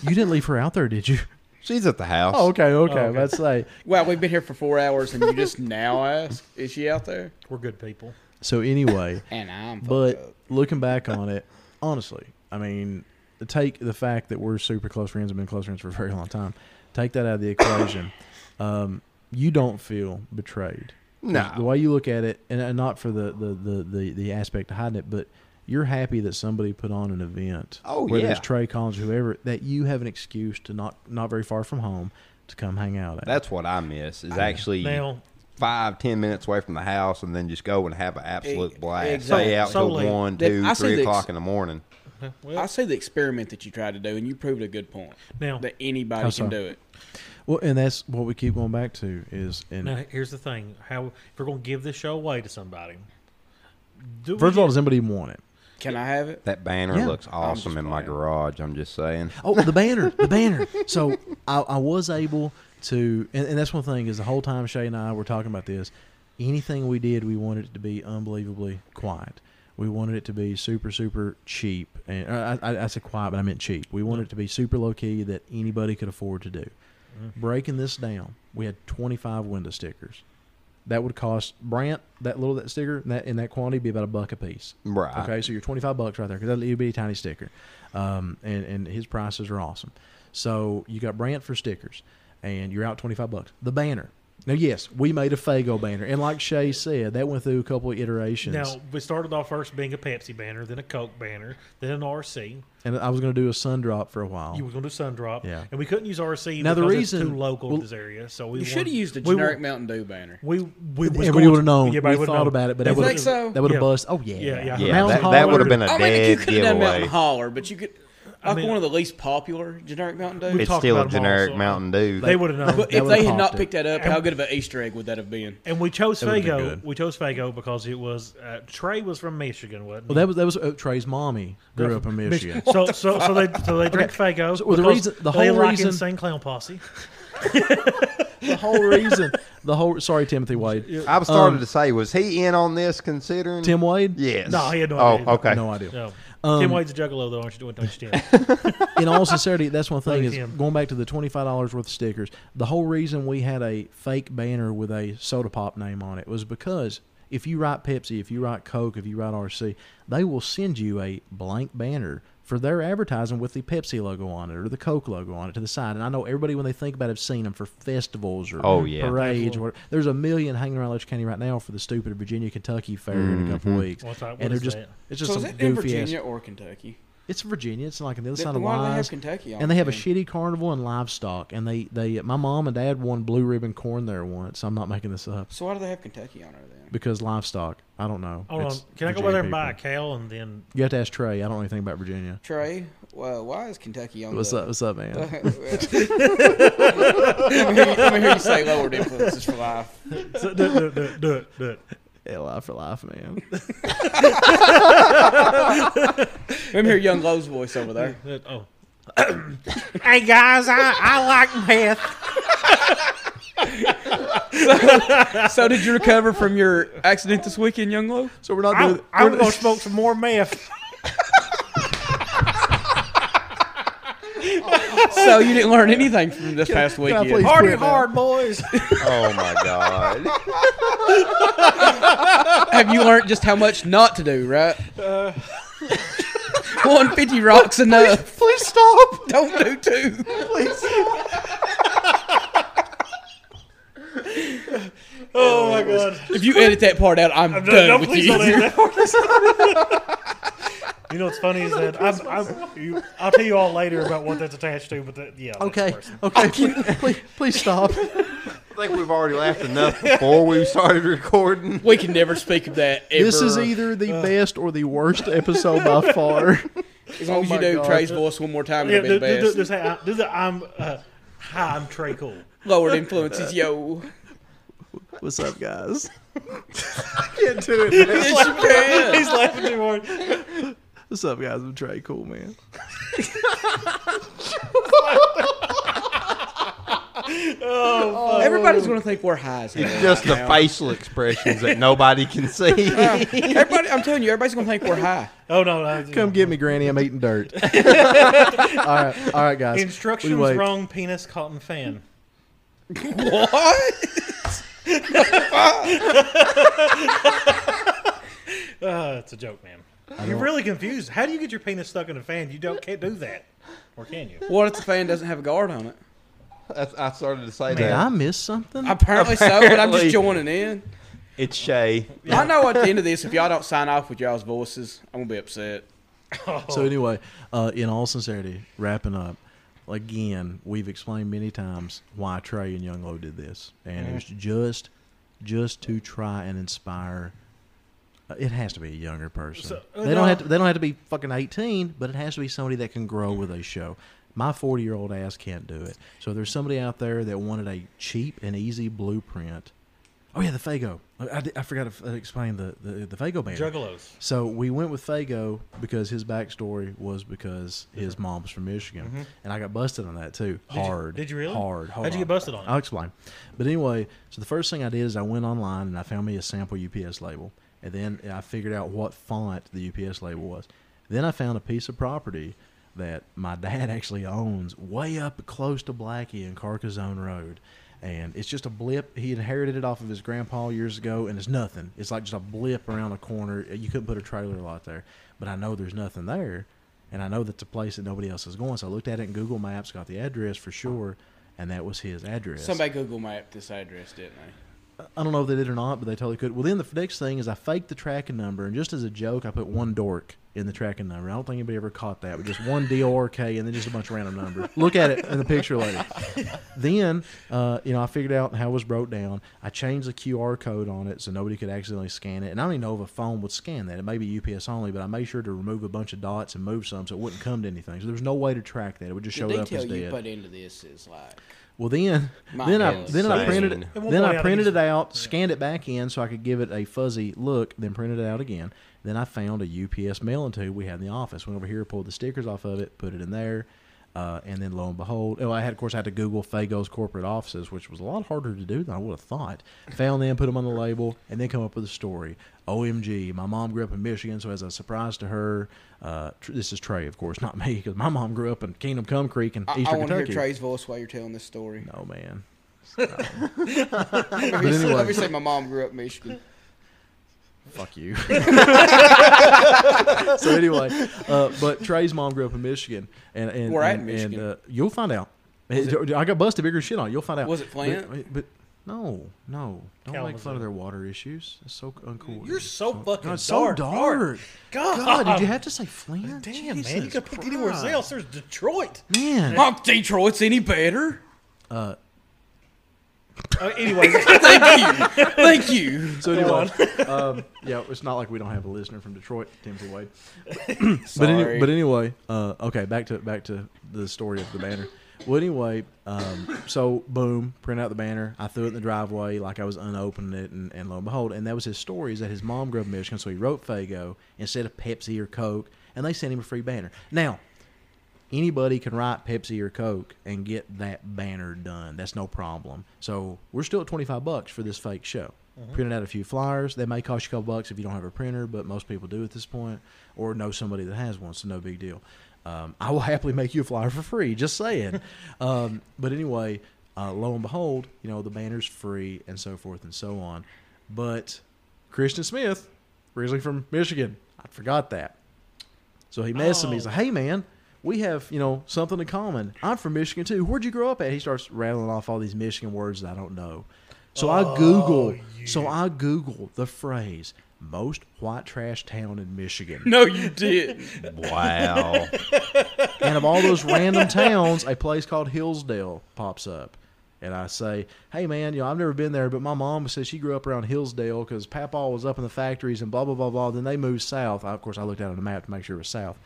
Speaker 3: didn't leave her out there, did you?
Speaker 5: She's at the house.
Speaker 3: Oh, okay, okay.
Speaker 2: okay.
Speaker 3: Let's say.
Speaker 4: Wow, we've been here for four hours, and you just now ask, "Is she out there?"
Speaker 2: We're good people.
Speaker 3: So anyway,
Speaker 4: And I'm. fucked up.
Speaker 3: but looking back on it, honestly, I mean, take the fact that we're super close friends and been close friends for a very long time. Take that out of the equation. um, you don't feel betrayed.
Speaker 5: No.
Speaker 3: The way you look at it, and uh, not for the the, the, the, the aspect of hiding it, but you're happy that somebody put on an event.
Speaker 5: Oh,
Speaker 3: whether
Speaker 5: yeah.
Speaker 3: it's Trey Collins, whoever, that you have an excuse to not not very far from home to come hang out at.
Speaker 5: That's what I miss is actually
Speaker 2: Now,
Speaker 5: five, ten minutes away from the house and then just go and have an absolute
Speaker 4: E-
Speaker 5: blast.
Speaker 4: exactly.
Speaker 5: Stay out
Speaker 2: Solely.
Speaker 5: till one,
Speaker 4: That-
Speaker 5: two,
Speaker 4: I see
Speaker 5: three
Speaker 4: the ex-
Speaker 5: o'clock in the morning.
Speaker 4: I say the experiment that you tried to do, and you proved a good point
Speaker 2: now,
Speaker 4: that anybody
Speaker 3: How
Speaker 4: can
Speaker 3: so?
Speaker 4: do it.
Speaker 3: Well, and that's what we keep going back to is and
Speaker 2: now, here's the thing: how if we're going to give this show away to somebody, do we
Speaker 3: First of all,
Speaker 2: get-
Speaker 3: does anybody want it?
Speaker 4: Can I have it?
Speaker 5: That banner
Speaker 3: Yeah.
Speaker 5: looks awesome
Speaker 4: just
Speaker 5: in my
Speaker 4: playing.
Speaker 5: garage. I'm just saying.
Speaker 3: Oh, the banner, the banner. So I, I was able to, and, and that's one thing is the whole time Shay and I were talking about this, anything we did, we wanted it to be unbelievably quiet. We wanted it to be super, super cheap. And uh, I, I, I said quiet, but I meant cheap. We wanted it to be super low key that anybody could afford to do. Breaking this down, we had 25 window stickers. That would cost Brant that little that sticker and that in that quantity be about a buck a piece.
Speaker 5: Right.
Speaker 3: Okay, so you're 25 bucks right there because that little bitty tiny sticker, um, and and his prices are awesome. So you got Brant for stickers, and you're out 25 bucks. The banner. Now, yes, we made a Fago banner, and like Shay said, that went through a couple of iterations.
Speaker 2: Now we started off first being a Pepsi banner, then a Coke banner, then an RC.
Speaker 3: and I was going to do a sun drop for a while.
Speaker 2: You were going to do Sun Drop,
Speaker 3: Yeah.
Speaker 2: and we couldn't use RC
Speaker 3: Now, the
Speaker 2: because it's
Speaker 3: reason-
Speaker 2: too local
Speaker 3: well-
Speaker 2: to this area. So we
Speaker 4: You should have
Speaker 2: wanted-
Speaker 4: used a
Speaker 2: we wa-
Speaker 4: generic Mountain Dew banner.
Speaker 2: We we was
Speaker 3: Everybody
Speaker 2: going
Speaker 3: would have
Speaker 2: to-
Speaker 3: known.
Speaker 2: Yeah,
Speaker 3: we
Speaker 2: everybody would've
Speaker 3: thought
Speaker 2: known.
Speaker 3: about it, but that
Speaker 2: You
Speaker 3: would
Speaker 4: think so?
Speaker 3: that would have
Speaker 2: Yeah.
Speaker 3: bust. Oh yeah,
Speaker 2: Yeah, yeah.
Speaker 5: Yeah,
Speaker 3: Mount
Speaker 5: that,
Speaker 3: Holly
Speaker 5: that would
Speaker 3: would've
Speaker 5: have been a
Speaker 4: I mean, Oh, you
Speaker 5: dead
Speaker 4: could have done Mountain
Speaker 5: giveaway.
Speaker 4: Holler, but you could. Like
Speaker 2: mean-
Speaker 4: one of the least popular generic Mountain Dew.
Speaker 2: We
Speaker 5: It's
Speaker 2: talked
Speaker 5: still
Speaker 2: about
Speaker 5: a
Speaker 2: 'em all,
Speaker 5: generic
Speaker 2: so-
Speaker 5: Mountain Dew.
Speaker 2: They would have known.
Speaker 4: but
Speaker 3: that
Speaker 4: if
Speaker 3: would've
Speaker 4: they had not
Speaker 3: popped it.
Speaker 4: picked that up, how good of an Easter egg would that have been?
Speaker 2: And we chose
Speaker 3: would've been good.
Speaker 2: Fago. We chose Fago because it was uh, Trey was from Michigan, wasn't he?
Speaker 3: Well, that was that was uh, Trey's mommy grew up
Speaker 2: <laughs>
Speaker 3: in Michigan.
Speaker 2: So, so, so they, so they drink Fago.
Speaker 3: So, well, the
Speaker 2: because
Speaker 3: reason- the
Speaker 2: they
Speaker 3: whole
Speaker 2: like
Speaker 3: reason-
Speaker 2: insane clown posse.
Speaker 3: the whole reason, the whole sorry Timothy Wade,
Speaker 5: I was starting to say, was he in on this considering?
Speaker 3: Tim Wade,
Speaker 5: Yes.
Speaker 2: No, he had no
Speaker 5: Oh,
Speaker 2: idea.
Speaker 5: okay.
Speaker 3: no idea.
Speaker 2: No.
Speaker 3: Um,
Speaker 2: Tim Wade's a juggalo, though, aren't you? Don't
Speaker 3: <laughs>
Speaker 2: touch Tim.
Speaker 3: in all sincerity, that's one thing
Speaker 2: Like
Speaker 3: is
Speaker 2: him.
Speaker 3: going back to the twenty five dollars worth of stickers. The whole reason we had a fake banner with a soda pop name on it was because if you write Pepsi, if you write Coke, if you write RC, they will send you a blank banner for their advertising with the Pepsi logo on it or the Coke logo on it to the side. And I know everybody when they think about it have seen them for festivals or
Speaker 5: Oh, yeah.
Speaker 3: parades. Or whatever. There's a million hanging around Loach County right now for the stupid Virginia Kentucky fair in
Speaker 5: Mm-hmm.
Speaker 3: a couple weeks.
Speaker 2: What's that- what
Speaker 3: and they're
Speaker 2: is
Speaker 3: just
Speaker 2: that?
Speaker 3: it's just
Speaker 4: So is
Speaker 3: some
Speaker 4: it in
Speaker 3: goofy ass
Speaker 4: Virginia or Kentucky?
Speaker 3: it's Virginia. It's like on the other
Speaker 4: Then
Speaker 3: side of
Speaker 4: why do they have
Speaker 3: Wise.
Speaker 4: Kentucky on
Speaker 3: and they have a
Speaker 4: then?
Speaker 3: shitty carnival and livestock. And they, they my mom and dad won blue ribbon corn there once. I'm not making this up
Speaker 4: So why do they have Kentucky on her then?
Speaker 3: because livestock. I don't know.
Speaker 2: Hold on.
Speaker 3: It's
Speaker 2: Can I go
Speaker 3: Virginia
Speaker 2: over there and buy a
Speaker 3: people.
Speaker 2: cow and
Speaker 3: <laughs>
Speaker 2: then
Speaker 3: You have to ask Trey. I don't know anything about Virginia.
Speaker 4: Trey, well, why is Kentucky on?
Speaker 3: What's
Speaker 4: the,
Speaker 3: up? What's up, man?
Speaker 4: <laughs> let, me hear you, let me hear you say lowered influences for life.
Speaker 2: So, do, do, do, do it? Do it.
Speaker 3: LI for life, man. <laughs>
Speaker 4: Let me hear Young Lowe's voice over there.
Speaker 2: Do it. Oh. hey guys, I, I like meth.
Speaker 4: So did you recover from your accident this weekend, Young Lowe?
Speaker 3: So we're not
Speaker 2: I'm,
Speaker 3: doing.
Speaker 2: I'm
Speaker 3: we're- <laughs>
Speaker 2: gonna smoke some more meth.
Speaker 4: So you didn't learn anything from this past
Speaker 3: I
Speaker 4: weekend.
Speaker 3: please-
Speaker 2: Party
Speaker 3: quit now.
Speaker 2: hard, boys.
Speaker 5: Oh my god.
Speaker 4: Have you learned just how much not to do, right? <laughs> 150 rocks enough.
Speaker 3: Uh. please stop.
Speaker 4: Don't do two.
Speaker 2: Oh my god.
Speaker 4: If you edit that part out, I'm,
Speaker 2: I'm
Speaker 4: done
Speaker 2: done. No,
Speaker 4: with
Speaker 2: please
Speaker 4: you.
Speaker 2: don't edit that. You know what's <laughs> funny is that I'm, I'm, you, I'll tell you all later about what that's attached to, but that, yeah. that's
Speaker 3: <laughs> Okay.
Speaker 2: worse.
Speaker 4: <laughs>
Speaker 3: Okay. Please, please, please stop.
Speaker 5: I think we've already laughed enough before we started recording.
Speaker 4: <laughs> we can never speak of that ever.
Speaker 3: This is either the best or the worst episode
Speaker 4: <laughs>
Speaker 3: by far.
Speaker 4: As
Speaker 3: Oh
Speaker 4: long as you
Speaker 3: my
Speaker 4: do
Speaker 3: God.
Speaker 4: Trey's voice one more time,
Speaker 2: Yeah,
Speaker 4: it'll
Speaker 2: do,
Speaker 4: be the
Speaker 2: do, do,
Speaker 4: best.
Speaker 2: do, say, I, do the I'm uh, hi, I'm Trey <laughs> Cool.
Speaker 4: Lowered influences, <laughs> yo.
Speaker 3: What's up, guys?
Speaker 5: Can't do it.
Speaker 4: Yes, you can.
Speaker 2: He's laughing too hard.
Speaker 6: What's up, guys? I'm Trey. Cool, man.
Speaker 4: Everybody's going to think we're high. as hell
Speaker 5: It's just the
Speaker 4: right now.
Speaker 5: facial expressions that nobody can see.
Speaker 4: Everybody, I'm telling you, everybody's going to think we're high.
Speaker 2: Oh no, no
Speaker 3: Come get me, Granny. I'm eating dirt. all right, all right, guys. We
Speaker 2: Instructions
Speaker 3: wait.
Speaker 2: wrong. Penis cotton fan.
Speaker 4: <laughs> What?
Speaker 2: Uh, it's a joke, man. You're really confused. How do you get your penis stuck in a fan? You don't can't do that, or can you?
Speaker 4: What if the fan doesn't have a guard on it?
Speaker 5: That's, I started to say
Speaker 3: Did I
Speaker 5: that.
Speaker 3: miss something?
Speaker 4: Apparently, so, but I'm just
Speaker 5: Apparently.
Speaker 4: joining in.
Speaker 5: It's Shay.
Speaker 4: I know at the end of this, if y'all don't sign off with y'all's voices, I'm going to be upset.
Speaker 2: Oh.
Speaker 3: So anyway, uh, in all sincerity, wrapping up. Again, we've explained many times why Trey and Young Lo did this, and it was
Speaker 2: Mm-hmm.
Speaker 3: just, just to try and inspire. uh, It has to be a younger person.
Speaker 2: So- uh,
Speaker 3: they don't
Speaker 2: no.
Speaker 3: have to. They don't have to be fucking eighteen, but it has to be somebody that can grow with a show. My forty-year-old ass can't do it. So if there's somebody out there that wanted a cheap and easy blueprint. Oh yeah, the Fago. I, I, did- I forgot to f- uh, explain the the, the Fago band.
Speaker 2: Juggalos.
Speaker 3: So we went with Fago because his backstory was because his mom was from Michigan, and I got busted on that too.
Speaker 2: you-
Speaker 3: Hard.
Speaker 2: Mm-hmm. did you really?
Speaker 3: Hard. Hold
Speaker 2: How'd you get busted on it?
Speaker 3: I'll explain. But anyway, so the first thing I did is I went online and I found me a sample UPS label, and then I figured out what font the UPS label was. Then I found a piece of property that my dad <laughs> actually owns, way up close to Blackie in Carcassonne Road. And it's just a blip. He inherited it off of his grandpa years ago, and it's nothing. It's like just a blip around a corner. You couldn't put a trailer lot there, but I know there's nothing there and I know that's a place that nobody else is going. So I looked at it in Google Maps, got the address for sure, and that was his address.
Speaker 4: Somebody Google Map this address, didn't they?
Speaker 3: I don't know if they did or not, but they totally could. Well, then the next thing is I faked the tracking number, and just as a joke, I put one dork in the tracking number. I don't think anybody ever caught that, but just one <laughs> D O R K and then just a bunch of random numbers. Look at it in the picture
Speaker 4: <laughs>
Speaker 3: later. then, uh, you know, I figured out how it was broke down. I changed the QR code on it so nobody could accidentally scan it, and I don't even know if a phone would scan that. It may be UPS only, but I made sure to remove a bunch of dots and move some so it wouldn't come to anything. So there was no way to track that. It would just show
Speaker 4: The
Speaker 3: it up
Speaker 4: detail
Speaker 3: as
Speaker 4: you
Speaker 3: dead.
Speaker 4: put into this is like.
Speaker 3: Well, then,
Speaker 4: My
Speaker 3: then I
Speaker 4: goodness.
Speaker 3: then I
Speaker 5: Insane.
Speaker 3: printed it.
Speaker 5: At
Speaker 2: one
Speaker 3: Then
Speaker 2: point,
Speaker 3: I
Speaker 2: I
Speaker 3: printed it
Speaker 2: think-
Speaker 3: out, scanned it back in, so I could give it a fuzzy look. Then printed it out again. Then I found a UPS mailing tube we had in the office. Went over here, pulled the stickers off of it, put it in there, uh, and then lo and behold, oh, I had of course I had to Google Fago's corporate offices, which was a lot harder to do than I would have thought. Found them, put them on the label, and then come up with a story. OMG, my mom grew up in Michigan, so as a surprise to her, uh, tr- this is Trey, of course, not me, because my mom grew up in Kingdom Come Creek in
Speaker 4: I,
Speaker 3: Eastern
Speaker 4: I want to hear
Speaker 3: Kentucky.
Speaker 4: Trey's voice while you're telling this story.
Speaker 3: Oh man.
Speaker 4: Let, me say, let
Speaker 3: anyway.
Speaker 4: me say my mom grew up in <laughs> Michigan.
Speaker 3: Fuck <laughs> you. so anyway, uh, but Trey's mom grew up in Michigan, and and,
Speaker 4: Where at
Speaker 3: and,
Speaker 4: in Michigan?
Speaker 3: and, uh, you'll find out. I got busted bigger shit on. You'll find out.
Speaker 4: Was it Flint?
Speaker 3: But, but no, no. Don't make
Speaker 2: Kalamazoo.
Speaker 3: fun of their water issues. It's so uncool.
Speaker 2: You're so fucking
Speaker 3: God, it's so
Speaker 2: dark,
Speaker 3: dark.
Speaker 2: God.
Speaker 3: God, did you have to say Flint?
Speaker 2: Damn, man, you
Speaker 3: Jesus
Speaker 2: could pick anywhere
Speaker 3: Christ.
Speaker 2: else. There's Detroit.
Speaker 3: Man,
Speaker 4: Oh, Detroit's any better?
Speaker 2: Uh,
Speaker 3: <laughs>
Speaker 2: anyway,
Speaker 4: Thank you. Thank you.
Speaker 3: So anyway, um, yeah, it's not like we don't have a listener from Detroit, Timothy Wade. but, any,
Speaker 4: Sorry.
Speaker 3: but anyway, uh, okay, back to back to the story of the banner. Well, anyway, um, so boom, print out the banner. I threw it in the driveway like I was unopening it, and, and lo and behold, and that was his story is that his mom grew up in Michigan, so he wrote Fago instead of Pepsi or Coke, and they sent him a free banner. Now, anybody can write Pepsi or Coke and get that banner done. That's no problem. So we're still at twenty five bucks for this fake show. Printed out a few flyers. They may cost you a couple bucks if you don't have a printer, but most people do at this point, or know somebody that has one, so no big deal. Um, I will <laughs> happily make you a flyer for free. Just saying. um, but anyway, uh, lo and behold, you know the banner's free and so forth and so on. But Christian Smith, originally from Michigan, I forgot that. So he messaged me. He's
Speaker 2: Oh.
Speaker 3: like, "Hey man, we have you know something in common. I'm from Michigan too. Where'd you grow up at?" He starts rattling off all these Michigan words that I don't know. So I Google. So I Google the phrase "most white trash town in Michigan,"
Speaker 4: <laughs> No, you did.
Speaker 5: <laughs> Wow.
Speaker 3: and of all those random towns, a place called Hillsdale pops up. And I say, "Hey man, you know I've never been there, but my mom says she grew up around Hillsdale because Papaw was up in the factories and blah blah blah blah." Then they moved south. I, of course, I looked out on the map to make sure it was south.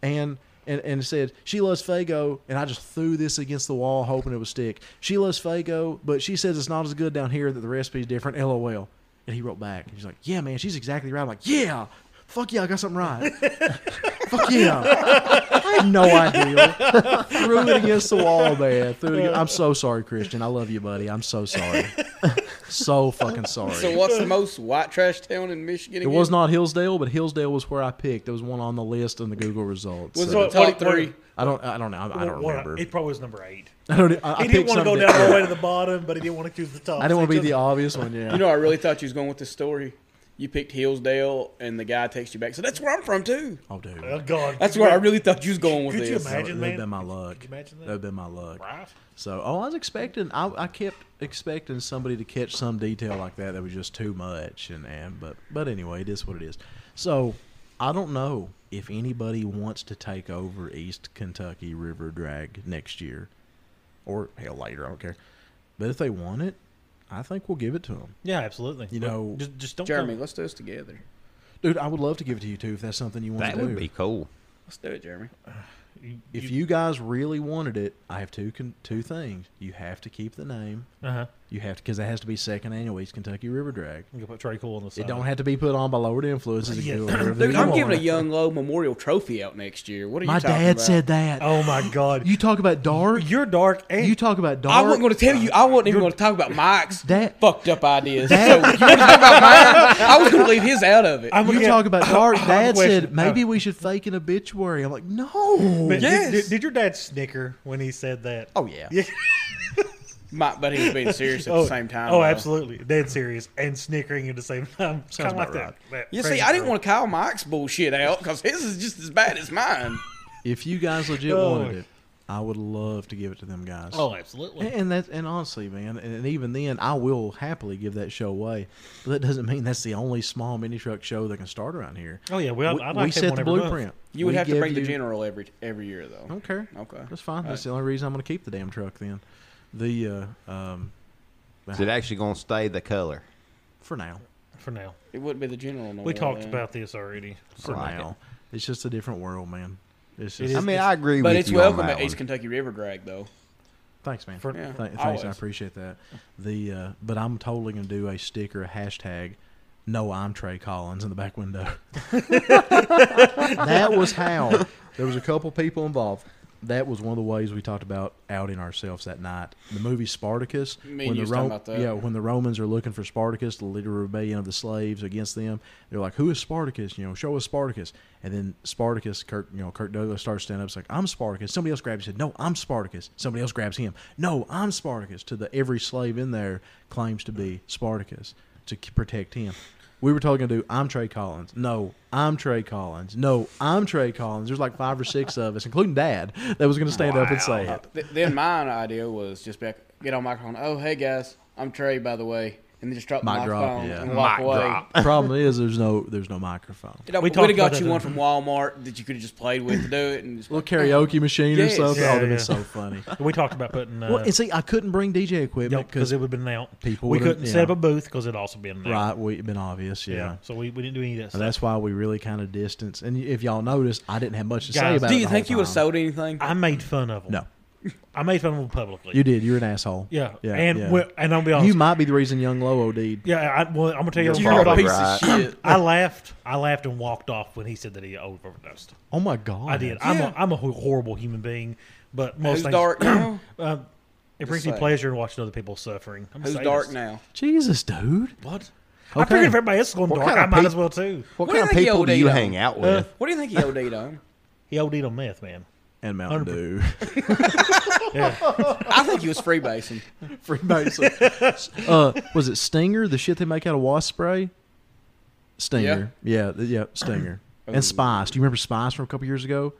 Speaker 3: and and, and it said she loves Fago, and I just threw this against the wall, hoping it would stick. She loves Fago, but she says it's not as good down here. That the recipe's different. LOL. And he wrote back. He's like, "Yeah, man, she's exactly right." I'm like, "Yeah, Fuck yeah, I got something right. <laughs> Fuck yeah. I had no idea. Threw it against the wall, man. Threw it against- I'm so sorry, Christian. I love you, buddy. I'm so sorry. so fucking sorry.
Speaker 4: So what's the most white trash town in Michigan?
Speaker 3: it was not Hillsdale, but Hillsdale was where I picked. It was one on the list in the Google results.
Speaker 4: Was
Speaker 3: So-
Speaker 4: it top three?
Speaker 3: I don't. I don't know. I, I don't
Speaker 2: Well,
Speaker 3: remember.
Speaker 2: It probably was number eight.
Speaker 3: <laughs> I don't. I, I
Speaker 2: he didn't
Speaker 3: picked
Speaker 2: want to go
Speaker 3: something
Speaker 2: down all the
Speaker 3: that-
Speaker 2: way to the bottom, but he didn't want to choose the top.
Speaker 3: I didn't want to be
Speaker 2: So he
Speaker 3: the obvious one. Yeah.
Speaker 4: You know, I really thought you was going with the story. You picked Hillsdale, and the guy texts you back. So that's where I'm from too.
Speaker 3: oh, dude.
Speaker 2: chose- Oh, God.
Speaker 4: That's where I really thought you was going with
Speaker 2: Could you
Speaker 4: this.
Speaker 3: That
Speaker 2: imagine,
Speaker 3: would have
Speaker 2: man?
Speaker 3: been my
Speaker 2: Could you-
Speaker 3: luck.
Speaker 2: could you imagine that?
Speaker 3: That would have been my luck.
Speaker 2: Right.
Speaker 3: So, oh, I was expecting. I, I kept expecting somebody to catch some detail like that. That was just too much. And and but but anyway, it is what it is. So, I don't know if anybody wants to take over East Kentucky River Drag next year, or hell later. I don't care. But if they want it, I think we'll give it to them.
Speaker 2: Yeah, absolutely.
Speaker 3: You
Speaker 2: But
Speaker 3: know-
Speaker 2: just, just don't.
Speaker 4: Jeremy,
Speaker 2: come-
Speaker 4: let's do this together.
Speaker 3: Dude, I would love to give it to you too if that's something you want
Speaker 5: That
Speaker 3: to do.
Speaker 5: would be cool.
Speaker 4: Let's do it, Jeremy.
Speaker 3: if you guys really wanted it, I have two con- two things. You have to keep the name.
Speaker 2: uh-huh.
Speaker 3: You have to because that has to be second annual East Kentucky River Drag.
Speaker 2: You can put Trey Cool on the side.
Speaker 3: It don't have to be put on by lowered influences. It
Speaker 2: Yeah.
Speaker 4: <laughs>
Speaker 3: can go wherever
Speaker 4: Uh, Dude,
Speaker 3: you
Speaker 4: I'm
Speaker 3: want.
Speaker 4: giving a Young Low Memorial Trophy out next year. What are you
Speaker 3: My
Speaker 4: talking
Speaker 3: dad
Speaker 4: about?
Speaker 3: said that.
Speaker 2: Oh
Speaker 3: <laughs>
Speaker 2: my God.
Speaker 3: You talk about dark.
Speaker 2: You're dark and
Speaker 3: You talk about dark.
Speaker 4: I
Speaker 3: <laughs>
Speaker 4: wasn't going to tell you. I wasn't even going to talk about Mike's
Speaker 3: That-
Speaker 4: fucked up ideas.
Speaker 3: That-
Speaker 4: so <laughs> you want to talk about mine? I was going to leave his out of it.
Speaker 2: I'm
Speaker 3: you
Speaker 2: gonna-
Speaker 3: talk
Speaker 4: <laughs>
Speaker 3: about dark.
Speaker 2: I'm
Speaker 3: Dad said
Speaker 2: questioning-
Speaker 4: Oh.
Speaker 3: maybe we should fake an obituary. I'm like,
Speaker 4: <laughs>
Speaker 3: no.
Speaker 2: But Did,
Speaker 4: Yes.
Speaker 2: did, did your dad snicker when he said that?
Speaker 3: oh yeah.
Speaker 2: Yeah.
Speaker 4: Mike, but he was being serious at
Speaker 2: Oh,
Speaker 4: the same time.
Speaker 2: Oh,
Speaker 4: though.
Speaker 2: absolutely. Dead serious and snickering at the same time. Sounds
Speaker 3: Sounds
Speaker 2: like
Speaker 3: about
Speaker 2: that.
Speaker 3: right.
Speaker 2: that
Speaker 4: You
Speaker 2: crazy
Speaker 4: see, I didn't
Speaker 2: girl.
Speaker 4: want to call Mike's bullshit out because his is just as bad as mine.
Speaker 3: If you guys legit
Speaker 2: Oh.
Speaker 3: wanted it, I would love to give it to them guys.
Speaker 2: Oh, absolutely.
Speaker 3: And that, and honestly, man, and, and even then, I will happily give that show away. But that doesn't mean that's the only small mini truck show that can start around here.
Speaker 2: Oh yeah, we,
Speaker 3: we
Speaker 2: I, I like
Speaker 3: we
Speaker 2: him
Speaker 3: set
Speaker 2: one
Speaker 3: the
Speaker 2: every month.
Speaker 3: blueprint.
Speaker 4: You would
Speaker 3: We
Speaker 4: have to
Speaker 3: give
Speaker 4: bring the
Speaker 3: you-
Speaker 4: general every every year though.
Speaker 3: I don't care.
Speaker 4: Okay.
Speaker 3: that's fine. That's the only reason I'm going to keep the damn truck. Then, the uh, um,
Speaker 5: Is it actually going to stay the color?
Speaker 3: for now,
Speaker 2: for now.
Speaker 4: It wouldn't be the general. No
Speaker 2: We
Speaker 4: more,
Speaker 2: talked
Speaker 4: yeah.
Speaker 2: about this already.
Speaker 3: for
Speaker 2: So
Speaker 5: Right.
Speaker 3: now, it's just a different world, man. It's
Speaker 2: It
Speaker 3: just,
Speaker 2: is.
Speaker 5: I mean, I agree
Speaker 4: But
Speaker 5: with
Speaker 4: it's
Speaker 5: you
Speaker 4: welcome
Speaker 5: on that
Speaker 4: at East
Speaker 5: one.
Speaker 4: Kentucky River Drag though.
Speaker 3: Thanks, man.
Speaker 2: For-
Speaker 4: Yeah,
Speaker 3: Th- thanks,
Speaker 4: always.
Speaker 3: I appreciate that. The uh, but I'm totally going to do a sticker, a hashtag. No, I'm Trey Collins in the back window. that was how there was a couple people involved. That was one of the ways we talked about outing ourselves that night. The movie Spartacus,
Speaker 4: Me and you
Speaker 3: the
Speaker 4: was talking about that.
Speaker 3: yeah, when the Romans are looking for Spartacus, the leader of rebellion of the slaves against them, they're like, "Who is Spartacus? You know, show us Spartacus." And then Spartacus, Kirk, you know, Kirk Douglas starts standing up, it's like, "I'm Spartacus." Somebody else grabs him. No, I'm Spartacus. Somebody else grabs him. No, I'm Spartacus. To the every slave in there claims to be Spartacus to k- protect him. We were talking to, I'm Trey Collins. No, I'm Trey Collins. No, I'm Trey Collins. There's like five or six of us, including Dad, that was going to stand up and say it.
Speaker 4: Th- then my idea was just back, get on microphone. Oh, hey guys, I'm Trey, by the way, and then just drop the
Speaker 3: Mic drop,
Speaker 4: microphone
Speaker 3: yeah.
Speaker 4: and walk
Speaker 5: Mic
Speaker 4: away.
Speaker 5: drop.
Speaker 3: Problem is, there's no, there's no microphone.
Speaker 4: You know,
Speaker 2: We
Speaker 4: we would
Speaker 2: talked
Speaker 4: have
Speaker 2: about
Speaker 4: got you
Speaker 2: that,
Speaker 4: one from Walmart that you could have just played with to do it, and just
Speaker 3: little karaoke machine
Speaker 4: Yes.
Speaker 3: or something.
Speaker 2: Yeah,
Speaker 3: oh, that'd
Speaker 2: yeah.
Speaker 3: be so funny.
Speaker 2: we talked about putting. Uh,
Speaker 3: <laughs> well, and see, I couldn't bring DJ equipment
Speaker 2: because
Speaker 3: because
Speaker 2: it would have been out.
Speaker 3: people
Speaker 2: we
Speaker 3: would've-
Speaker 2: couldn't set up
Speaker 3: yeah.
Speaker 2: a booth because it'd also been out.
Speaker 3: right, we been obvious, yeah.
Speaker 2: Yeah. So we, we didn't do any of that.
Speaker 3: So
Speaker 2: Stuff.
Speaker 3: that's why we really kind of distance. And if y'all notice, I didn't have much to say
Speaker 2: Guys,
Speaker 3: about it.
Speaker 4: Do you
Speaker 3: the
Speaker 4: think
Speaker 3: whole
Speaker 4: you would have
Speaker 3: time.
Speaker 4: sold anything?
Speaker 2: I made fun of them.
Speaker 3: No,
Speaker 2: I made fun of them publicly.
Speaker 3: you did. You're an asshole.
Speaker 2: yeah.
Speaker 3: yeah.
Speaker 2: and
Speaker 3: yeah.
Speaker 2: we- and I'll be honest.
Speaker 3: you might be the reason Young Low OD'd.
Speaker 2: yeah, I, well, I'm gonna tell you.
Speaker 5: You're
Speaker 2: what-
Speaker 4: You're a
Speaker 5: probably
Speaker 4: piece
Speaker 5: right.
Speaker 4: of <clears throat> shit.
Speaker 2: I laughed. I laughed and walked off when he said that he overdosed.
Speaker 3: Oh my god,
Speaker 2: I did. I'm a
Speaker 4: Yeah.
Speaker 2: I'm a ho- horrible human being, but most
Speaker 4: Who's
Speaker 2: things
Speaker 4: <clears throat> dark now?
Speaker 2: Um, it brings me
Speaker 4: saying.
Speaker 2: pleasure in watching other people suffering. I'm a
Speaker 4: Who's
Speaker 2: sadist.
Speaker 4: dark now?
Speaker 3: Jesus, dude.
Speaker 2: What? I
Speaker 3: Okay.
Speaker 2: figured if everybody else is going
Speaker 5: What
Speaker 2: dark,
Speaker 5: kind
Speaker 2: I
Speaker 5: of
Speaker 2: might
Speaker 5: peop-
Speaker 2: as well too.
Speaker 5: What
Speaker 4: What do
Speaker 5: kind
Speaker 4: you
Speaker 5: of
Speaker 4: think
Speaker 5: people do
Speaker 4: EOD
Speaker 5: you
Speaker 4: on?
Speaker 5: hang out with?
Speaker 4: What do you think he OD'd on?
Speaker 2: He OD'd on meth, man.
Speaker 3: And Mountain Dew.
Speaker 2: Yeah.
Speaker 4: I think he was freebasing.
Speaker 3: Freemason.
Speaker 4: <laughs>
Speaker 3: uh, was it Stinger? The shit they make out of wasp spray. Stinger. Yeah. th- Yeah.
Speaker 4: <clears throat>
Speaker 3: Stinger. and Spice. Do you remember Spice from a couple years ago?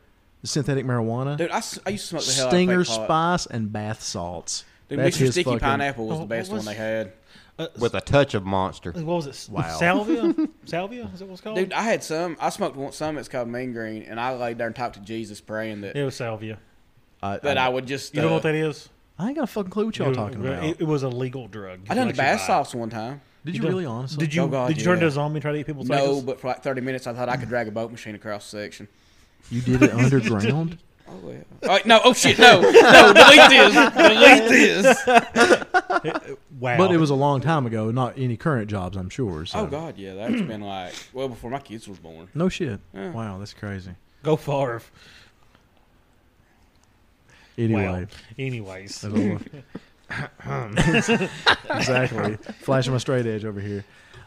Speaker 3: The synthetic marijuana.
Speaker 4: Dude, I, s- I used to smoke the hell out
Speaker 3: Stinger
Speaker 4: of fake pot.
Speaker 3: spice and bath salts.
Speaker 4: Dude,
Speaker 3: That's
Speaker 4: Mr.
Speaker 3: his
Speaker 4: Sticky
Speaker 3: fucking-
Speaker 4: Pineapple was
Speaker 2: Oh,
Speaker 4: the best
Speaker 2: what
Speaker 4: one they had.
Speaker 2: Uh,
Speaker 5: With a touch of monster.
Speaker 2: what was it?
Speaker 3: Wow.
Speaker 2: Salvia? Salvia? Is that what it's called?
Speaker 4: Dude, I had some. I smoked one, some. It's called Mean Green, and I laid there and talked to Jesus, praying that
Speaker 2: it was salvia.
Speaker 3: I,
Speaker 4: that
Speaker 3: I,
Speaker 4: I would just.
Speaker 2: You
Speaker 4: uh,
Speaker 2: know what that is?
Speaker 3: I ain't got a fucking clue what y'all
Speaker 2: It-
Speaker 3: talking about.
Speaker 2: It, it was a legal drug.
Speaker 4: I done
Speaker 2: Let
Speaker 4: the
Speaker 2: you
Speaker 4: bath
Speaker 2: buy it.
Speaker 4: sauce one time.
Speaker 3: did you,
Speaker 2: done-
Speaker 3: really honestly?
Speaker 2: Did you?
Speaker 4: Oh, God,
Speaker 2: did you turn into
Speaker 4: yeah.
Speaker 2: a zombie and try to eat people's
Speaker 4: No,
Speaker 2: faces? <laughs>
Speaker 4: but for like 30 minutes, I thought I could drag a boat machine across the section.
Speaker 3: You did it underground.
Speaker 4: Oh, yeah. All right, no, oh shit, <laughs> no, no, delete this, delete this.
Speaker 2: Wow.
Speaker 3: But it <laughs> was a long time ago. Not any current jobs, I'm sure. So.
Speaker 4: Oh god, yeah, that's been like well before my kids was born.
Speaker 3: No shit. Wow, that's crazy.
Speaker 2: go far.
Speaker 3: Anyway.
Speaker 2: Wow. Anyways,
Speaker 3: That's all I- <laughs> exactly. Flashing my straight edge over here.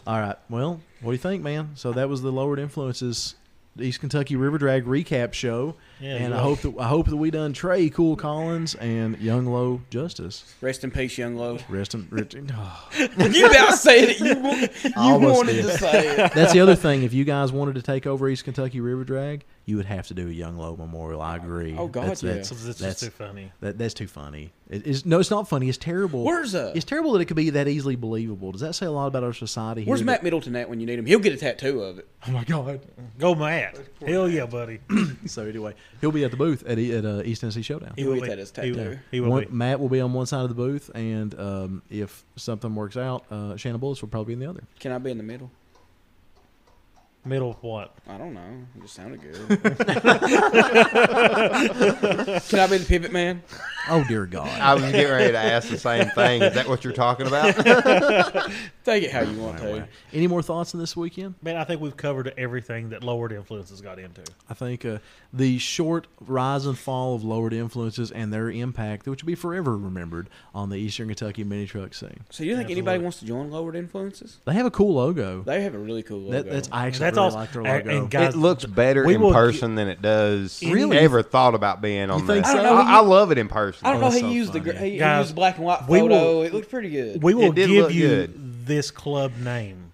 Speaker 3: All right. Well, what do you think, man? So that was the lowered influences East Kentucky River Drag recap show.
Speaker 2: Yeah,
Speaker 3: and I
Speaker 2: yeah.
Speaker 3: hope that I hope that we done Trey Cool Collins and Young Low Justice.
Speaker 4: Rest in peace, young love.
Speaker 3: Rest in <sighs> rich, oh.
Speaker 4: <laughs> you about said it. You,
Speaker 3: <laughs>
Speaker 4: wa- you
Speaker 3: almost
Speaker 4: wanted
Speaker 3: did.
Speaker 4: to say
Speaker 3: <laughs>
Speaker 4: it.
Speaker 3: That's the other thing. If you guys wanted to take over East Kentucky River Drag, you would have to do a Young Low Memorial. I agree.
Speaker 4: Oh, God,
Speaker 3: that's,
Speaker 4: yeah.
Speaker 3: that's,
Speaker 2: so this is
Speaker 3: that's-
Speaker 2: too funny.
Speaker 3: that, that's too funny. It is no, it's not funny. It's terrible.
Speaker 4: Where's uh?
Speaker 3: It's terrible that it could be that easily believable. Does that say a lot about our society? Here
Speaker 4: Where's
Speaker 3: that-
Speaker 4: Matt Middleton at when you need him? He'll get a tattoo of it.
Speaker 3: Oh my God!
Speaker 2: Go Matt. Hell yeah, buddy.
Speaker 3: <laughs> So anyway, he'll be at the booth at at uh, East Tennessee Showdown.
Speaker 4: He will get his
Speaker 2: He will,
Speaker 4: tattoo.
Speaker 2: he will
Speaker 3: One-
Speaker 2: be.
Speaker 3: Matt will be on one side of the booth, and um, if something works out, uh, Shannon Bullis will probably be in the other.
Speaker 4: Can I be in the middle?
Speaker 2: Middle of what?
Speaker 4: I don't know. It just sounded
Speaker 3: <laughs>
Speaker 4: good. Can I be the pivot man?
Speaker 3: Oh dear God! <laughs>
Speaker 5: I was getting ready to ask the same thing. Is that what you're talking about?
Speaker 4: Take it how you want to.
Speaker 3: Any more thoughts on this weekend?
Speaker 2: Man, I think we've covered everything that lowered influences got into.
Speaker 3: I think uh, the short rise and fall of lowered influences and their impact, which will be forever remembered on the Eastern Kentucky mini truck scene.
Speaker 4: So you think anybody wants to join Lowered Influences?
Speaker 3: They have a cool logo.
Speaker 4: They have a really cool logo.
Speaker 3: That, that's I actually
Speaker 2: That's
Speaker 3: really
Speaker 2: also-
Speaker 3: like their
Speaker 2: and-
Speaker 3: logo.
Speaker 2: and guys-
Speaker 5: it looks better
Speaker 2: We
Speaker 5: in
Speaker 2: will
Speaker 5: person than it does.
Speaker 3: Really?
Speaker 5: Ever thought about being on
Speaker 3: You
Speaker 5: that?
Speaker 3: think so? I
Speaker 5: I,
Speaker 3: don't know,
Speaker 5: I love it in person.
Speaker 4: I don't know.
Speaker 3: Oh,
Speaker 4: He
Speaker 3: that's so
Speaker 4: used the
Speaker 3: funny.
Speaker 4: gr- he,
Speaker 2: Guys,
Speaker 4: he used the black and white
Speaker 2: we will-
Speaker 4: photo. it looked pretty good.
Speaker 2: We will
Speaker 5: did
Speaker 2: give
Speaker 5: look
Speaker 2: you
Speaker 5: good.
Speaker 2: this club name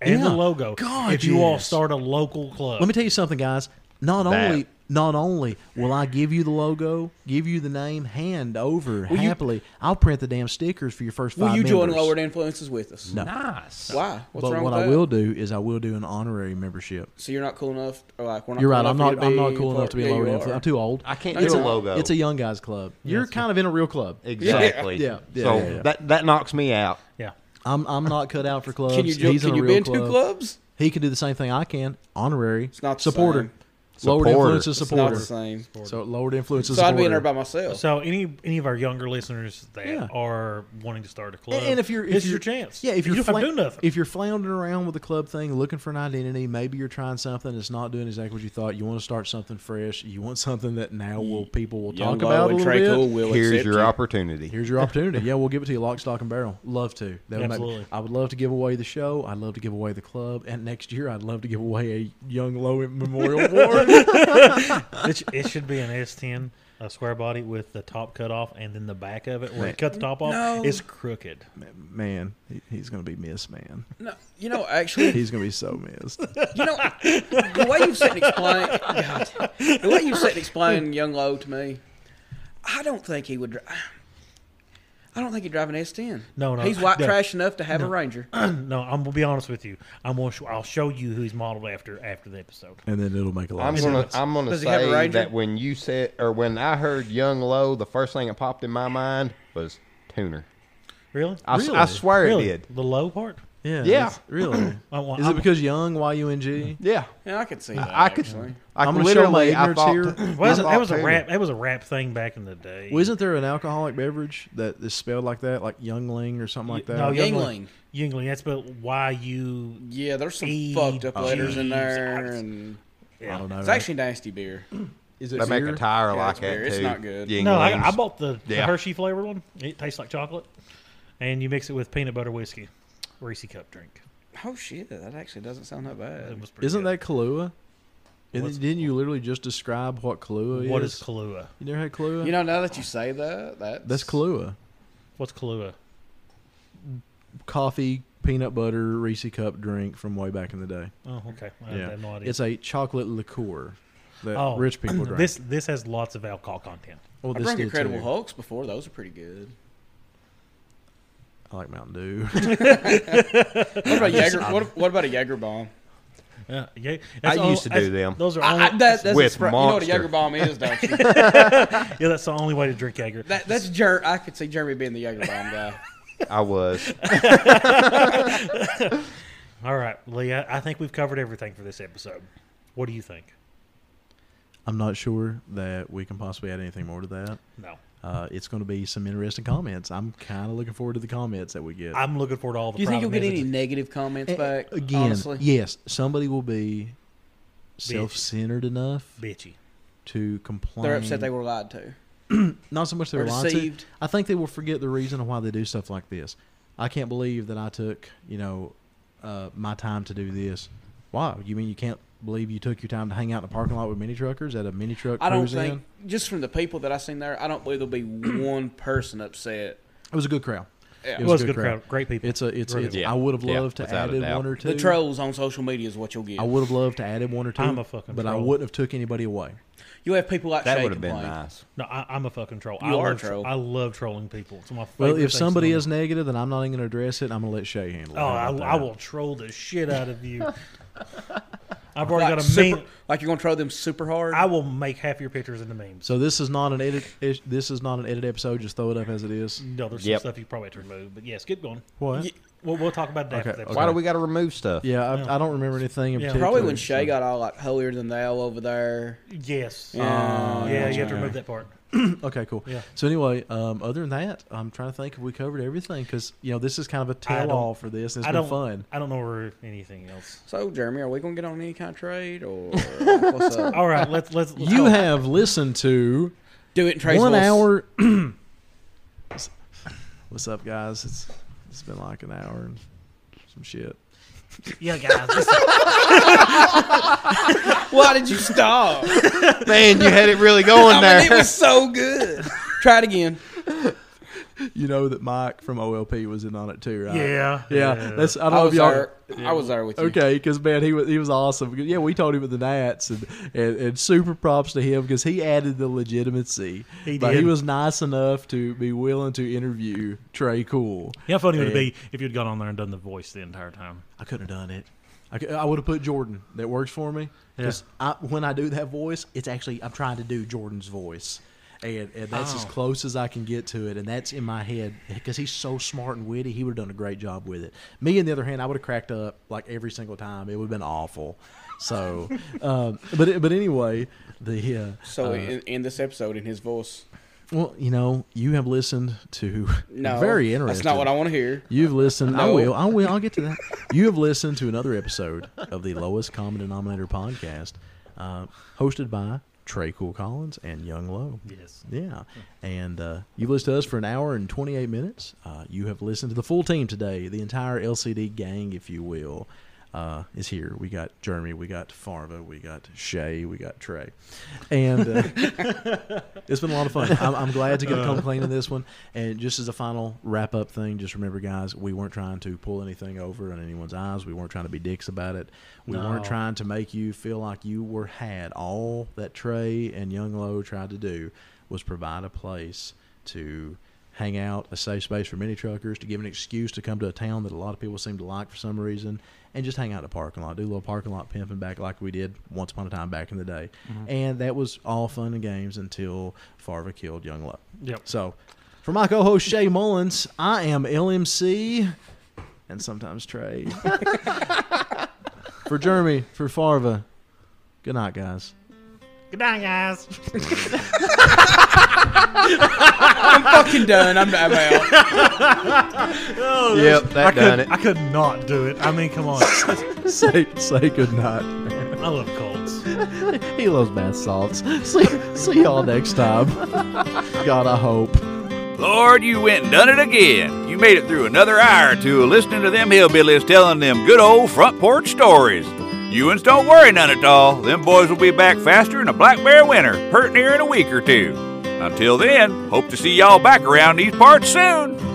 Speaker 2: and the
Speaker 3: Yeah.
Speaker 2: logo.
Speaker 3: God,
Speaker 2: if you all
Speaker 3: yes.
Speaker 2: start a local club,
Speaker 3: Let me tell you something, guys. Not
Speaker 5: That.
Speaker 3: only not only will I give you the logo, give you the name, hand over
Speaker 4: you-
Speaker 3: happily. I'll print the damn stickers for your first five.
Speaker 4: Will you join
Speaker 3: members.
Speaker 4: Lowered Influences with us?
Speaker 3: No.
Speaker 2: nice.
Speaker 4: Why? What's
Speaker 3: but
Speaker 4: wrong
Speaker 3: what I
Speaker 4: with that?
Speaker 3: will do is I will do an honorary membership.
Speaker 4: So you're not cool enough, or like we're not.
Speaker 3: You're
Speaker 4: cool
Speaker 3: right. I'm not.
Speaker 4: enough for you to
Speaker 3: I'm
Speaker 4: be
Speaker 3: not cool
Speaker 4: part-
Speaker 3: enough to be
Speaker 4: Yeah,
Speaker 3: a
Speaker 4: you
Speaker 3: lower
Speaker 4: are.
Speaker 3: influence. I'm too old.
Speaker 5: I can't
Speaker 3: It's
Speaker 5: do
Speaker 3: a
Speaker 5: a logo.
Speaker 3: It's a young guys club. You're kind of in a real club.
Speaker 5: <laughs> exactly.
Speaker 3: Yeah. Yeah,
Speaker 5: so
Speaker 3: yeah, yeah.
Speaker 5: that that knocks me out.
Speaker 2: Yeah.
Speaker 3: I'm I'm not cut out for clubs.
Speaker 4: <laughs> Can you join?
Speaker 3: He's
Speaker 4: Can
Speaker 3: in a
Speaker 4: you
Speaker 3: real
Speaker 4: be in
Speaker 3: club.
Speaker 4: two clubs?
Speaker 3: He can do the same thing I can. Honorary. It's
Speaker 4: not the
Speaker 3: supporter.
Speaker 4: same.
Speaker 3: Lowered
Speaker 5: Supporter.
Speaker 3: influences
Speaker 4: It's not
Speaker 3: supporter.
Speaker 4: the same.
Speaker 3: So lowered influences.
Speaker 4: So I'd be in
Speaker 3: supporter.
Speaker 4: there by myself.
Speaker 2: So any any of our younger listeners that
Speaker 3: Yeah.
Speaker 2: are wanting to start a club,
Speaker 3: And, and if you're, if
Speaker 2: this is
Speaker 3: you're-
Speaker 2: your chance.
Speaker 3: Yeah, if
Speaker 2: you
Speaker 3: you're
Speaker 2: don't have to
Speaker 3: fla-
Speaker 2: do nothing,
Speaker 3: if you're floundering around with the club thing, looking for an identity, maybe you're trying something that's not doing exactly what you thought. You want to start something fresh. You want something that now will people will
Speaker 4: Young
Speaker 3: talk
Speaker 4: Lowe
Speaker 3: about a
Speaker 4: and
Speaker 3: little
Speaker 4: Trey
Speaker 3: bit.
Speaker 4: Cool will
Speaker 5: Here's
Speaker 4: accept
Speaker 5: your
Speaker 4: you.
Speaker 5: opportunity.
Speaker 3: Here's your opportunity. Yeah, we'll give it to you, lock, stock, and barrel. Love to. That would make-
Speaker 2: Absolutely.
Speaker 3: I would love to give away the show. I'd love to give away the club. And next year, I'd love to give away a Young Low Memorial Award.
Speaker 2: it, sh- it should be an S10, a square body with the top cut off, and then the back of it where you cut the top off
Speaker 4: No.
Speaker 2: is crooked.
Speaker 3: man, he- he's gonna be missed, man.
Speaker 4: no, you know, actually,
Speaker 3: He's gonna be so missed.
Speaker 4: you know, the way you've said and explained, God, the way you've said and explained Young Low to me, I don't think he would. Dri- I don't think he'd drive an S10.
Speaker 2: No, no,
Speaker 4: he's white
Speaker 2: no.
Speaker 4: trash enough to have a <coughs> Ranger.
Speaker 2: no, I'm gonna be honest with you. I'm gonna sh- I'll show you who he's modeled after after the episode.
Speaker 3: And then it'll make a lot.
Speaker 5: I'm
Speaker 3: of
Speaker 5: gonna
Speaker 3: sense.
Speaker 5: I'm gonna
Speaker 4: Does he have a
Speaker 5: say
Speaker 4: Ranger?
Speaker 5: that when you said or when I heard Young Low, the first thing that popped in my mind was tuner.
Speaker 2: Really?
Speaker 5: I, s- I swear
Speaker 2: really?
Speaker 5: it did.
Speaker 2: The low part.
Speaker 3: Yeah.
Speaker 5: Yeah.
Speaker 3: that's- Really.
Speaker 2: I want-
Speaker 3: Is
Speaker 2: I
Speaker 3: it
Speaker 2: want-
Speaker 3: because young Y U N G?
Speaker 5: Yeah,
Speaker 4: Yeah, I could see that.
Speaker 5: I could.
Speaker 4: actually.
Speaker 5: I
Speaker 3: I'm
Speaker 5: could
Speaker 3: gonna show my
Speaker 5: literally. I
Speaker 3: ignorance
Speaker 5: thought
Speaker 3: here.
Speaker 2: Well,
Speaker 5: I
Speaker 2: that was-
Speaker 5: thought
Speaker 2: that was a
Speaker 5: tuner.
Speaker 2: rap. That was a rap thing back in the day.
Speaker 3: Well, isn't there an alcoholic beverage that is spelled like that, like Youngling or something like that?
Speaker 2: No,
Speaker 4: Yingling.
Speaker 2: Yingling. Yingling. That's spelled Y U.
Speaker 4: Yeah, there's some
Speaker 2: E-
Speaker 4: fucked up
Speaker 2: Oh.
Speaker 4: letters in
Speaker 2: Jeez.
Speaker 4: there, and
Speaker 3: I don't know.
Speaker 4: it's
Speaker 3: man.
Speaker 4: actually nasty <clears throat> beer.
Speaker 3: is it
Speaker 5: They make a
Speaker 3: beer?
Speaker 5: tire
Speaker 4: Yeah,
Speaker 5: like
Speaker 4: it's
Speaker 5: that
Speaker 4: weird.
Speaker 5: too.
Speaker 4: It's not good.
Speaker 2: No, I, I
Speaker 5: Yinglings.
Speaker 2: bought the, the
Speaker 5: Yeah.
Speaker 2: Hershey flavored one. It tastes like chocolate, and you mix it with peanut butter whiskey, Reese cup drink.
Speaker 4: Oh shit, that actually doesn't sound that
Speaker 2: It
Speaker 4: bad.
Speaker 2: was pretty
Speaker 3: Isn't
Speaker 2: good.
Speaker 3: that Kahlua? Isn't-
Speaker 2: What's-
Speaker 3: didn't you literally just describe what Kahlua
Speaker 2: what
Speaker 3: is?
Speaker 2: is Kahlua?
Speaker 3: you never had Kahlua?
Speaker 4: You know, now that you say that, that's
Speaker 3: That's Kahlua.
Speaker 2: What's Kahlua?
Speaker 3: Coffee, peanut butter, Reese cup drink from way back in the day.
Speaker 2: Oh, okay. I have no idea.
Speaker 3: It's a chocolate liqueur that
Speaker 2: oh,
Speaker 3: rich
Speaker 2: <clears throat>
Speaker 3: people drink.
Speaker 2: This this has lots of alcohol content.
Speaker 3: well,
Speaker 4: I
Speaker 3: this
Speaker 4: drank
Speaker 3: did
Speaker 4: Incredible
Speaker 3: too.
Speaker 4: Hulks before; those are pretty good.
Speaker 3: I like Mountain Dew. <laughs>
Speaker 4: <laughs> What about Jaeger? What, what about a Jaeger bomb?
Speaker 2: Yeah, Uh, yeah,
Speaker 5: I
Speaker 2: that's all-
Speaker 5: used to
Speaker 2: that's-
Speaker 5: do them.
Speaker 2: Those are only,
Speaker 4: I, I, that, that's
Speaker 5: With
Speaker 4: a spri- you know what a
Speaker 5: Monster.
Speaker 4: Jaeger bomb is, don't <laughs> you?
Speaker 2: yeah, that's the only way to drink Jaeger.
Speaker 4: that, that's Jer- I could see Jeremy being the Jaeger bomb guy.
Speaker 5: I <laughs> was.
Speaker 2: All right, Lee. I, I think we've covered everything for this episode. What do you think?
Speaker 3: I'm not sure that we can possibly add anything more to that.
Speaker 2: No.
Speaker 3: Uh, it's going to be some interesting comments. I'm kind of looking forward to the comments that we get.
Speaker 2: I'm looking forward to all the.
Speaker 4: Do <laughs> you think you'll
Speaker 2: private
Speaker 4: get any
Speaker 2: messages.
Speaker 4: negative comments
Speaker 3: A-
Speaker 4: back?
Speaker 3: again,
Speaker 4: honestly?
Speaker 3: yes, somebody will be self-centered enough
Speaker 2: bitchy?
Speaker 3: to complain.
Speaker 4: They're upset they were lied to.
Speaker 3: not so much they
Speaker 4: or
Speaker 3: were lied to.
Speaker 4: deceived.
Speaker 3: I think they will forget the reason why they do stuff like this. I can't believe that I took you know uh, my time to do this. Wow, you mean you can't believe you took your time to hang out in the parking lot with mini truckers at a mini truck
Speaker 4: I don't
Speaker 3: cruise
Speaker 4: think,
Speaker 3: in?
Speaker 4: just from the people that I've seen there, I don't believe there'll <clears throat> be one person upset.
Speaker 3: It was a good crowd.
Speaker 4: Yeah.
Speaker 2: It was a good crowd. Great people.
Speaker 3: It's a it's,
Speaker 2: Really
Speaker 3: it's
Speaker 5: good.
Speaker 3: I would have
Speaker 5: Yeah,
Speaker 3: loved to
Speaker 5: without a
Speaker 3: added
Speaker 5: doubt.
Speaker 3: one or two.
Speaker 4: The trolls on social media is what you'll get.
Speaker 3: I would have loved to added one or 2
Speaker 2: I'm a fucking
Speaker 3: but I
Speaker 2: troll.
Speaker 3: wouldn't have took anybody away.
Speaker 4: You'll have people like
Speaker 5: That
Speaker 4: Shay
Speaker 5: would have been
Speaker 4: complain.
Speaker 5: nice.
Speaker 2: No, I, I'm a fucking troll. I
Speaker 4: You are a
Speaker 2: love, tro-
Speaker 4: troll.
Speaker 2: I love trolling people. It's my favorite.
Speaker 3: Well,
Speaker 2: thing
Speaker 3: if
Speaker 2: to
Speaker 3: somebody
Speaker 2: do.
Speaker 3: is negative, then I'm not even going to address it. I'm going to let Shay handle it.
Speaker 2: oh, I,
Speaker 3: How about
Speaker 2: I
Speaker 3: that?
Speaker 2: will troll the shit out of you. I've already
Speaker 4: Like,
Speaker 2: got a
Speaker 4: super,
Speaker 2: meme.
Speaker 4: like you're going to troll them super hard.
Speaker 2: I will make half your pictures into memes.
Speaker 3: So this is not an edit. is- This is not an edit episode. Just throw it up as it is.
Speaker 2: No, there's
Speaker 5: Yep.
Speaker 2: some stuff you probably have to remove. But yes, get going.
Speaker 3: What?
Speaker 4: Yeah,
Speaker 2: We'll, we'll talk about that.
Speaker 3: Okay,
Speaker 2: after that.
Speaker 3: okay.
Speaker 5: Why do we got to remove stuff?
Speaker 3: Yeah, I, I don't remember anything in
Speaker 2: Yeah.
Speaker 3: particular.
Speaker 4: Probably when Shay got all like holier than thou over there.
Speaker 2: Yes.
Speaker 4: Yeah.
Speaker 2: yeah, you have to remove that part.
Speaker 3: Okay, cool.
Speaker 2: Yeah.
Speaker 3: So anyway, um, other than that, I'm trying to think if we covered everything because you know this is kind of a
Speaker 2: I don't-
Speaker 3: tell-all for this. It's
Speaker 2: I
Speaker 3: been
Speaker 2: don't.
Speaker 3: fun.
Speaker 2: I don't know where anything else.
Speaker 4: So, Jeremy, are we going to get on any kind of trade <laughs> or what's up?
Speaker 2: All right, let's let's. let's
Speaker 3: You
Speaker 2: go.
Speaker 3: have listened to
Speaker 4: Do it in Trey's
Speaker 3: one
Speaker 4: voice.
Speaker 3: hour. <clears throat> What's up, guys? It's it's been like an hour and some shit.
Speaker 2: yeah, guys. This,
Speaker 3: <laughs>
Speaker 4: Why did
Speaker 3: <laughs>
Speaker 4: you stop?
Speaker 5: Man, you had it <laughs> really going
Speaker 4: I mean, it
Speaker 5: there.
Speaker 4: was so good. Try it again.
Speaker 3: You know that Mike from OLP was in on it too, right?
Speaker 2: yeah,
Speaker 3: Yeah, that's I don't
Speaker 4: I,
Speaker 3: know if
Speaker 4: was
Speaker 3: y'all.
Speaker 4: there. I was there with you.
Speaker 3: Okay, because man, he was he was awesome. Yeah, we told him with the Nats, and, and, and super props to him because he added the legitimacy.
Speaker 2: He
Speaker 3: But he
Speaker 2: did.
Speaker 3: was nice enough to be willing to interview Trey Cool.
Speaker 2: How funny would it be if you'd gone on there and done the voice the entire time?
Speaker 3: I couldn't have done it. I, cou- I would have put Jordan. That works for me. Because when I do that voice, it's actually I'm trying to do Jordan's voice. And, and that's as
Speaker 2: Oh.
Speaker 3: close as I can get to it, and that's in my head because he's so smart and witty. He would have done a great job with it. Me, on the other hand, I would have cracked up like every single time. It would have been awful. So, <laughs> um, but but anyway, the uh,
Speaker 4: So
Speaker 3: uh,
Speaker 4: in, in this episode, in his voice.
Speaker 3: well, you know, you have listened to
Speaker 4: No,
Speaker 3: very interesting.
Speaker 4: That's not what I want to hear.
Speaker 3: You've listened. I
Speaker 4: No.
Speaker 3: will. I will. I'll get to that. You have listened to another episode of the Lowest Common Denominator podcast, uh, hosted by Trey Cool Collins and Young Low.
Speaker 2: Yes.
Speaker 3: Yeah. And uh, you've listened to us for an hour and 28 minutes. Uh, you have listened to the full team today, the entire LCD gang, if you will, uh, is here. We got Jeremy, we got Farva, we got Shay, we got Trey. And uh, it's been a lot of fun. I'm, I'm glad to get to come clean in this one. And just as a final wrap up thing, just remember, guys, we weren't trying to pull anything over on anyone's eyes. We weren't trying to be dicks about it. We weren't
Speaker 2: No.
Speaker 3: trying to make you feel like you were had. All that Trey and Young Low tried to do was provide a place to hang out, a safe space for mini truckers, to give an excuse to come to a town that a lot of people seem to like for some reason, and just hang out in a parking lot, do a little parking lot pimping back like we did once upon a time back in the day. And that was all fun and games until Farva killed Young Low.
Speaker 2: Yep.
Speaker 3: So, for my co host Shay Mullins, I am LMC and sometimes Trey. for Jeremy, for Farva, good night, guys.
Speaker 2: Good night, guys.
Speaker 4: I'm fucking done. I'm, I'm out.
Speaker 5: Yep, that
Speaker 2: I could,
Speaker 5: done it.
Speaker 2: I could not do it. I mean, come on.
Speaker 3: say, say good night.
Speaker 2: I love colds.
Speaker 3: He loves bath salts. <laughs> See, see y'all next time. God, I hope.
Speaker 1: Lord, you went and done it again. You made it through another hour or two of listening to them hillbillies telling them good old front porch stories. You uns don't worry none at all. Them boys will be back faster than a black bear winter, hurting here in a week or two. Until then, hope to see y'all back around these parts soon.